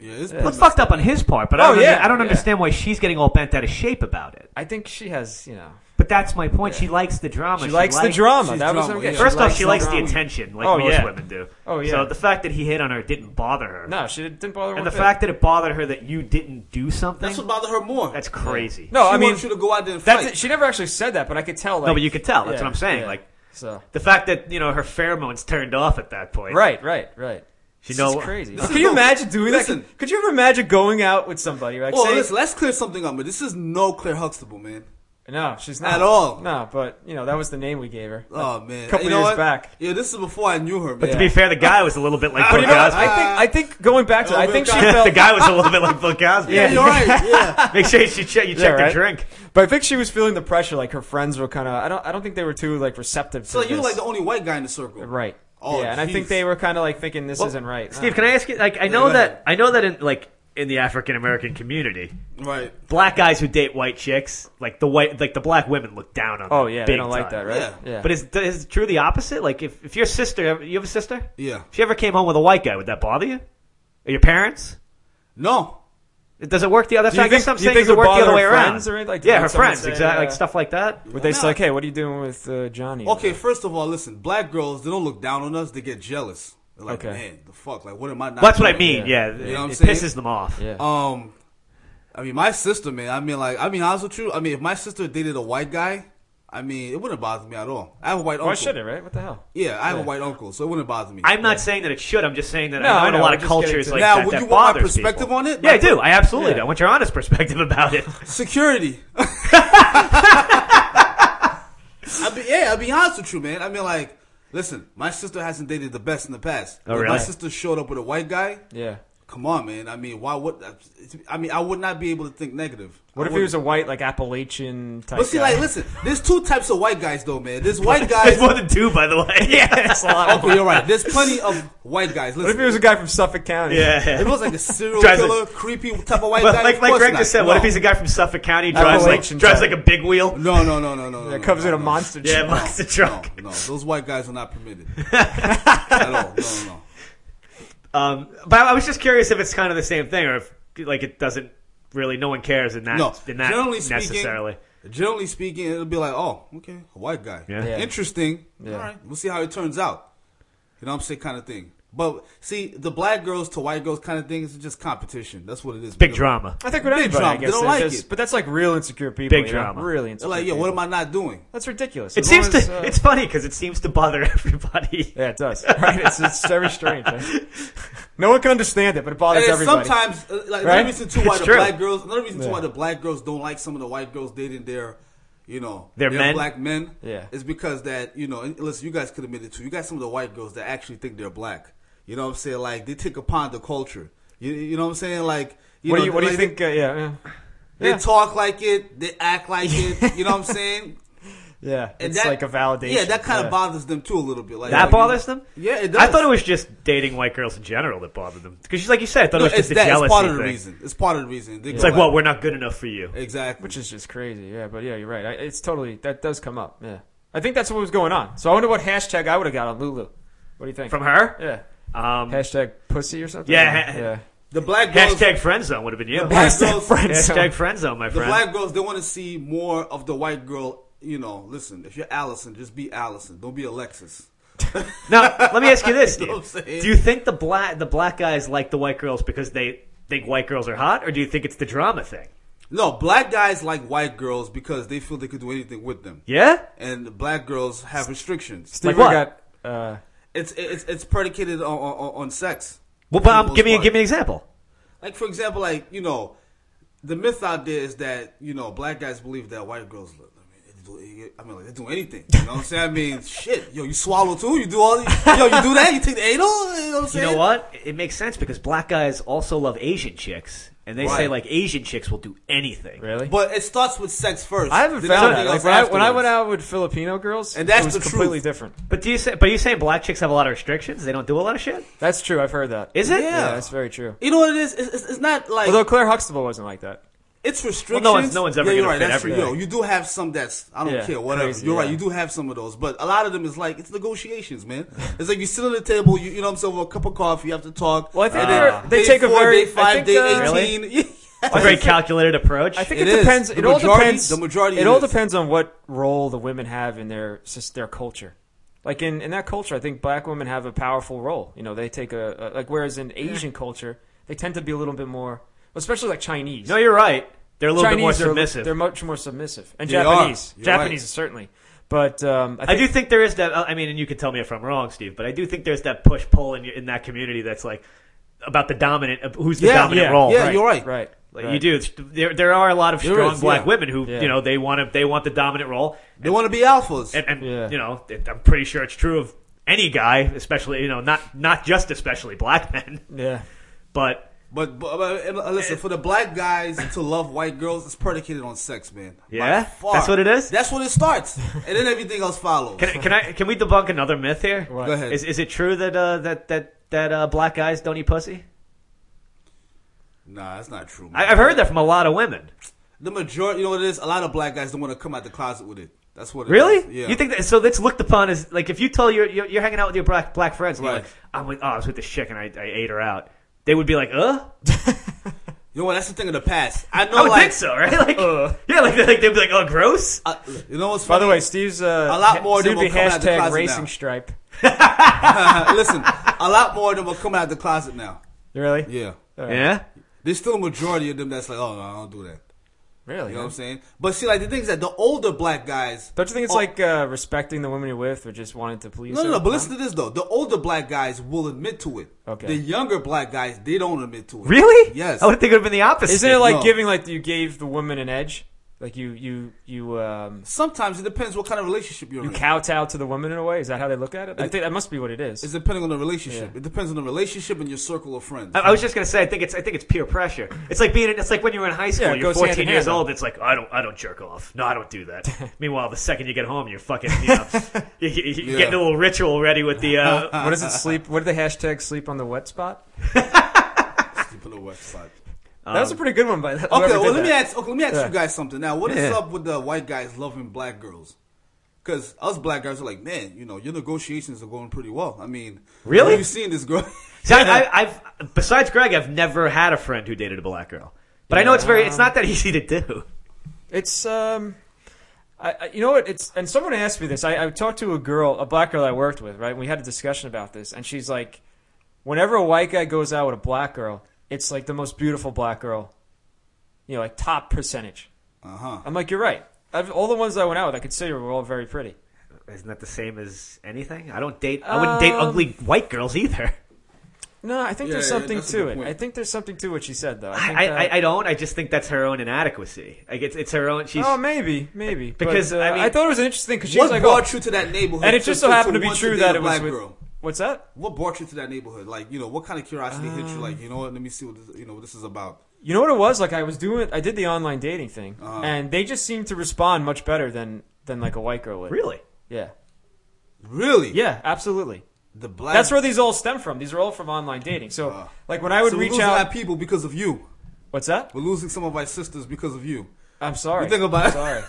Yeah, it's
Well, it's fucked up on his part, but I
Oh,
don't,
yeah,
under- I don't
yeah.
understand why she's getting all bent out of shape about it.
I think she has, you know,
But that's my point. She likes the drama.
she, likes the
likes-
drama.
she's
That was
drama,
what I'm
yeah.
getting.
First off, she likes the
drama.
attention, like
Oh,
most
yeah.
women do.
Oh, yeah.
So the fact that he hit on her didn't bother her.
No, she didn't bother. one
And the
bit.
fact that it bothered her that you didn't do something,
That's
that's,
what bothered her more.
crazy.
no,
she
Oh, I mean,
wanted you to go out there and
that's
fight.
it. she never actually said that, but I could tell. Like,
No, but you could tell. That's
yeah,
what I'm saying.
yeah.
Like
so.
the fact that, you know, her pheromones turned off at that point.
Right, right, right. She
know-
it's crazy.
Listen,
Can you
no,
imagine doing that?
listen.
Could, could you ever imagine going out with somebody? Like,
Well,
say-
listen, let's clear something up, man. This is no Claire Huxtable, man.
no, she's not
At all.
No, but you know that was the name we gave her.
Oh man,
a couple
you know
years
what?
back.
Yeah, this is before I knew her, man.
To be fair, the guy was a little bit like
But
Bill
Oh, you know, what?
Cosby.
I think I think going back to, it, I think she
Uh,
felt.
the guy was a little bit like Bill Cosby.
yeah, you're right. Yeah,
Make sure she che- you check
Yeah,
the
right?
drink.
But I think she was feeling the pressure. Like her friends were kind of. I don't. I don't think they were too like receptive.
so
to
you're
this.
like the only white guy in the circle,
right.
Oh,
yeah, and I think
jeez.
they were kind of like thinking this isn't right.
Steve, can I ask you? Like, I know
go ahead.
that I know that in like in the African American community,
Right.
black guys who date white chicks, like the white, like the black women look down on.
Oh
them
yeah,
big
they don't like that,
time.
right?
Yeah.
But is, is it true the opposite? Like, if, if your sister, you have a sister?
Yeah.
If she ever came home with a white guy, would that bother you? Or your parents?
No,
It doesn't work the other. That's
Do you
I guess
think-
I'm
do you
saying
think
does it
it would
work the
bother
other way
her
around.
friends or anything? Like,
yeah,
did
her
someone
friends,
say,
exactly,
uh,
like stuff like that.
would they
No.
say like, "Hey, what are you doing with uh, Johnny?"
Okay, first of all, listen, black girls, they don't look down on us, they get jealous. They're like,
Okay.
man, the fuck? Like, what am I not
Well, that's what I
doing?"
mean. Yeah,
You know what I'm
it
saying?
pisses them off.
Yeah.
Um, I mean, my sister, man, I mean, like, I mean, honest with you, I mean, if my sister dated a white guy, I mean, it wouldn't bother me at all. I have a white uncle.
Why should it? Right? What the hell?
Yeah, I have a white uncle, so it wouldn't bother me.
I'm not saying that it should. I'm just saying that
No,
I know
I
in
know,
a lot
I'm
of
just getting
cultures
to-
like
Now,
that,
would
that
you want my
bothers
perspective
people.
on it?
Yeah, I
Like,
do. I absolutely
Yeah.
do. I want your honest perspective about it.
Security. I'll be, yeah, I'll be honest with you, man. I mean, like, listen, my sister hasn't dated the best in the past.
Oh,
If My
really?
sister showed up with a white guy.
Yeah.
Come on, man. I mean, why would? I mean, I would not be able to think negative.
What
I
if he was
wouldn't.
a white, like Appalachian type?
But see,
guy?
like, listen. There's two types of white guys, though, man. There's white guys.
There's more than two, by the way. Yeah.
It's a lot of-
okay, you're right. There's plenty of white guys. Listen,
What if he was a guy from Suffolk County?
Yeah.
If it was like a serial
Drives a-
killer, creepy type of white
Well,
guy.
like
of
like
course
Greg
not.
just said, what
No.
if he's a guy from Suffolk County drives like
Appalachian
drives
type.
like a big wheel?
No, no, no, no, no, no.
That
no,
comes
no,
in a
no,
monster.
Yeah,
truck.
monster
No,
truck.
no, those white guys are not permitted at all. No, no, no.
Um, but I was just curious if it's kind of the same thing, or if like it doesn't really. No one cares in that.
No,
in that
generally speaking-
necessarily.
Generally speaking, it'll be like, oh, okay, a white guy.
Yeah.
Yeah.
Interesting.
Yeah.
All right, we'll see how it turns out. You know what I'm saying? Kind of thing. But see, the black girls to white girls kind of thing is just competition. That's what it is.
Big
man.
drama.
I think with anybody,
drama.
I
They
guess.
don't
there's
like
just-
it.
But that's like real insecure people.
Big
you know?
drama.
Really insecure.
They're like, yo, what am I not doing?
That's ridiculous.
It
As
seems
long as,
to.
uh,
It's funny because it seems to bother everybody.
yeah, it does. Right? It's, it's very strange. right? No one can understand it, but it bothers
And then
everybody.
sometimes, uh, like
Right?
another reason too why
It's
the
true.
black girls, another reason too
Yeah.
why the black girls don't like some of the white girls dating their you know,
They're men?
black men.
Yeah.
It's because that, you know, and listen, you guys could admit it too. You got some of the white girls that actually think they're black. You know what I'm saying? Like, they take upon the culture. You, you know what I'm saying? Like, you
what
know,
do you What do you
like,
think? Uh, yeah, yeah,
They,
Yeah.
talk like it, they act like it. You know what I'm saying?
yeah.
And
It's
that-
like a validation.
Yeah, that kind
Yeah.
of bothers them too a little bit. Like
That
like,
bothers them?
Yeah, it
I
does.
thought it was just dating white girls in general that bothered them. Because she's like you said, I thought
No,
it was
it's,
just a
that,
jealousy
it's part of the
thing.
reason. It's part of the reason. They
It's
go
like, well, we're not good enough for you.
exactly.
which is just crazy. Yeah, but yeah, you're right. I, it's totally that does come up. Yeah, I think that's what was going on. So I wonder what hashtag I would have got on Lulu. What do you think?
From her?
yeah,
Um,
hashtag pussy or something.
Yeah, ha-
yeah.
the black girls,
hashtag friend zone would have been you.
black
Hashtag
girls-
friend zone.
Hashtag friend zone, my
the
friend.
black girls, they want to see more of the white girl. You know, listen, if you're Allison, just be Allison. Don't be Alexis.
Now, let me ask you this:
You know
Steve.
what I'm saying?
Do you think the black the black guys like the white girls because they think white girls are hot, or do you think it's the drama thing?
No, black guys like white girls because they feel they could do anything with them.
Yeah,
And the black girls have restrictions.
Steve
what?
got. Uh,
It's it's it's predicated on on, on sex.
well,
For the
but um,
most
give me
part.
give me an example.
Like for example, like you know, the myth out there is that you know black guys believe that white girls. Look, I mean, they do, I mean, like, they do anything. You know what I'm saying? I mean, shit, yo, you swallow too. You do all. Yo, you do that. You take the anal. You know what I'm
You
saying?
know what? It makes sense because black guys also love Asian chicks, and they say
Right.
like Asian chicks will do anything.
really?
But it starts with sex first.
I haven't
Then
found
everything
that. Like
else
when I, when I went
afterwards.
out with Filipino girls,
And that's
it was
the truth.
completely different.
But do you say? But you saying black chicks have a lot of restrictions? They don't do a lot of shit.
That's true. I've heard that.
Is it?
Yeah,
Yeah.
that's very true.
You know what it is? It's, it's, it's not like
Although Claire Huxtable wasn't like that.
it's restrictions.
Well, no one's- no one's ever
yeah, you're
gonna
right.
fit
That's-
everything.
Yo, you do have some that's I don't
Yeah,
care, whatever.
crazy,
you're
yeah.
right. You do have some of those, but a lot of them is like it's negotiations, man. it's like you sit on the table, you, you know what I'm saying, with a cup of coffee, you have to talk.
Well, I think
Uh,
they're- they
day
take a
four,
very-
day
I
five,
think,
day
uh, Really?
eighteen. Yeah.
It's a very calculated approach.
I think it,
It is.
depends.
The
it all
majority-
depends.
the majority
It
it
all
is.
depends on what role the women have in their sus- their culture. Like in, in that culture, I think black women have a powerful role. You know, they take a, a like whereas in Asian culture, they tend to be a little bit more, especially like Chinese.
no, you're right. They're a little
Chinese
bit more
are-
submissive.
They're much more submissive, and
They are.
Japanese,
You're
Japanese
right.
certainly. But um, I,
I
think,
do think there is that. uh, I mean, and you can tell me if I'm wrong, Steve, but I do think there's that push pull in, in that community that's like about the dominant, of who's the
Yeah,
dominant
yeah,
role.
yeah, you're right.
right.
Like,
right.
You do. It's, there, there are a lot of
There
strong
is,
black
yeah.
women who
Yeah.
you know they want to they want the dominant role,
They want to be alphas.
and, and
Yeah.
you know it, I'm pretty sure it's true of any guy, especially you know not not just especially black men,
Yeah.
but
But, but, but and, uh, listen, for the black guys to love white girls, it's predicated on sex, man. By
Yeah?
far.
That's what it is?
That's when it starts, and then everything else follows.
can, I- can I can we debunk another myth here?
What?
Go ahead.
Is is it true that uh, that that that uh, black guys don't eat pussy?
Nah, that's not true. Man.
I, I've heard that from a lot of women.
the majority. You know what it is? A lot of black guys don't want to come out the closet with it. That's what. It
Really?
is. Yeah.
You think that? So that's looked upon as like if you tell your you're, you're hanging out with your black black friends, and you're
Right.
like, I'm with, oh, I was with this chick and I, I ate her out. They would be like, uh,
You know what? That's the thing of the past. I know.
I would
like,
think so, right? Like, yeah, like, they- like they'd be like, oh, gross.
uh, you know what's
By
funny?
the way, Steve's uh,
A lot more
Steve
than
would be
will come out of the
hashtag
closet
racing
now.
stripe.
listen, a lot more of them are coming out the closet now.
Really?
Yeah.
Yeah.
There's still a majority of them that's like, oh no, I don't do that.
Really?
You know
huh?
what I'm saying? But see, like the thing is that the older black guys.
Don't you think it's
are-
like uh, respecting the women you're with, or just wanting to please?
No, no,
them?
no. But listen to this though. The older black guys will admit to it.
Okay.
The younger black guys, they don't admit to it.
Really?
Yes.
I would think it would have been the opposite.
Isn't it like
No.
giving like you gave the woman an edge? Like you you you um
Sometimes it depends what kind of relationship you're
you
in.
kowtow to the woman in a way? Is that how they look at it? I think that must be what it is.
it's depending on the relationship.
Yeah. Uh,
It depends on the relationship and your circle of friends.
I, I was just gonna say, I think it's I think it's peer pressure. It's like being in- it's like when you're in high school,
Yeah, it
you're
goes hand
14
in
years
hand,
old. It's like I don't I don't jerk off. No, I don't do that. Meanwhile, the second you get home, you're fucking you know you, you, you
Yeah.
getting a little ritual ready with the uh,
what is it? Sleep? What did the hashtag sleep on the wet spot?
Put it on the website.
That was a pretty good one by that.
Okay,
whoever
well
did
let me
that.
ask. Okay, let me ask
Yeah.
you guys something. Now, what is
Yeah.
up with the white guys loving black girls? Because us black guys are like, man, you know, your negotiations are going pretty well. I mean,
Really?
You've seen Uh-huh. this girl?
See, I, I, I've besides Greg, I've never had a friend who dated a black girl. But I know it's very it's not that easy to do.
It's um, I, I you know what? It's and someone asked me this. I, I talked to a girl, a black girl I worked with, right? We had a discussion about this, and she's like, whenever a white guy goes out with a black girl, it's like the most beautiful black girl, you know, like top percentage.
uh huh.
I'm like, you're right. I've, all the ones I went out with, I consider were all very pretty.
Isn't that the same as anything? I don't date. I wouldn't date
Um,
ugly white girls either.
No, I think
Yeah,
there's
yeah,
something
that's a
to
good
it.
point.
I think there's something to what she said, though. think
I,
that-
I, I don't. I just think that's her own inadequacy. Like it's, it's her own. She's
oh, maybe, maybe.
Because,
But, uh,
I
I,
mean-
thought it was interesting because she
What
was like,
brought
oh,
you to that neighborhood?
and it just so
to- to
happened to, be
want
true
date
that
a
it was
black
with.
girl?
What's that?
What brought you to that neighborhood? Like, you know, what kind of curiosity hit you?
Um,
Like, you know what? Let me see what this, you know what this is about.
You know what it was like? I was doing, I did the online dating thing,
Ah.
and they just seemed to respond much better than than like a white girl would.
really.
Yeah.
Really?
Yeah. Absolutely.
The black.
That's where these all stem from. These are all from online dating. So,
Ah.
like when I would
so we're
reach
losing
out,
our people because of you.
what's that?
We're losing some of our sisters because of you.
I'm sorry.
You think about it.
sorry.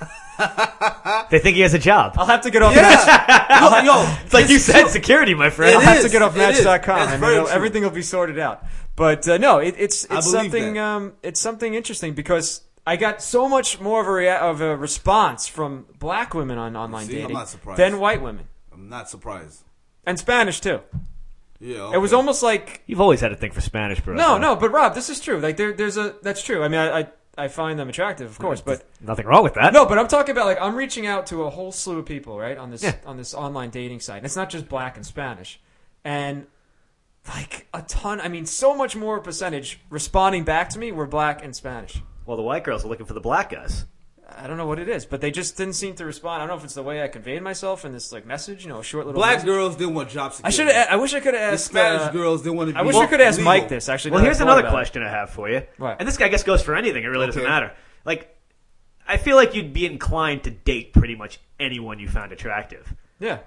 They think he has a job.
I'll have to get off.
Yeah. yo, yo,
It's like you said, security, my friend.
I'll
It
have to
is.
get off
It is.
Match.com,
That's
and
very
it'll-
true.
everything will be sorted out. But uh, no, it, it's
I
it's
believe
something
that.
um, it's something interesting because I got so much more of a rea- of a response from black women on online
See, I'm
dating
not surprised.
than white women
I'm not surprised.
and Spanish too.
Yeah.
It was
okay.
almost like
You've always had a thing for Spanish, bro.
no, no. But Rob, this is true. Like there, there's a that's true. I mean, I I, I find them attractive, of course, but
Nothing wrong with that.
No, but I'm talking about like I'm reaching out to a whole slew of people, right, on this
Yeah.
on this online dating site. And it's not just black and Spanish. And like a ton, I mean so much more percentage responding back to me were black and Spanish.
Well, the white girls are looking for the black guys.
I don't know what it is, but they just didn't seem to respond. I don't know if it's the way I conveyed myself in this like message, you know, a short little
black
message.
girls didn't want job
I
security.
should have I wish I could have
The
asked
Spanish
uh,
girls didn't want to. Be
I wish I could ask
legal.
Mike this actually. now
Well,
that I
here's
thought
another
about it.
question I have for you.
What?
And this, I guess, goes for anything. It really doesn't
Okay.
matter. Like, I feel like you'd be inclined to date pretty much anyone you found attractive.
Yeah.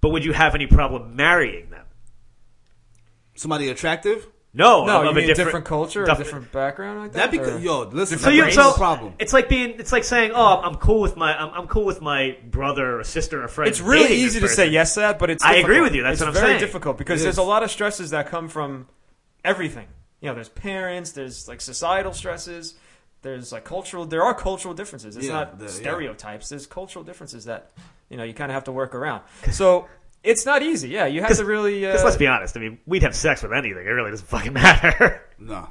But would you have any problem marrying them?
Somebody attractive?
No,
No,
of
you
a
mean
different,
culture, or
diff-
different background like
That
that? or-
because yo, listen.
So you
that's
so
the problem.
It's like being. It's like saying, "Oh, I'm, I'm cool with my. I'm, I'm cool with my brother or sister or friend."
It's really
dating this
easy to
person."
say yes to that, but it's.
I
difficult.
agree with you. That's
It's
what I'm
very
saying.
difficult because
It
there's
is.
a lot of stresses that come from everything. You know, there's parents, there's like societal stresses, there's like cultural. There are cultural differences. It's
Yeah,
not
the- yeah.
stereotypes. There's cultural differences that you know you kind of have to work around. So it's not easy. Yeah, you have to really. Uh,
Because let's be honest. I mean, we'd have sex with anything. It really doesn't fucking matter.
Nah.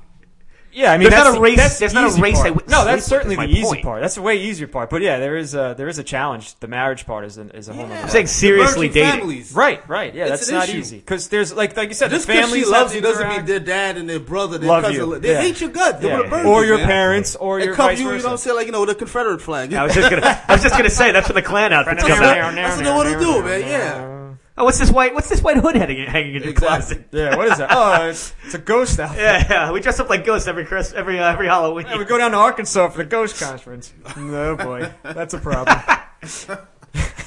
yeah, I mean,
there's
that's
not a race-
That's
there's
the
not a
easy
race I
Part.
wouldn't
no,
sleep
that's
with,
certainly
is my
the easy
point.
part. That's the way easier part. But yeah, there is a there is a challenge. The marriage part is an, is a whole.
Yeah.
nother
I'm saying seriously
Virgin
dating.
Families.
Right, right. Yeah,
It's
that's
an
not
issue.
easy because there's like like you said,
Just
the
because
families
she loves
have
you
to
doesn't
interact.
mean their dad and their brother, their
Love
cousin.
you.
They
Yeah.
hate your guts. They
Yeah.
wanna burn
or
you,
your
man.
parents, or
They
your
come
vice
you, you
versa.
know what I'm saying? Like, you know, with a Confederate flag.
I was just gonna. I was just gonna say that's when the Klan outfits come out.
That's what they wanna do, man, yeah.
Oh, what's this white? What's this white hood hanging, hanging in your
Exactly.
closet?
Yeah, what is that? Oh, it's, it's a ghost outfit.
Yeah, yeah, we dress up like ghosts every Chris, every uh, every Halloween.
Yeah, we go down to Arkansas for the ghost conference. No boy, that's a problem.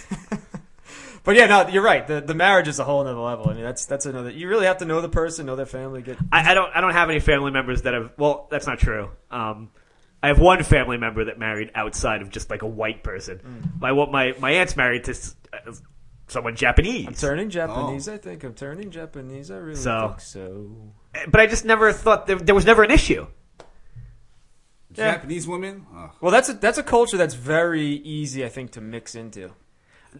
but yeah, no, you're right. The the marriage is a whole another level. I mean, that's that's another. You really have to know the person, know their family. Get
I, I don't. I don't have any family members that have. Well, that's not true. Um, I have one family member that married outside of just like a white person.
Mm.
My what my my aunt's married to s- uh, someone Japanese.
I'm
Oh.
turning Japanese. I think I'm turning Japanese. I really
So.
think so.
But I just never thought there, there was never an issue.
Yeah.
Japanese Oh, women. Ugh.
Well, that's a that's a culture that's very easy, I think, to mix into.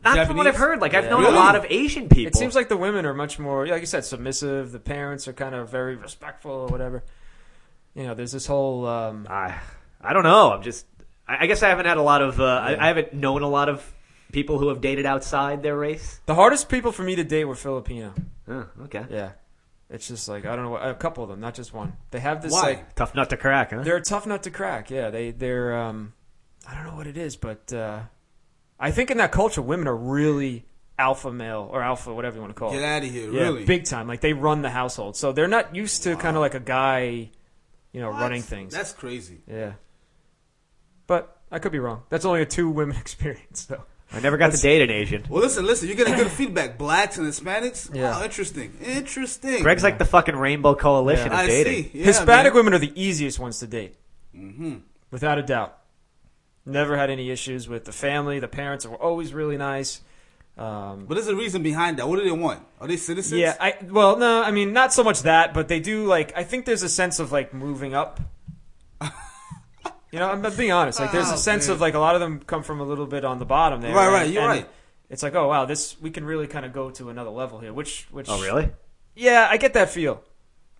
Not from what
Japanese?
I've heard. Like I've
Yeah.
known
Really?
a lot of Asian people.
It seems like the women are much more, like you said, submissive. The parents are kind of very respectful or whatever. You know, there's this whole. Um,
I I don't know. I'm just. I, I guess I haven't had a lot of. Uh, I, I haven't known a lot of people who have dated outside their race.
the hardest people for me to date were Filipino.
Oh, okay.
Yeah, it's just like I don't know a couple of them, not just one. They have this
Why?
like
Tough nut to crack, huh?
they're a tough nut to crack. Yeah, they they're um, I don't know what it is, but uh, I think in that culture, women are really alpha male or alpha whatever you want to call
Get
it.
out of here,
Yeah,
really.
big time. Like they run the household, so they're not used to kind of like a guy, you know,
What?
running things.
That's crazy.
Yeah. But I could be wrong. That's only a two women experience, though.
I never got to date an Asian.
Well, listen, listen. You're getting good feedback. Blacks and Hispanics.
Yeah.
Wow, interesting, interesting.
Greg's like the fucking Rainbow Coalition
Yeah.
of
I
dating.
see. Yeah,
Hispanic
man.
women are the easiest ones to date. Mm-hmm. Without a doubt. Never had any issues with the family. The parents were always really nice. Um,
But there's a reason behind that. What do they want? Are they citizens?
yeah, I well, no, I mean not so much that, but they do like I think there's a sense of like moving up. you know, I'm, I'm being honest. Like there's
Oh,
a sense
man.
of like a lot of them come from a little bit on the bottom there.
Right,
and-
right, you're
and
right.
It's like, oh wow, this we can really kind of go to another level here, which which
Oh, really?
Yeah, I get that feel.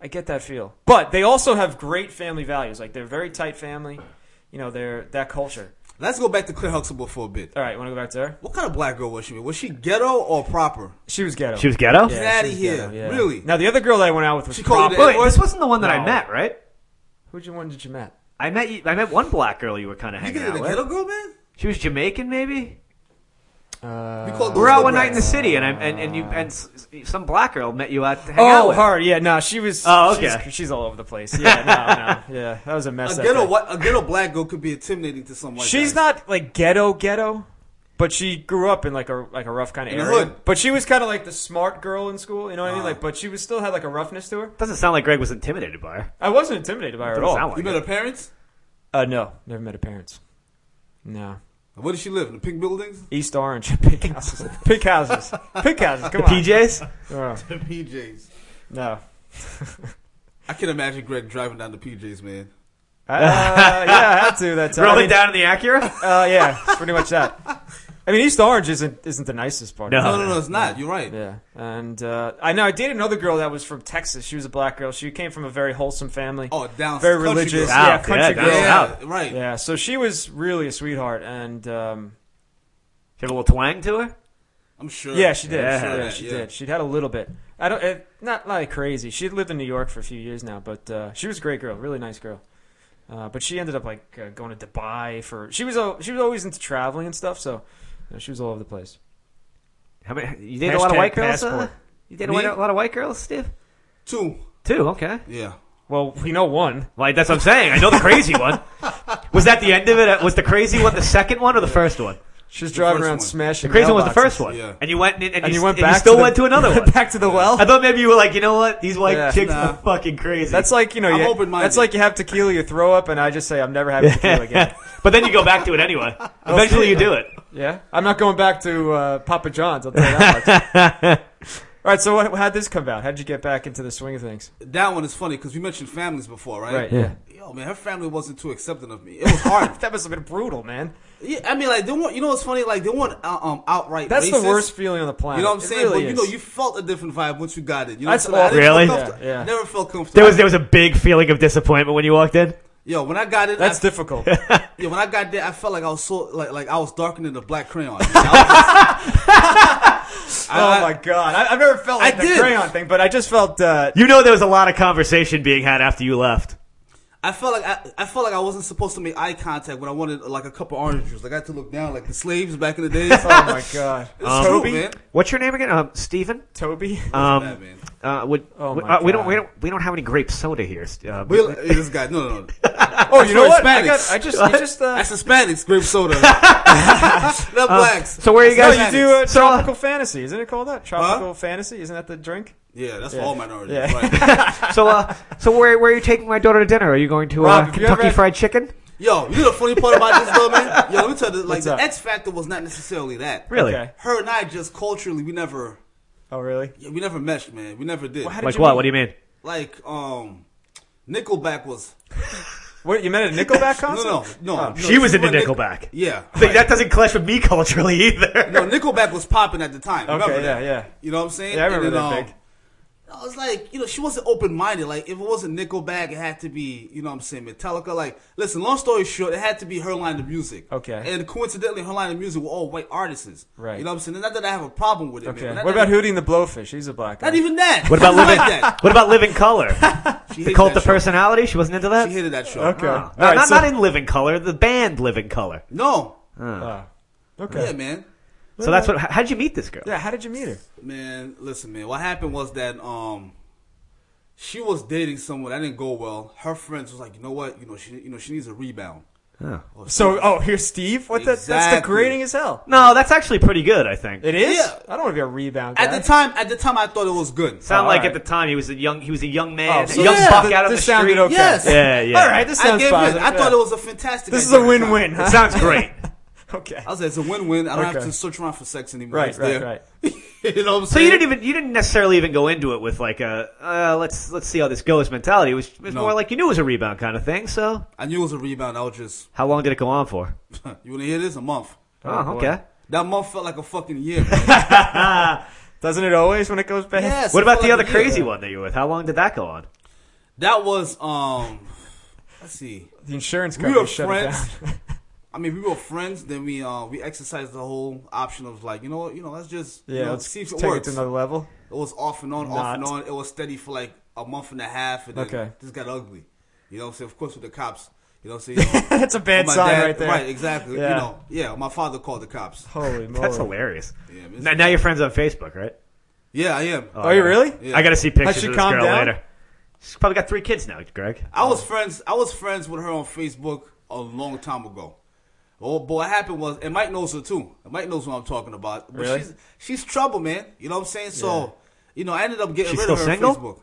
I get that feel. But they also have great family values. Like they're very tight family. You know, they're that culture.
Let's go back to Claire Huxtable for a bit.
All right, want to go back to her?
What kind of black girl was she? Was she ghetto or proper?
She was ghetto.
She was ghetto.
Yeah,
Get outta
she was
here.
ghetto, yeah.
Really?
Now the other girl that I went out with was
She
proper.
called you
Wait,
the N-word?
this wasn't the one that I
No.
met, right?
Who you one did you met?
I met you. I met one black girl you were kind of
You
hanging
get
out
a
with.
ghetto girl, man?
She was Jamaican, maybe.
We
Uh,
called
We were out one night in the
the.
city, and I and, and you and s- s- some black girl met you out to hang out
Oh,
with.
her. Yeah, no, she was.
Oh, okay.
She's, she's all over the place. Yeah, no, no. Yeah, that was a mess.
A
that
ghetto,
day.
what, a ghetto black girl could be intimidating to some white
She's
guy.
not like ghetto ghetto, but she grew up in like a like a rough kind of
In the
area.
hood.
But she was kind of like the smart girl in school. You know what I mean? Like, but she was still had like a roughness to her.
Doesn't sound like Greg was intimidated by her.
I wasn't intimidated by her at
Doesn't
all.
sound like
You met
it.
her parents?
uh, no, never met her parents. No,
Where did she live? In the pink buildings?
East Orange pig houses, pig houses, pig houses. Come on,
PJs.
Oh,
The PJs.
no.
I can imagine Greg driving down the PJs, man.
Uh, yeah, I had to that time. I
Rolling
mean,
down in the Acura.
Uh, yeah, it's pretty much that. I mean, East Orange isn't isn't the nicest part.
No.
No, no, no, it's not. You're right.
Yeah, and uh, I know I dated another girl that was from Texas. She was a black girl. She came from a very wholesome family.
Oh, down
very
country
religious.
girl.
Yeah,
South,
country
yeah,
girl.
down
Yeah,
South.
right.
Yeah, so she was really a sweetheart, and um,
She had a little twang to her.
I'm sure.
yeah, she did.
Yeah.
she did.
Yeah,
she
yeah.
did. She'd had a little bit. I don't. It, not like crazy. She had lived in New York for a few years now, but uh, she was a great girl, really nice girl. Uh, but she ended up like uh, going to Dubai for. She was al- she was always into traveling and stuff, so you know, she was all over the place.
How many? You dated a lot of
Hashtag
white girls.
passport.
Uh, you dated a
Me?
white- a lot of white girls, Steve.
Two.
Two. Okay.
Yeah.
Well, we know one.
Like that's what I'm saying. I know the crazy one. Was that the end of it? Uh, Was the crazy one the second one or the first one?
She was driving
first
around
one.
smashing.
The crazy one was the
mailboxes.
first one.
Yeah.
And you went and, and,
and
you,
you went
and
back.
you still
to the-
went to another one.
Back to the well.
I thought maybe you were like, you know what? These white
Yeah.
chicks
Nah.
are fucking crazy.
That's like you know.
I'm
you-
open-minded.
That's like you have tequila, you throw up, and I just say I'm never having tequila again.
but then you go back to it anyway. Eventually, you do it.
Yeah, I'm not going back to uh, Papa John's. I'll tell you that much. All right, so what, how'd this come about? How'd you get back into the swing of things?
That one is funny because we mentioned families before, right?
Right, yeah.
Yo, man, her family wasn't too accepting of me. It was hard.
That must have been brutal, man.
yeah, I mean, like they want. You know what's funny? Like they want uh, um outright.
That's
racist.
the worst feeling on the planet.
You know what I'm
It
saying?
really
but
is.
you know, you felt a different vibe once you got it. You know,
That's
what I'm saying? I
awful.
didn't feel
Really?
comfortable.
Yeah, yeah.
Never felt comfortable.
There was there was a big feeling of disappointment when you walked in.
yo when I got it.
that's
I,
difficult.
yeah, when I got there, I felt like I was so like like I was darker than a black crayon. I was just- I-
oh my god, I, I've never felt like
I
the
did.
crayon thing, but I just felt. Uh,
You know there was a lot of conversation being had after you left.
I felt like I, I felt like I wasn't supposed to make eye contact when I wanted like a cup of orange juice. Like I had to look down like the slaves back in the days.
oh my god,
It's true, man.
What's your name again? Um, Stephen.
Toby.
Yeah,
Um,
man.
uh, would,
Oh
would-
my
uh, we don't
God.
we don't we don't have any grape soda here. St- Uh,
We're, hey, this guy, no, no, no.
oh, you know
for
what? I,
Hispanics.
got, I just, you just. Uh,
That's Hispanics, grape soda. Not blacks.
so where you
no,
guys?
you do uh,
So, uh,
tropical fantasy, isn't it called that? Tropical fantasy, isn't that the drink?
yeah, that's for all minorities.
Yeah.
Right.
So, uh, so where, where are you taking my daughter to dinner? Are you going to
Rob,
uh,
if you
Kentucky
ever-
Fried Chicken?
Yo, you know the funny part about this though, man? Yo, let me tell you, like
What's
the
up?
X factor was not necessarily that.
Really?
Okay.
Her and I just culturally, we never,
Oh, really?
yeah, we never meshed, man. We never did.
how did
Like
you
what?
meet-
What do you mean?
like, um, Nickelback was
What you met at a Nickelback
no,
concert? Oh,
no, no. no
She was into
went Nic-
Nickelback.
Yeah,
Like, that doesn't clash with me culturally either.
No, Nickelback was popping at the time. Remember
Okay,
that?
yeah, yeah.
You know what I'm saying?
Yeah, I remember
And
that
um, I was like, you know, she wasn't open minded. Like, if it wasn't Nickelback, it had to be, you know what I'm saying, Metallica. Like, listen, long story short, it had to be her line of music.
Okay.
And coincidentally, her line of music were all white artists.
Right.
You know what I'm saying? And not that I have a problem with it.
Okay.
Man, but
What
not
about Hootie and the Blowfish? He's a black guy.
Not even that.
What about
She liked
living?
that.
What about living color?
She
The
hated
cult
that
of
show.
personality. She wasn't into that.
She hated that show.
Okay.
No,
All
no,
right,
not,
so-
not in living color. The band living color.
No.
Ah, okay.
Yeah, man.
So that's what. How would you meet this girl?
Yeah, how did you meet her?
Man, listen, man. What happened was that um, she was dating someone that didn't go well. Her friends was like, you know what, you know she, you know she needs a rebound. Oh,
So, oh, here's Steve. What the? That's
Exactly.
degrading as hell.
No, that's actually pretty good. I think.
It is.
Yeah.
I don't want to be a rebound. Guy.
at the time, at the time, I thought it was good.
Sound
Oh,
like
alright.
at the time he was a young he was a young man,
Oh, so
a young
this-
buck
th-
out of
this
the
sounded
street.
okay.
Yes.
Yeah, yeah.
All right. This
I
sounds
gave
positive.
in. I
yeah.
thought it was a fantastic.
This is
idea
a
at the time.
win-win.
It
Huh?
sounds great.
okay.
I was like, it's a win-win. I don't have
Okay.
to search around for sex anymore.
Right.
It's
Right.
there.
Right.
you know what I'm
So you
saying?
didn't even you didn't necessarily even go into it with like a uh, let's let's see how this goes mentality. It was, it was
No.
more like you knew it was a rebound kind of thing. So
I knew it was a rebound. I was just.
how long did it go on for?
you want to hear this? A month.
Oh,
boy.
okay.
That month felt like a fucking year. man.
Doesn't it always when it goes bad?
yes.
What
it
about
felt
the
like
other
a year.
crazy one that you were with? How long did that go on?
That was um. Let's see.
The insurance
We
company
were
shut it
friends.
down.
I mean, we were friends. Then we uh we exercised the whole option of like, you know, what, you know, let's just you
Yeah,
know,
let's
see if it
take
works.
it to another level.
It was off and on, off
Not.
and on. It was steady for like a month and a half, and then
Okay.
it just got ugly. You know, what I'm saying? of course with the cops. You know, what I'm saying You know,
That's a bad
Oh my
sign
dad-
right there.
Right, exactly.
Yeah.
You know, yeah. My father called the cops.
Holy moly!
That's hilarious.
Yeah, man,
Now, now you're friends on Facebook, right?
Yeah, I am.
Are Oh, you really?
Yeah.
I got to see
I
pictures
should
of this
calm
girl
down?
later. She's probably got three kids now, Greg.
I was friends. I was friends with her on Facebook a long time ago. Oh, but what happened was, and Mike knows her too. And Mike knows what I'm talking about. But
Really?
she's she's trouble, man. You know what I'm saying? So, you know, I ended up getting
She's
rid
still
of her
single?
on Facebook.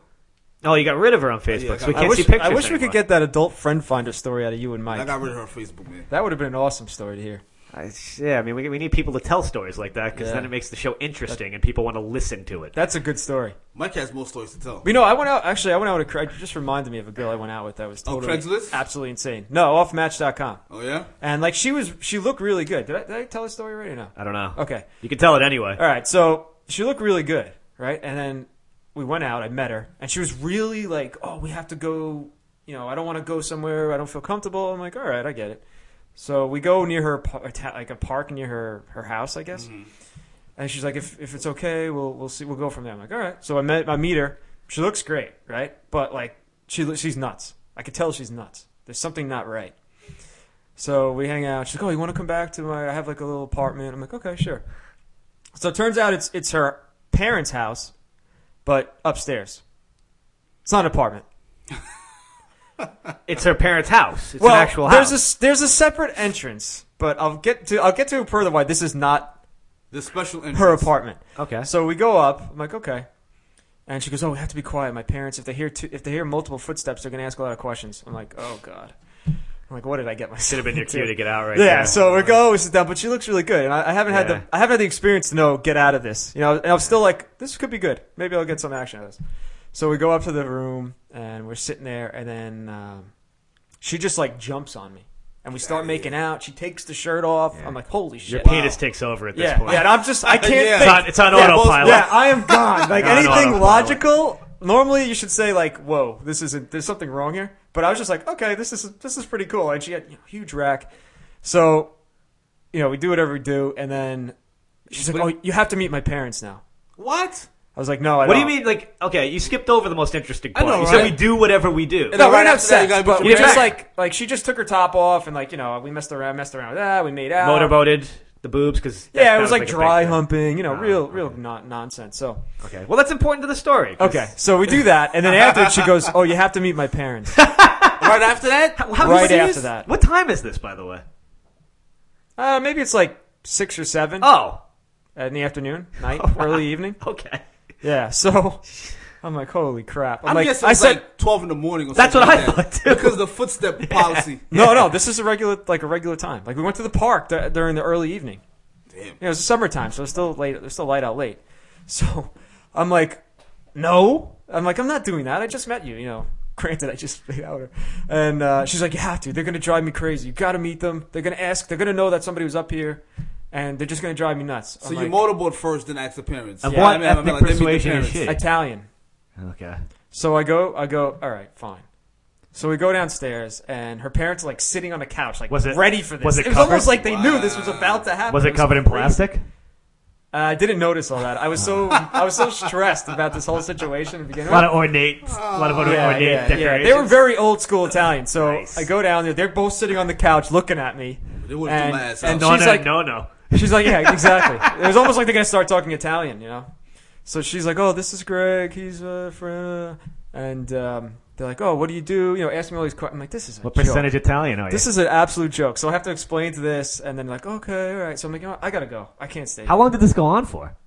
Oh, you got rid of her on Facebook,
Yeah, I
so
got-
we can't
I wish,
see pictures.
I wish we
anymore.
could get that adult friend finder story out of you and
I
Mike.
got rid of her on Facebook, man.
That would have been an awesome story to hear.
I- yeah, I mean, we, we need people to tell stories like that because
Yeah.
then it makes the show interesting and people want to listen to it.
That's a good story.
Mike has more stories to tell.
You know, I went out. Actually, I went out with Craig. Just reminded me of a girl I went out with that was
Oh,
totally
Craigslist?
absolutely insane. No, off Match.com,
Oh yeah.
and like she was, she looked really good. Did I, did I tell the story right or no?
I don't know.
Okay.
you can tell it anyway.
All right, so she looked really good, right? And then we went out. I met her, and she was really like, "Oh, we have to go. You know, I don't want to go somewhere. I don't feel comfortable." I'm like, "All right, I get it." So we go near her, pa- a ta- like a park near her her house, I guess. And she's like, "If if it's okay, we'll we'll see. We'll go from there." I'm like, "All right." So I met I meet her. She looks great, right? But like, she lo- she's nuts. I could tell she's nuts. There's something not right. So we hang out. She's like, "Oh, you want to come back to my? I have like a little apartment." I'm like, "Okay, sure." So it turns out it's it's her parents' house, but upstairs. It's not an apartment.
It's her parents' house. It's
well,
an actual
there's
house.
a s- there's a separate entrance, but I'll get to I'll get to it further why this is not
The special entrance.
her apartment.
Okay.
So we go up. I'm like, okay. And she goes, "Oh, we have to be quiet. My parents, if they hear two, if they hear multiple footsteps, they're gonna ask a lot of questions." I'm like, "Oh God." I'm like, "What did I get myself?"
Should have been your
into?"
cue to get out right
yeah,
there.
so we go, we sit down, but she looks really good, and I, I haven't had
Yeah.
the I haven't had the experience to know get out of this, you know. And I'm still like, this could be good. Maybe I'll get some action out of this. So we go up to the room, and we're sitting there, and then um, she just like jumps on me, and we start making out. She takes the shirt off. I'm like, holy
your
shit!
penis takes over at this
Yeah,
point.
yeah. And I'm just I can't
Yeah.
think.
It's on, it's on
Yeah,
autopilot.
Yeah, I am gone. Like
You're on
anything
autopilot.
logical, normally you should say like, "Whoa, this isn't. There's something wrong here." But I was just like, "Okay, this is this is pretty cool." And she had you know, huge rack, so you know we do whatever we do, and then she's like, "Oh, you have to meet my parents now."
What?
I was like, "No, I
What do
don't."
you mean? Like, okay, you skipped over the most interesting part.
know,
you said
right?
we do whatever we
No,
do.
we
right
didn't have
after that, you
sex,
gotta meet
but
your
we just
parents.
like like she just took her top off and like you know we messed around, messed around with that, we made out,
Motorboated the boobs because
uh, yeah, it was like dry
hump.
humping, you
Oh,
know, real real non- nonsense. So
Okay, well that's important to the story. 'cause-
okay, so we do that, and then after she goes, "Oh, you have to meet my parents."
Right after that?
How
Right
serious?
after that.
What time is this, by the way?
Uh, maybe it's like six or seven
Oh,
in the afternoon, night,
Oh,
early evening.
okay.
Yeah, so I'm like, holy crap! I'm,
I'm
like,
guessing
I
it's
said,
like twelve in the morning. Or
That's
something
what I
like that.
thought, too.
Because the footstep policy.
no, no, this is a regular, like a regular time. Like we went to the park d- during the early evening.
Damn.
You know, it's summertime, so it's still late. It's still light out late. So I'm like, no. I'm like, I'm not doing that. I just met you. You know, granted, I just made out with her. And uh, she's like, you have to. They're gonna drive me crazy. You gotta meet them. They're gonna ask. They're gonna know that somebody was up here, and they're just gonna drive me nuts.
So
I'm
you
like,
motorboard first, then ask the parents.
Of
Yeah,
what
I mean, I mean,
ethnic
like, they meet the
persuasion
parents.
is she?
Italian.
Okay.
So I go, I go, all right, fine. So we go downstairs, and her parents are like sitting on a couch, like
Was it-
ready for this.
was it
was
covered?
almost like they knew this was about to happen.
Was it covered in
crazy.
plastic?
Uh, I didn't notice all that. I was so I was so stressed about this whole situation to begin
A
with.
lot of ornate, a lot of ornate
Oh. yeah, yeah, yeah.
decorations.
They were very old school Italian. So
Nice.
I go down there. They're both sitting on the couch looking at me.
They would've threw
And,
my ass
and
out.
no,
she's
no,
like,
no, no.
She's like, yeah, exactly. It was almost like they're gonna start talking Italian, you know. So she's like, oh, this is Greg. He's a friend, and um, they're like, oh, what do you do? You know, asking me all these questions. I'm like, this is a
What
joke.
percentage Italian are you?
This is an absolute joke. So I have to explain to this, and then like, okay, all right. So I'm like, you know what? I gotta go. I can't stay.
How long did this go on for?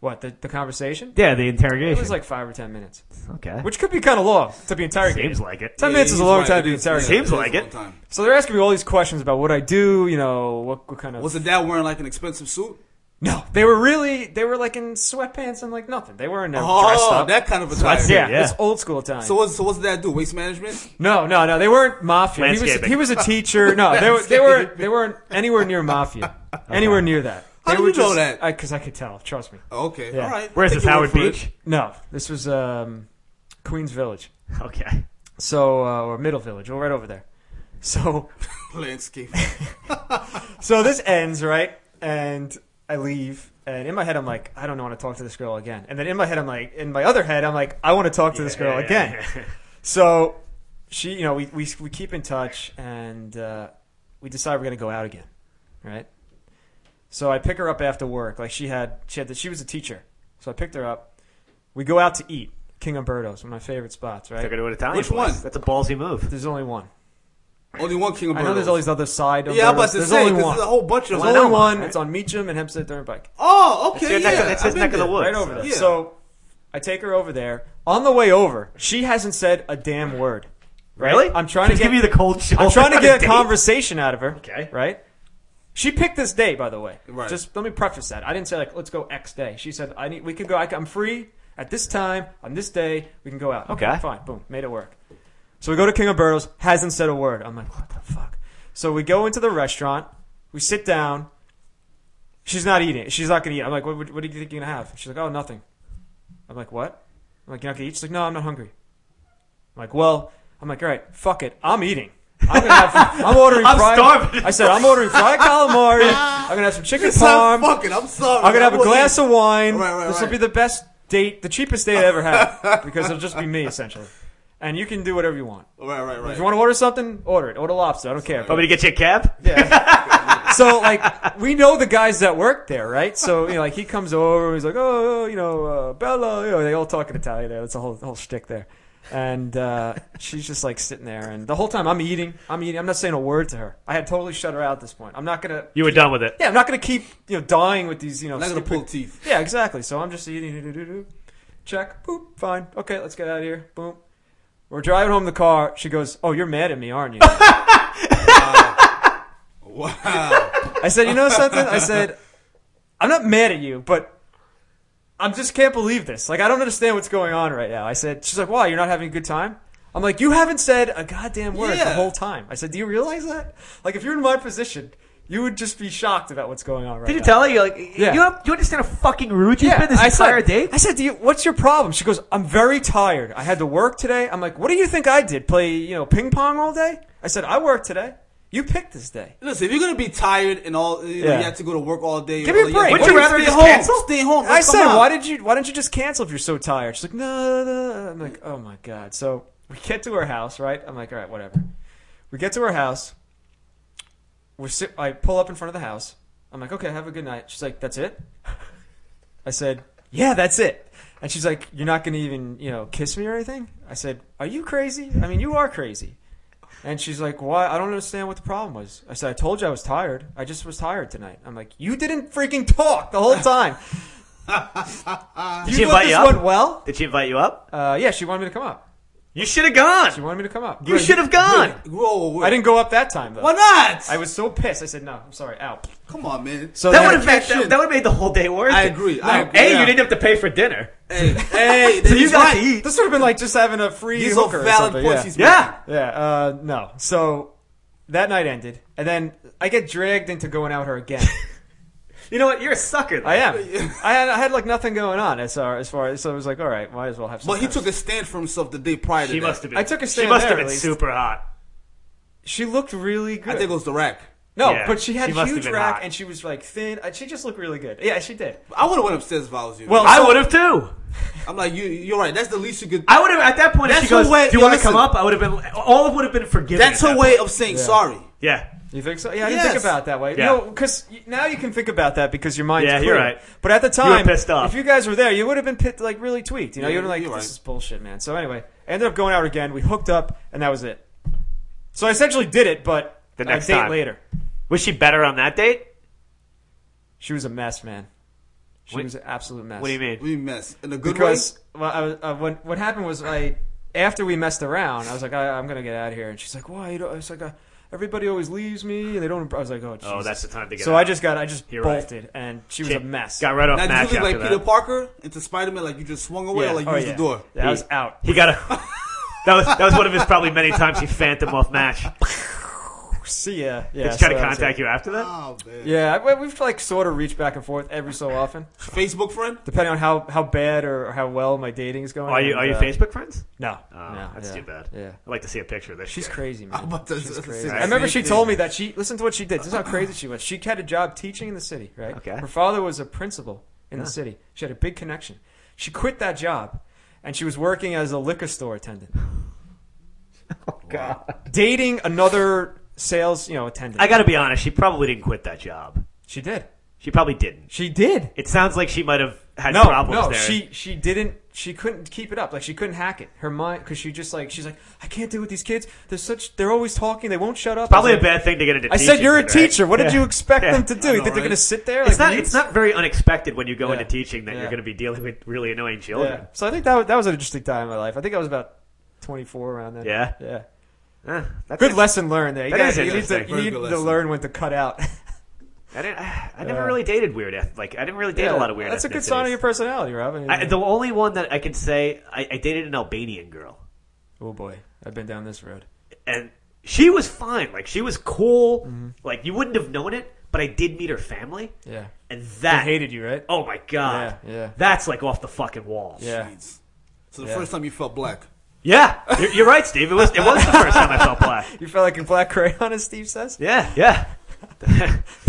what the the conversation?
Yeah, the
It
interrogation.
was like five or ten minutes,
okay.
which could be kind of long to be interrogated.
Seems like it.
ten minutes is a
He's
long
right,
time to
it
be
is, yeah,
interrogated.
Seems
is a
like
long
it.
time.
So they're asking me all these questions about what I do. You know, what what kind of
Was the dad wearing like an expensive suit?
No, they were really they were like in sweatpants and like nothing. They weren't never dressed
Oh,
up.
that kind of attire.
Sweatsuit.
yeah,
Yeah.
it's old school Italian.
So what's so what's that do? Waste management?
no, no, no, they weren't mafia. He was
Landscaping.
he was a teacher. No, they were they were they weren't anywhere near mafia. Anywhere near that.
How
They
do
were
you know
just,
that?
Because I, could tell. Trust me.
Oh, okay,
Yeah.
all right.
Where's
Take
this
your
Howard
word for
Beach?
it.
No, this was um, Queens Village.
Okay.
So uh, or Middle Village, or right over there. So
Planscape.
So this ends, right? And I leave. And in my head, I'm like, I don't want to talk to this girl again. And then in my head, I'm like, in my other head, I'm like, I want to talk to this girl again. So she, you know, we, we, we keep in touch and uh, we decide we're going to go out again, right? So I pick her up after work. Like she had, she had, the, she was a teacher. So I picked her up. We go out to eat. King Umberto's, one of my favorite spots, right?
Took her to an Italian
Which
place.
one?
That's a ballsy move.
There's only one.
Only one King of
I know there's all these other side.
Yeah, I'm about
Umbertos.
to
there's
say
only
because
one.
there's a whole bunch of
There's
them.
only one. It's on Meacham and Hempstead Turnpike.
Oh, okay,
It's your
yeah.
neck of- it's his
I've been
neck of the
there.
woods.
Right over there.
Yeah.
So I take her over there. On the way over, she hasn't said a damn word. Right?
Really?
I'm trying to
Just
get
give you the cold shoulder.
I'm trying to
on
get a
date.
conversation out of her.
Okay.
Right? She picked this day, by the way.
Right.
Just let me preface that. I didn't say like let's go X day. She said I need we could go. I, am free at this time on this day. We can go out.
Okay.
Fine. Boom. Made it work. So we go to King of Burrows. Hasn't said a word. I'm like what the fuck. So we go into the restaurant. We sit down. She's not eating. She's not gonna eat. I'm like what, what, what do you think you're gonna have? She's like oh nothing. I'm like what? I'm like you're not gonna eat. She's like no I'm not hungry. I'm like well I'm like all right fuck it I'm eating. I'm gonna have. I'm ordering.
I'm
fried,
starving.
I said I'm ordering fried calamari. I'm gonna have some chicken
It's not
parm.
fucking. I'm sorry.
I'm gonna have a glass of wine.
Right, right,
this will
right.
be the best date, the cheapest date I ever had, because it'll just be me essentially. And you can do whatever you want.
Right, right,
If
right.
you want to order something, order it. Order lobster. I don't care.
Want me to get you a cab?
so like, we know the guys that work there, right? So you know, like, he comes over. He's like, oh, you know, uh, Bella. You know, they all talk in Italian there. That's a whole whole shtick there. And uh, she's just like sitting there, and the whole time I'm eating, I'm eating. I'm not saying a word to her. I had totally shut her out at this point. I'm not gonna
You were done with it.
yeah, I'm not gonna keep you know dying with these you know.
I'm not gonna
stupid-
pull teeth.
Yeah, exactly. So I'm just eating. do-do-do-do. Check. Boop. Fine. Okay, let's get out of here. Boom. We're driving home in the car. She goes, "Oh, you're mad at me, aren't you?"
Wow.
I said, "You know something?" I said, "I'm not mad at you, but." I just can't believe this. Like, I don't understand what's going on right now. I said, she's like, why? You're not having a good time? I'm like, you haven't said a goddamn word the
Yeah.
whole time. I said, do you realize that? Like, if you're in my position, you would just be shocked about what's going on right now.
Did you tell her? You're like,
Yeah.
you, have, you understand how fucking rude you've been this entire
said,
date?
I said, Do you, "What's your problem?" She goes, "I'm very tired. I had to work today." I'm like, "What do you think I did? Play you know ping pong all day?" I said, "I worked today. You picked this day."
Listen, if you're gonna be tired and all, you, know,
Yeah.
you have to go to work all day.
Give me a
or
break.
have-
Would you
Or
rather
stay
just
home?
cancel?
Stay home.
I
Let's
said,
come out.
"Why did you? Why don't you just cancel if you're so tired?" She's like, "No." no." I'm like, "Oh my god." So we get to her house, right? I'm like, "All right, whatever." We get to her house. We're sit- I pull up in front of the house. I'm like, "Okay, have a good night." She's like, "That's it." I said, "Yeah, that's it." And she's like, "You're not gonna even you know kiss me or anything?" I said, "Are you crazy? I mean, you are crazy." And she's like, "Why? I don't understand what the problem was." I said, "I told you I was tired. I just was tired tonight." I'm like, "You didn't freaking talk the whole time."
Did
You
she
thought
invite
this
you up?
went well?
Did she invite you up?
Uh, yeah, she wanted me to come up.
You should have gone.
She wanted me to come up.
you should have gone.
Whoa, whoa.
I didn't go up that time though.
Why not?
I was so pissed. I said, "No, I'm sorry, out."
Come on, man.
So
That
then-
would have made
shit.
that, would have made the whole day worth
I
it.
agree,
No,
I agree,
A,
yeah.
you didn't have to pay for dinner.
hey, hey,
you
he's right.
got to eat.
This would have been like just having a free
These are
hooker or
valid
something,
points
yeah.
he's
Yeah.
Yeah, uh, no. So that night ended, and then I get dragged into going out with her again.
You know what? You're a sucker. Though.
I am. I had, I had like nothing going on as far as far as so I was like, all right, might as well have. Some
But he
time."
took a stand for himself the day prior to
She
that.
must have been.
I took a
She
stand
must
there,
have
at
been
least.
super hot.
She looked really good.
I think it was the rack.
no,
Yeah,
but she had
she must have
huge
been
rack
hot.
and she was like thin. Uh, She just looked really good. Yeah, she did.
I would have went upstairs if I was you.
Well,
I
so-
would have too.
I'm like, you, you're right. That's the least you could.
I would have at that point. If
That's
she goes,
her way-
"Do you
yeah,
want to come
listen.
up?" I would have been. All would have been forgiven.
That's
at
her
that
way
point.
of saying sorry.
Yeah.
You think so? Yeah, I didn't
Yes.
think about it that way.
Yeah.
No, because now you can think about that because your mind's
Yeah,
clear.
you're right.
But at the
were
time,
pissed off.
if you guys were there, you would have been pit, like really tweaked. You know,
Yeah,
you would have been like,
you're
"This
right.
is bullshit, man." So anyway, I ended up going out again. We hooked up, and that was it. So I essentially did it, but
The next
a date
time.
later,
Was she better on that date?
she was a mess, man. She
Wait.
was an absolute mess.
What do you mean?
We mess in a good
Because well, I, was- uh, when, what happened was I after we messed around, I was like, I, "I'm gonna get out of here," and she's like, "Why?" You don't, it's like uh everybody always leaves me, and they don't. I was like, "Oh, Jesus.
Oh, that's the time to get.
So
out.
I just got I just
You're right.
bolted, and she was a mess.
Got right off
way. Now,
match
did you look
after
like Peter
that.
Parker into Spider Man? Like you just swung away,
Yeah.
or like you
Oh,
used
yeah.
the door?
Yeah, I was out.
He got a. that was that was one of his probably many times he phantom off match.
See ya. Yeah,
They just try
so
to
that was
contact
it.
you after that.
Oh man.
Yeah, I- we've like sort of reached back and forth every so often,
Facebook friend?
depending on how, how bad or how well my dating's going.
Are you
and,
are you
uh,
Facebook friends?
No,
Oh,
no,
that's
yeah,
too bad.
Yeah,
I'd like to see a picture of this.
she's
shit.
crazy, man.
I'm about to-
She's
to
crazy.
say
I
the
remember
same
she
thing.
told me that she listen to what she did. This is how crazy she was. She had a job teaching in the city, right?
Okay.
Her father was a principal in the city. She had a big connection. She quit that job, and she was working as a liquor store attendant.
Oh, God.
dating another sales, you know, attendant.
I got to be honest. She probably didn't quit that job.
she did.
She probably didn't.
She did.
It sounds like she might have had
No,
problems
no,
there.
she she didn't. She couldn't keep it up. Like she couldn't hack it. Her mind, because she just like she's like, I can't deal with these kids. They're such. They're always talking. They won't shut up.
probably
I
a
was like,
bad thing to get into.
I said
teaching,
you're a
right?
teacher. What did
Yeah.
you expect
Yeah.
them to do? You
know,
think they're
right?
gonna sit there?
It's
like,
not.
mute?
It's not very unexpected when you go
Yeah.
into teaching that
Yeah.
you're going to be dealing with really annoying children.
Yeah. So I think that was, that was an interesting time in my life. I think I was about 24 around then.
Yeah?
Yeah.
Eh, that's
Good
it.
lesson learned there. You,
That
gotta-
is
you need to,
interesting.
you
Very
need
good
to
lesson.
learn when to cut out.
I, didn't, I never
Yeah.
really dated weird. eth- Like I didn't really date
Yeah.
a lot of weird.
That's a good
ethnicities.
sign of your personality, Robin.
I, the only one that I can say I, I dated an Albanian girl,
oh boy, I've been down this road.
and she was fine. Like she was cool. Like you wouldn't have known it, but I did meet her family,
Mm-hmm. Yeah.
and
I
that
hated you, right?
Oh my god,
Yeah, yeah.
that's like off the fucking walls.
yeah.
Jeez. So the
Yeah.
first time you felt black.
yeah. You're, you're right, Steve. It was it was the first time I felt black.
You felt like a black crayon, as Steve says.
Yeah, yeah.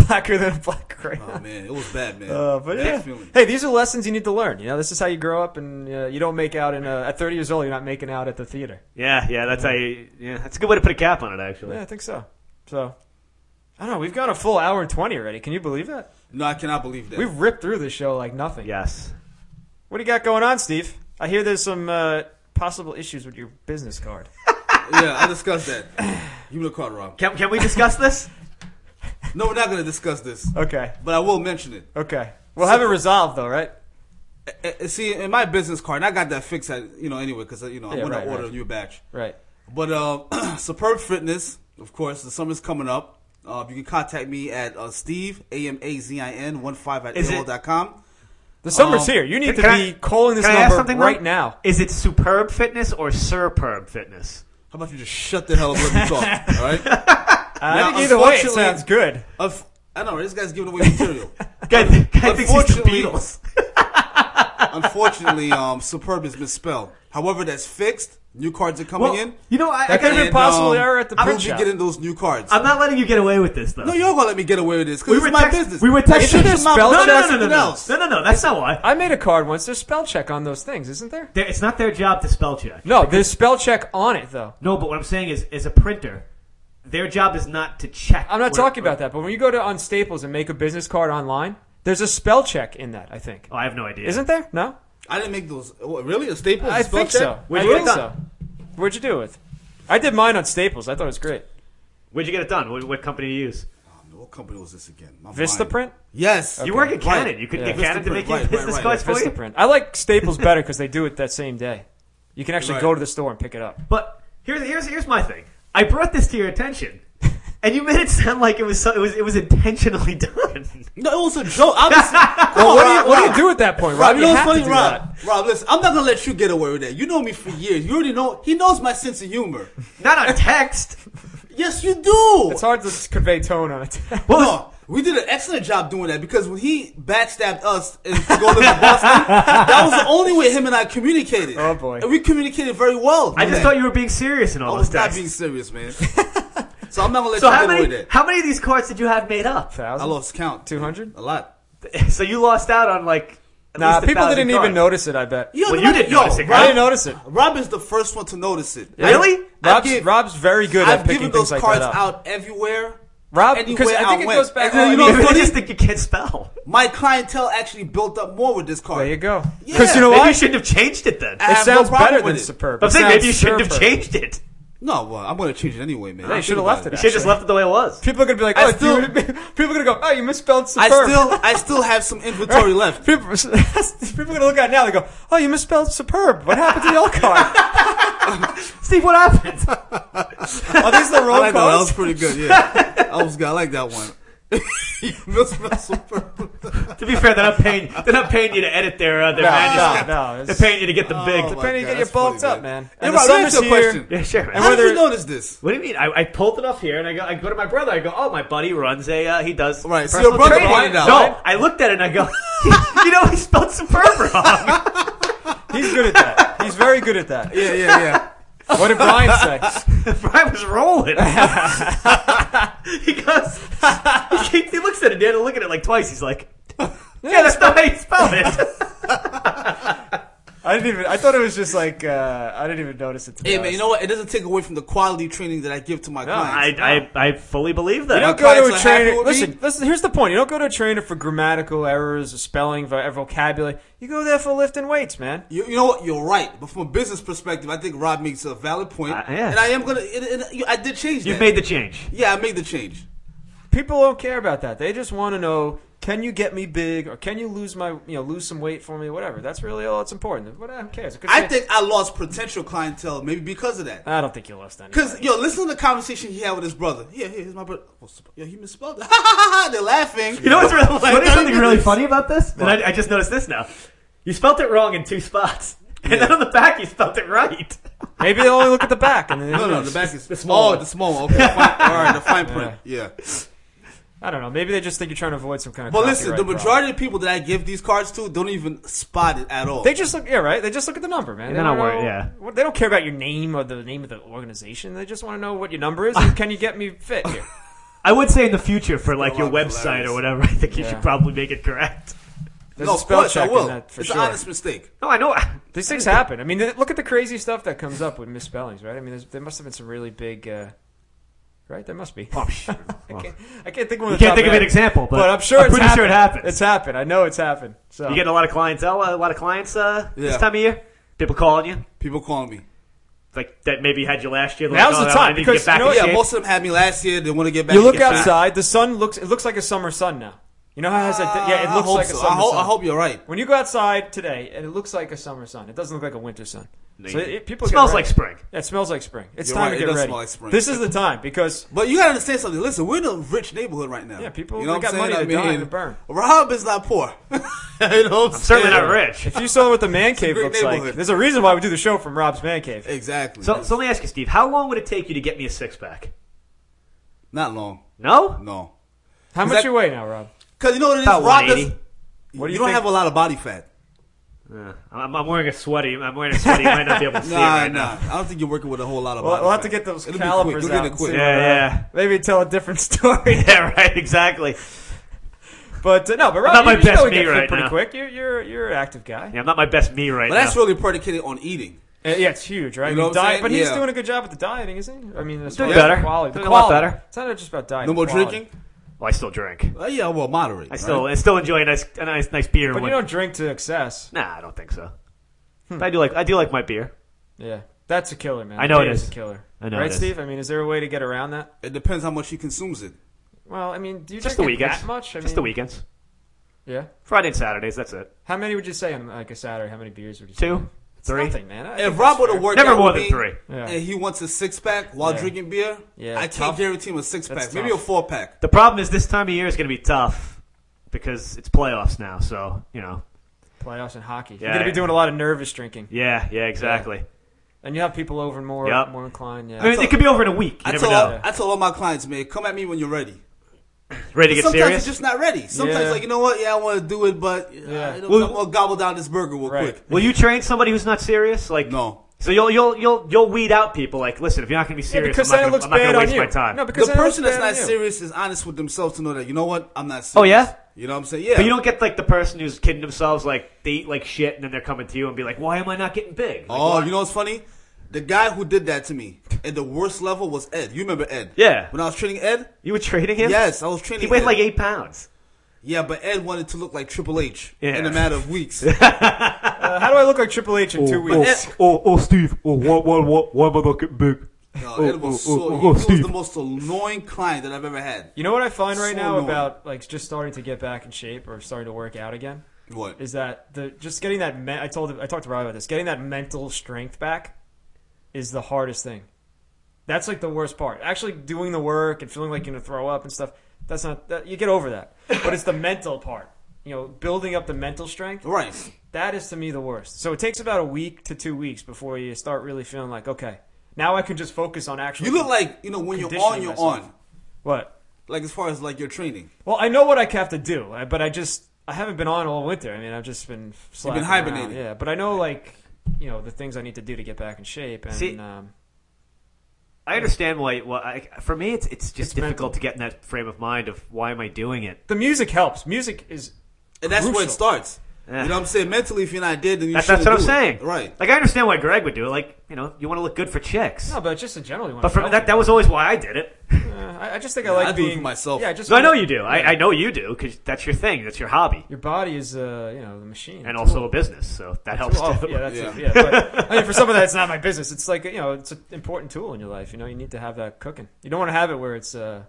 Blacker than a black crayon.
Oh man, it was bad, man.
Uh, but
Bad
yeah,
feeling.
hey, these are lessons you need to learn. You know, this is how you grow up, and uh, you don't make out in a, at 30 years old. You're not making out at the theater.
Yeah, yeah, that's how you, yeah, that's a good way to put a cap on it actually.
Yeah, I think so. So, I don't know. We've got a full hour and 20 already. Can you believe that?
No, I cannot believe that.
We've ripped through this show like nothing.
Yes.
What do you got going on, Steve? I hear there's some uh, possible issues with your business card.
yeah, I discussed that. Give me the card, Rob.
Can, can we discuss this?
No, we're not going to discuss this,
Okay.
but I will mention it.
Okay. We'll have it resolved, though, right?
Uh, uh, See, in my business card, and I got that fixed at you know anyway because you know
Yeah,
I'm going
right,
to order
right.
a new batch.
Right.
But uh, superb fitness, of course. The summer's coming up. Uh, you can contact me at uh, Steve A M A Z I N one five at
Is it-
AOL dot com.
The summer's
Um,
here. You need to be
Oh. can I-
calling this
Can I ask
number
something though?
right now.
Is it superb fitness or superb fitness?
How about you just shut the hell up and let me talk? All right.
I
Now,
think either way, it
unfortunately-
sounds good.
Of, I don't know this guy's giving away material.
Guy, guy thinks he's the
Unfortunately-
Beatles.
Unfortunately, um, superb is misspelled. However, that's fixed. New cards are coming in.
you know, I, I
That could
kinda,
have been possible error at the
I'm
print
be
shop.
getting those new cards.
I'm not letting you get away with this though.
no, y'all gonna let me get away with this because
we
it's
were
my
text-
business.
We were
It
texting.
shouldn't
It's
be my
spelled-
no, no,
business,
no, no, no,
something
no,
else.
no, no, no. That's not why.
I made a card once. There's spell check on those things, isn't there?
There- It's not their job to spell check.
No, there's spell check on it, though.
No, but what I'm saying is, as a printer, their job is not to check.
I'm not
where-
talking about that, but when you go to on Staples and make a business card online, there's a spell check in that, I think.
Oh, I have no idea.
Isn't there? No?
I didn't make those. What, really, a staple?
I
spell
think
check?
so.
Where'd
I
you
think
get it
so. Where'd you do it with? I did mine on Staples. I thought it was great.
Where'd you get it done? What, what company do you use?
What company was this again? My
Vista
mind.
print?
Yes.
You work at
Right.
Canon. You couldn't
Yeah.
get Canon to make
Vistaprint,
you
right, right,
business
right.
cards for
Vista
you.
print. I like Staples better because they do it that same day. You can actually
Right.
go to the store and pick it up.
But here's here's here's my thing. I brought this to your attention, and you made it sound like it was so, it was it was intentionally done.
No, it was a joke. Obviously,
Well, what, do you, what do you do with that point, Rob?
Rob, you know what's
have
funny,
to do
Rob?
that.
Rob, listen, I'm not gonna let you get away with that. You know me for years. You already know. He knows my sense of humor.
Not on text.
Yes, you do.
It's hard to convey tone on it.
Well, no, we did an excellent job doing that because when he backstabbed us and to go live in Boston, that was the only way him and I communicated.
Oh, boy.
and we communicated very well.
I just thought you were being serious in all
I
this
was not
text.
being serious, man. so I'm not gonna let
so
you
how
get away
many
with that.
how many of these cards did you have made up?
I lost count.
200?
A lot.
So you lost out on like at
Nah,
least a
people
thousand
didn't
cards.
even notice it, I bet.
Yo,
Well,
no,
you
no,
didn't
yo,
notice it,
I
Rob,
didn't notice it.
Rob is the first one to notice it.
Really?
I
Rob's,
give-
Rob's very good at
I've
picking
given those
things like
cards
that up.
out everywhere.
Rob,
anywhere
because I think it
went.
goes back-
And then
oh,
you
I
know
mean-
Maybe
what's
they
funny?
just think you can't spell.
My clientele actually built up more with this card.
There you go.
Yeah.
Because you know
Maybe
what?
you shouldn't have changed it then.
I
it
have no
sounds
problem
better
with
than
it.
superb.
I'm
It
saying
sounds
maybe you shouldn't have
superb.
changed it.
No, well, I'm going to change it anyway, man.
They
Think
should have
about
left it.
You should have just left it the way it was.
People are gonna be like,
I
oh,
still-
dude, people are gonna go, oh, you misspelled
I
superb.
still, I still have some inventory left.
People, people are gonna look at it now. They go, "Oh, you misspelled superb. What happened to the old car?
Steve, what happened?
Are these the
I
roll
like that. That
calls?"
was pretty good. Yeah, I was, I like that one. Miss Russell Pearl.
To be fair, they're not paying. They're not paying you to edit their uh, their
No,
manuscript.
no, no,
they're
it's-
paying you to get the big.
Oh, my
Trying to
God,
get you
that's
bulked
funny,
up,
man.
man.
Yeah,
And the
Rob,
summer's
answer your
here.
question.
yeah, sure. man.
How did
whether-
you notice this?
What do you mean? I, I pulled it off here, and I go, I go to my brother. I go, oh, my buddy runs a. Uh, he does
Right, so
personal
your brother
training."
pointed out,
No,
right?
I looked at it and I go, you know, he spelled superb wrong.
He's good at that. He's very good at that.
Yeah, yeah, yeah.
What did Brian say?
Brian was rolling. he goes, he, he looks at it. He had to look at it like twice. He's like, yeah, that's not how you spell it.
I didn't even. I thought it was just like uh, I didn't even notice it. To be
Hey man, you
honest.
know what? It doesn't take away from the quality training that I give to my
I,
clients.
I I fully believe that.
You don't
My
go to a
clients are happy
trainer.
with me.
Listen, listen. Here's the point. You don't go to a trainer for grammatical errors, or spelling, vo- vocabulary. You go there for lifting weights, man.
you, you know what? You're right, but from a business perspective, I think Rob makes a valid point,
Uh, yeah.
and I am gonna. It, it, you- I did change.
You've
that.
made the change.
Yeah, I made the change.
People don't care about that. They just want to know: Can you get me big, or can you lose my, you know, lose some weight for me? Whatever. That's really all that's important. What who cares? It could
I
be-
think I lost potential clientele maybe because of
Uh,
that.
I don't think you lost any.
Cause yo, listen to the conversation he had with his brother. Yeah, here, here's my brother. What's up? Yo, he misspelled it. They're laughing.
You know what's really, what is something really funny?
about this?
And I, I just noticed this now. You spelt it wrong in two spots, and then on the back you spelt it right.
Maybe they only look at the back. And then,
No, no, the back is
The small
Oh,
one.
the small one. Okay, fine. all right, the fine print. Yeah.
I don't know. Maybe they just think you're trying to avoid some kind of.
But listen, the
copyright
majority
problem.
of people that I give these cards to don't even spot it at all.
They just look, yeah, right. They just look at the number, man.
they're
don't
not worried,
know-
yeah.
what- They don't care about your name or the name of the organization. They just want to know what your number is and can you get me fit here.
I would say in the future for like your
lot of
website
hilarious.
or whatever, I think you
Yeah.
should probably make it correct.
There's
no,
a
of
spell
course I
check
will.
in that for
it's
sure.
an honest mistake.
No, I know.
These things happen. I mean, th- look at the crazy stuff that comes up with misspellings, right? I mean, there's, there must have been some really big, uh, right? There must be.
Oh, shit.
I, can't, I can't think of one.
you
off the
can't
top
think of
my head.
an example, but,
but I'm sure. it's
pretty sure it happens.
It's happened. I know it's happened. So
you get a lot of clientele, a lot of clients uh, this
Yeah.
time of year. People calling you,
People calling me.
like that maybe had you last year. they're
Now's
like,
the
"Oh,
time,
I need
because
to get back
you know
in
what?
Yeah,
shape."
most of them had me last year. They want to get back.
you
to
look
get back.
outside. The sun looks. It looks like a summer sun now. You know how it has that?
Uh,
yeah, it
I
looks
hope
like a
so.
summer
I hope,
sun.
I hope you're right.
When you go outside today, and it looks like a summer sun. It doesn't look like a winter sun. so it, people
It smells
get
like
ready.
spring.
Yeah, It smells like spring. It's
You're
time
right,
to
it
get
does
ready.
smell like spring.
This is the time because
But you gotta understand something. Listen, we're in a rich neighborhood right now.
Yeah, people-
You know
they
what
got
I'm saying?
money to
I
die
mean,
and to burn.
Rob is not poor. you know what I'm saying?
Certainly not rich.
if you saw what the man cave
great
looks like,
neighborhood.
there's a reason why we do the show from Rob's man cave.
Exactly.
So, so let me ask you, Steve, how long would it take you to get me a six pack?
not long.
No,
No.
How much
that-
you weigh now, Rob?
Because you know what it is.
About
Rob does,
180.
What do
you,
you
don't
think?
have a lot of body fat.
Uh, I'm, I'm wearing a sweaty. I'm wearing a sweaty. You might not be able to see it
Nah,
right
nah.
now.
I don't think you're working with a whole lot of.
We'll,
body
we'll have
fat.
to get those
It'll be quick.
calipers
You'll
out.
get it
and
quick.
see
Yeah,
what, uh,
yeah.
Maybe tell a different story.
Yeah, right. Exactly.
But uh, no, but Rob,
Not my
you, you
best
know we
me
get fit
right
pretty
now.
quick. You're you're you're an active guy.
Yeah, I'm not my best me right
But
now.
that's really predicated on eating.
Uh, yeah, it's huge, right?
You know
I mean,
what I'm
diet,
saying?
but he's
Yeah.
doing a good job with the dieting, isn't he? I mean, as
Doing
far as
better.
Quality, the
Doing a lot
quality.
better.
It's not just about diet.
No more
quality.
drinking.
well, I still drink.
Uh, yeah, well, moderate.
I still I still enjoy a nice a nice nice beer.
But
when-
you don't Hmm. drink to excess.
Nah, I don't think so. But I do like I do like my beer.
Yeah, that's a killer, man.
I know it
Beer
is.
a killer.
I know
right,
it is.
Steve? I mean, is there a way to get around that?
It depends how much he consumes it.
Well, I mean, do you
Just the
drink it
weekends.
that much? I
Just
mean,
the weekends.
Yeah.
Friday and Saturdays. That's it.
How many would you say on like a Saturday? How many beers would you say?
Two,
It's
three.
Nothing, man. I think
If
that's
Rob would have
fair.
worked
Never
out
more
with
than
me,
three.
Yeah.
and he wants a six pack while
Yeah.
drinking beer,
Yeah,
I can't
tough.
guarantee him a six pack.
That's
Maybe
tough.
a four pack.
The problem is this time of year is going to be tough because it's playoffs now. So you know.
playoffs in hockey, you're
Yeah,
gonna be
yeah.
doing a lot of nervous drinking,
Yeah. Yeah. Exactly.
and you have people over more
Yup.
more inclined. Yeah.
I mean, it could be over in a week. You
I
never
tell,
know.
I tell all my clients, man, come at me when you're ready.
Ready to get
Sometimes
serious?
it's just not ready. Sometimes,
Yeah.
like you know what? Yeah, I want to do it, but yeah. I don't,
Well-
I'm gonna gobble down this burger real
Right.
quick.
Will you train somebody who's not serious? Like
No.
So you'll you'll you'll you'll weed out people. Like, listen, if you're not going to be
yeah,
serious,
because
I'm
then
not
it looks
gonna, I'm not
bad
gonna
on
waste
you.
my time.
No, because
The
then it looks
person that's
bad on
not
you.
serious is honest with themselves to know that you know what? I'm not serious.
Oh, yeah?
You know what I'm saying? Yeah.
But you don't get like the person who's kidding themselves, like they eat like shit, and then they're coming to you and be like, "Why am I not getting big?" Like,
Oh, you know what's funny? The guy who did that to me at the worst level was Ed. You remember Ed?
Yeah.
When I was training Ed?
you were training him.
Yes, I was training.
he weighed
Ed.
like eight pounds.
Yeah, but Ed wanted to look like Triple H
Yeah.
in a matter of weeks.
Uh, how do I look like Triple H in two weeks?
oh, oh, Steve. Oh, what, what, what, why am I not getting big?
No, it was so. he was the most annoying client that I've ever had.
You know what I find right
So
now
annoying.
about like just starting to get back in shape or starting to work out again
What?
is that the just getting that me- I told I talked to Rob about this getting that mental strength back is the hardest thing. That's like the worst part. Actually doing the work and feeling like you're gonna throw up and stuff. That's not that, you get over that. But it's the mental part. You know, building up the mental strength.
Right.
That is to me the worst. So it takes about a week to two weeks before you start really feeling like, okay, now I can just focus on actually.
You look like you know when you're on,
Conditioning
you're
myself.
on.
what?
Like as far as like your training,
Well, I know what I have to do, I- but I just I haven't been on all winter. I mean, I've just been slacking around,
hibernating.
Yeah, but I know like you know the things I need to do to get back in shape. And
See-
um,
I understand why. Well, I, for me, it's it's just
It's mental.
difficult to get in that frame of mind of why am I doing it.
the music helps. Music is
and that's where
Crucial.
it starts.
Yeah.
You know what I'm saying? Mentally, if you're not dead, then you
That's,
shouldn't
that's what I'm
do it.
saying.
Right.
Like I understand why Greg would do it. Like you know, you want to look good for chicks.
no, but just in general, you want
but for that, that was always why I did it.
I, I just think I like
I do it for
being
myself.
Yeah, I just
So I know you do. I, I know you do because that's your thing. That's your hobby,
Your body is uh, you know the machine,
and also a business. So that helps
Oh,
too.
yeah, that's it.
Yeah.
Yeah, but, I mean, for some of that, it's not my business. It's like you know, it's an important tool in your life. You know, you need to have that cooking. You don't want to have it where it's uh,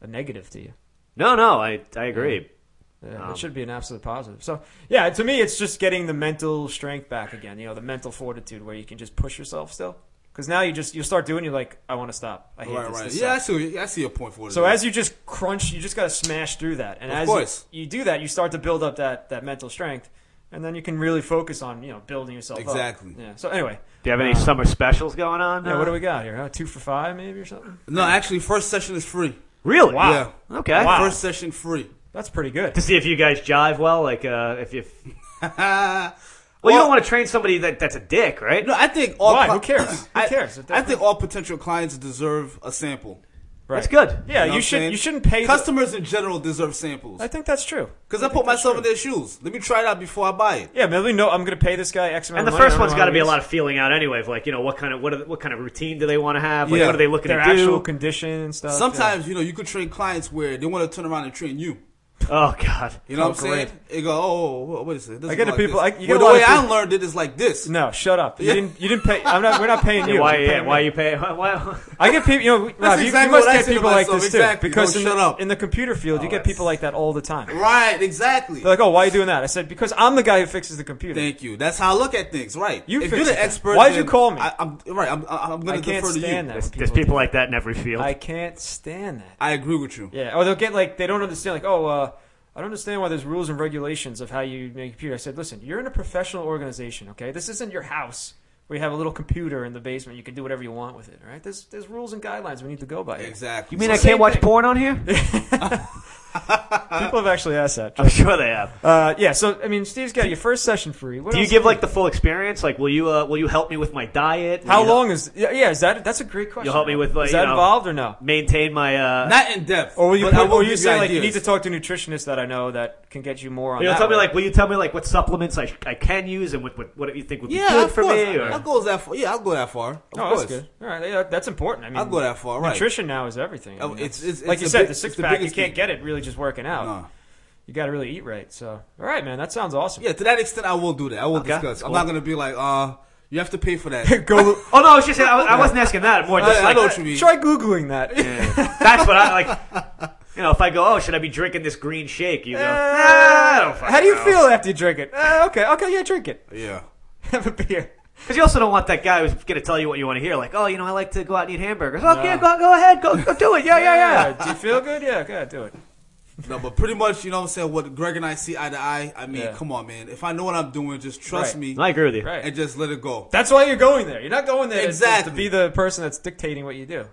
a negative to you.
No, no, I I agree.
Yeah,
Um,
it should be an absolute positive. So, yeah, to me, it's just getting the mental strength back again. You know, the mental fortitude where you can just push yourself still. Because now you just you start doing, you're like, I want to stop. I hate
Right.
this.
Right.
this
Yeah. I
sucks.
see. I see your point for it.
So as you just crunch, you just got to smash through that. And
Of
as
course.
You, you do that, you start to build up that that mental strength, and then you can really focus on you know building yourself up.
Exactly.
Yeah. So anyway,
Do you have any summer specials going on?
yeah,
uh,
what do we got here? Huh? Two for five, maybe or something.
no, actually, first session is free.
Really?
Wow.
Okay.
Wow.
First session free.
That's pretty good.
To see if you guys jive well, like uh, if you. Well,
well,
you don't want to train somebody that, that's a dick, right?
No, I think all.
Why?
cli-
Who cares? Who
I,
cares? If
I
they're-
think all potential clients deserve a sample.
Right.
That's good.
Yeah,
know
you,
what I'm
should.
saying?
You shouldn't pay. the-
Customers in general deserve samples
I think that's true.
because I put myself in their shoes. Let me try it out before I buy it.
Yeah, maybe no. I'm going to pay this guy X amount.
And the first one's got to be a lot of feeling out, anyway. Of like, you know, what kind of what are, the- what kind of routine do they want to have? Like,
Yeah.
What are they looking
their
to
actual
do?
condition and stuff. yeah.
Sometimes you know you could train clients where they want to turn around and train you.
oh God.
You know
Oh,
what I'm saying? They go, oh, wha- wait a second. This
I
is
get the
like
people-
this.
I- you get a
Well, the
lot
way
of
I
people-
learned it is like this.
No, shut up. You
Yeah.
didn't. You didn't pay. I'm not. We're not paying uh, you.
Yeah, why?
You're paying
Yeah, why
me.
you pay? Why?
I get people, you know, Rob, you-
exactly
you,
what I
must
say
get
to
people like
myself,
this
exactly.
too. Because
Don't
in, the-
shut up.
in the computer field, you get people like that all the time.
Right, exactly.
They're like, oh, why are you doing that? I said, because I'm the guy who fixes the computer.
Thank you. That's how I look at things. Right.
You
if
fix
you're
it
the
then.
expert,
Why'd you
then
call me?
I, I'm right. I'm, I'm
I
going to
can't
defer to you.
stand that.
There's,
when
there's people
do
like that in every field.
that. I can't stand that.
I agree with you.
Yeah, or they'll get like, they don't understand, like, oh, uh, I don't understand why there's rules and regulations of how you make a computer. I said, listen, you're in a professional organization, okay? This isn't your house where you have a little computer in the basement. You can do whatever you want with it, all right? There's, there's rules and guidelines we need to go by. here.
Exactly.
you mean
So
I
same
can't watch
thing.
porn on here?
People have actually asked that.
I'm sure they have.
Uh, yeah, so, I mean, Steve's got your first session free. What
Do you
else
give like the full experience? Like, will you uh, will you help me with my diet? Will
How
you help-
long is? Yeah, yeah, is that? That's a great question.
You'll help me with, like,
is that
you know-
involved or no?
maintain my uh
Not in depth.
Or will you?
but I
Put,
will
or you
give
say like you
ideas.
need to talk to a nutritionist that I know that can get you more on.
you'll
that
tell me
way.
like will you tell me like what supplements I, sh- I can use and what, what what you think would be
Yeah,
good
of
for
course.
me or
That goes that far. Yeah, I'll go that far. Of
Oh,
course.
that's good. All right, yeah, that's important. I mean,
I'll go that far, right.
Nutrition now is everything. I
Oh,
mean,
it's-
that's-
it's-
like
it's
you
the
said,
big-
the
it's
six
the
pack. You
biggest
can't
thing. Uh-huh.
get it really just working out.
No.
You got to really eat right. So, all right, man, that sounds awesome.
Yeah, to that extent, I will do that. I will discuss. I'm
cool.
not gonna be like, uh, you have to pay for that.
go
oh no I was just I, I wasn't asking that more just
I,
like
know what you mean.
try googling that.
that's what I like you know if I go oh should I be drinking this green shake you go nah, I don't fucking
Ah, How do you feel after you drink it? Uh, okay, okay, yeah, drink it.
Yeah.
Have a beer.
because you also don't want that guy who's gonna tell you what you want to hear like oh you know I like to go out and eat hamburgers oh yeah
No.
go go ahead go go do it yeah yeah yeah
Do you feel good? Yeah, okay, do it.
No, but pretty much, you know what I'm saying. What Greg and I see eye to eye. I mean,
Yeah.
come on, man. If I know what I'm doing, just trust
Right.
me
I agree with you
Right.
and just let it go.
That's why you're going there. You're not going there to-
Exactly.
to be the person that's dictating what you do.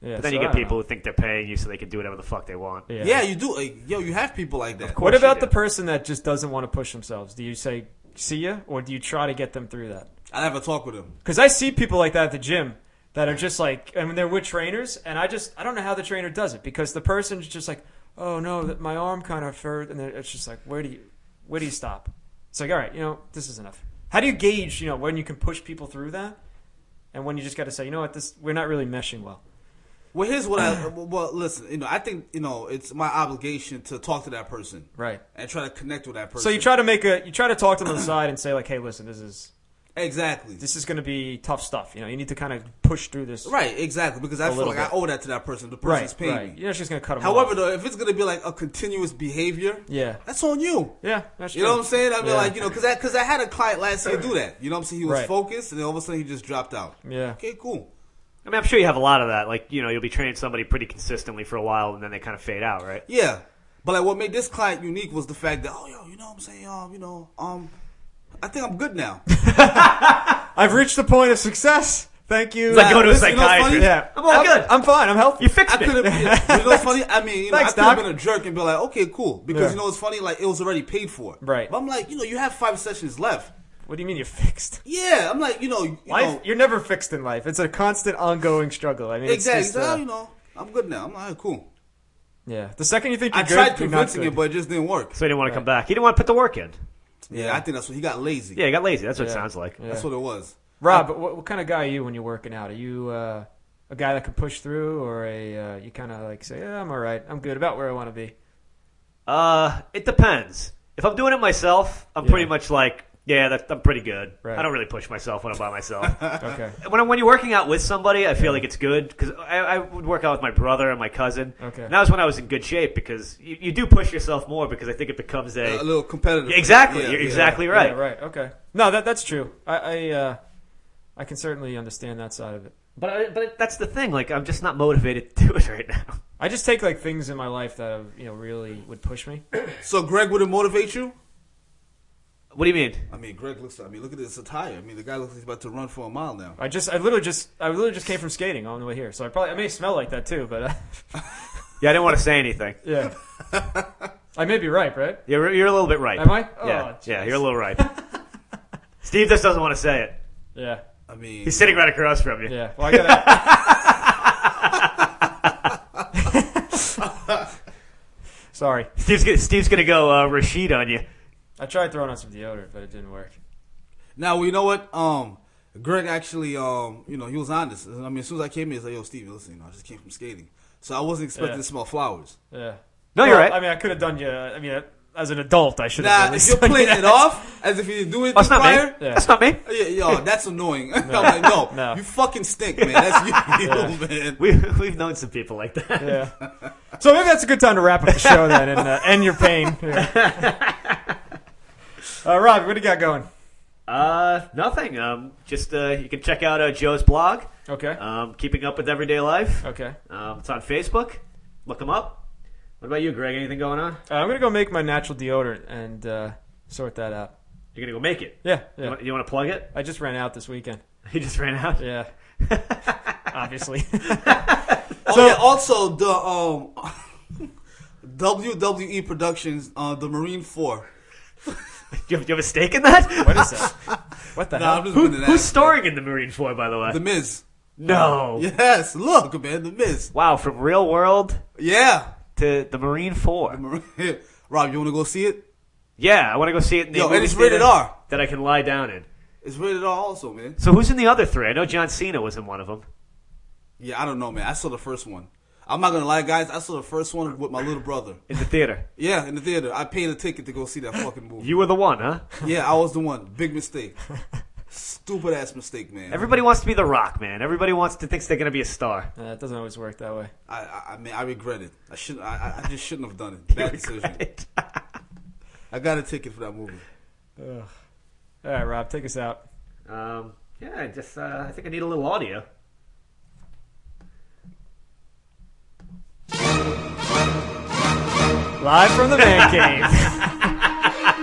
Yeah,
but then you get people who think they're paying you so they can do whatever the fuck they want
Yeah.
Yeah, you do. Like, yo, you have people like that. Of
What
course you
about the
do.
person that just doesn't want to push themselves? Do you say see ya, or do you try to get them through that?
I have a talk with them.
Because I see people like that at the gym that are just like, I mean, they're with trainers, and I just I don't know how the trainer does it because the person's just like, oh no, that my arm kind of hurt, and then it's just like, where do you where do you stop? It's like, all right, you know, this is enough. How do you gauge, you know, when you can push people through that, and when you just got to say, you know what, this we're not really meshing well.
Well, here's what I. Well, listen, you know, I think you know it's my obligation to talk to that person,
Right.
and try to connect with that person.
So you try to make a you try to talk to them on the side and say like, hey, listen, this is
exactly.
this is going to be tough stuff. You know, you need to kind of push through this.
Right, exactly, because I feel
little
like I
bit.
owe that to that person. The person's
right,
paying
right.
me.
You're not just going to cut them.
However, though, if it's gonna be like a continuous behavior,
yeah,
that's on you.
yeah, that's
You
true.
know what I'm saying? I mean,
Yeah.
like you know, because I because I had a client last year do that. You know what I'm saying? He was
Right.
focused, and then all of a sudden he just dropped out.
Yeah.
Okay, cool.
I mean, I'm sure you have a lot of that. Like, you know, you'll be training somebody pretty consistently for a while, and then they kind of fade out, right?
Yeah. But like what made this client unique was the fact that, oh yo, you know what I'm saying, um, you know, um I think I'm good now.
I've reached the point of success. Thank you.
It's like going to a
This- you know what's funny?
psychiatrist.
Yeah.
I'm all good.
I'm fine. I'm healthy.
You fixed
I could have,
it.
you know, what's funny. I mean, you know,
Thanks,
I could have
Doc.
been a jerk and be like, okay, cool, because
Yeah.
you know, it's funny. Like it was already paid for,
Right.
But I'm like, you know, you have five sessions left.
What do you mean you fixed?
Yeah, I'm like, you know, you
life,
know,
you're never fixed in life. It's a constant, ongoing struggle. I mean, it's
exactly.
just,
So,
uh,
you know, I'm good now. I'm like, all right, cool.
yeah. The second you think
I
you're good,
tried
you're not
convincing it,
good.
but it just didn't work.
So he didn't want to come back. He didn't want to put the work in.
Yeah, I think that's what he got lazy.
Yeah, he got lazy. That's what it sounds like.
that's what it was.
Rob, what, what kind of guy are you when you're working out? Are you uh, a guy that can push through, or a uh, you kind of like say, yeah, I'm all right, I'm good, about where I want to be?
Uh, it depends. If I'm doing it myself, I'm
Yeah.
pretty much like, yeah, that, I'm pretty good.
Right.
I don't really push myself when I'm by myself.
Uh,
Okay,
when, I'm, when you're working out with somebody, I feel like it's good because I, I would work out with my brother and my cousin.
Okay.
And that was when I was in good shape because you, you do push yourself more because I think it becomes a.
A little competitive.
Yeah, exactly.
Yeah,
you're
yeah.
exactly right.
Yeah, right. Okay. No, that that's true. I I, uh, I can certainly understand that side of it.
But I, but that's the thing. Like I'm just not motivated to do it right now.
I just take like things in my life that uh, you know really would push me.
So Greg wouldn't motivate you.
What do you mean?
I mean, Greg looks. I mean, look at his attire. I mean, the guy looks like he's about to run for a mile now.
I just I literally just I literally just came from skating on the way here, so I probably I may smell like that too. But uh,
Yeah, I didn't want to say anything.
yeah, I may be ripe, right?
You're you're a little bit right.
Am I?
Yeah,
Oh,
yeah,
jeez.
you're a little right. Steve just doesn't want to say it.
Yeah,
I mean,
He's sitting right across from you.
yeah. Well, I gotta. Sorry,
Steve's gonna, Steve's gonna go uh, Rashid on you.
I tried throwing on some deodorant, but it didn't work.
Now well, you know what? Um, Greg actually, um, you know, he was honest. I mean, as soon as I came here, he's like, "Yo, Steve, listen, you know, I just came from skating, so I wasn't expecting
Yeah.
to smell flowers."
Yeah.
No, you're
Well,
right.
I mean, I could have done you. uh, I mean, as an adult, I should have.
Now, if you're playing it off as if you didn't do it
Oh, it's not
prior,
me.
Yeah.
That's not me.
yeah, yo, that's annoying. I'm like, no,
No.
you fucking stink, man. That's you, man.
We we've known some people like that.
Yeah. So maybe that's a good time to wrap up the show then and uh, end your pain. Yeah. Uh, Rob, what do you got going?
Uh, nothing. Um, just uh, you can check out uh, Joe's blog.
Okay.
Um, keeping up with everyday life.
Okay.
Um, it's on Facebook. Look him up. What about you, Greg? Anything going on?
Uh, I'm gonna go make my natural deodorant and uh, sort that out.
You're gonna go make it.
Yeah.
You
Yeah.
want, you want to plug it?
I just ran out this weekend.
He just ran out.
Yeah. Obviously.
Oh,
So-
yeah, also the um, WWE Productions, uh, the Marine Four.
Do, you have, do you have a stake in that?
what is that? What the
Nah,
hell?
I'm just
Uh, Who,
winning that.
who's starring in the Marine Four, by the way?
the Miz.
no.
Yes, look, man, the Miz.
Wow, from Real World
Yeah,
to the Marine Four.
Rob, you want to go see it?
Yeah, I want to go see it. In the
Yo, and
movie
it's rated
theater
R.
That I can lie down in.
It's rated R, also, man.
So who's in the other three? I know John Cena was in one of them.
Yeah, I don't know, man. I saw the first one. I'm not gonna lie, guys. I saw the first one with my little brother.
In the theater.
Yeah, in the theater. I paid a ticket to go see that fucking movie.
You were the one, huh?
yeah, I was the one. Big mistake. Stupid ass mistake, man.
Everybody wants to be the Rock, man. Everybody wants to thinks they're gonna be a star.
Uh, it doesn't always work that way.
I, I, I mean, I regret it. I should. I, I- I just shouldn't have done it. Bad decision. I got a ticket for that movie.
All right, Rob, take us out.
um, yeah, I just uh, I think I need a little audio.
Live from the man cave.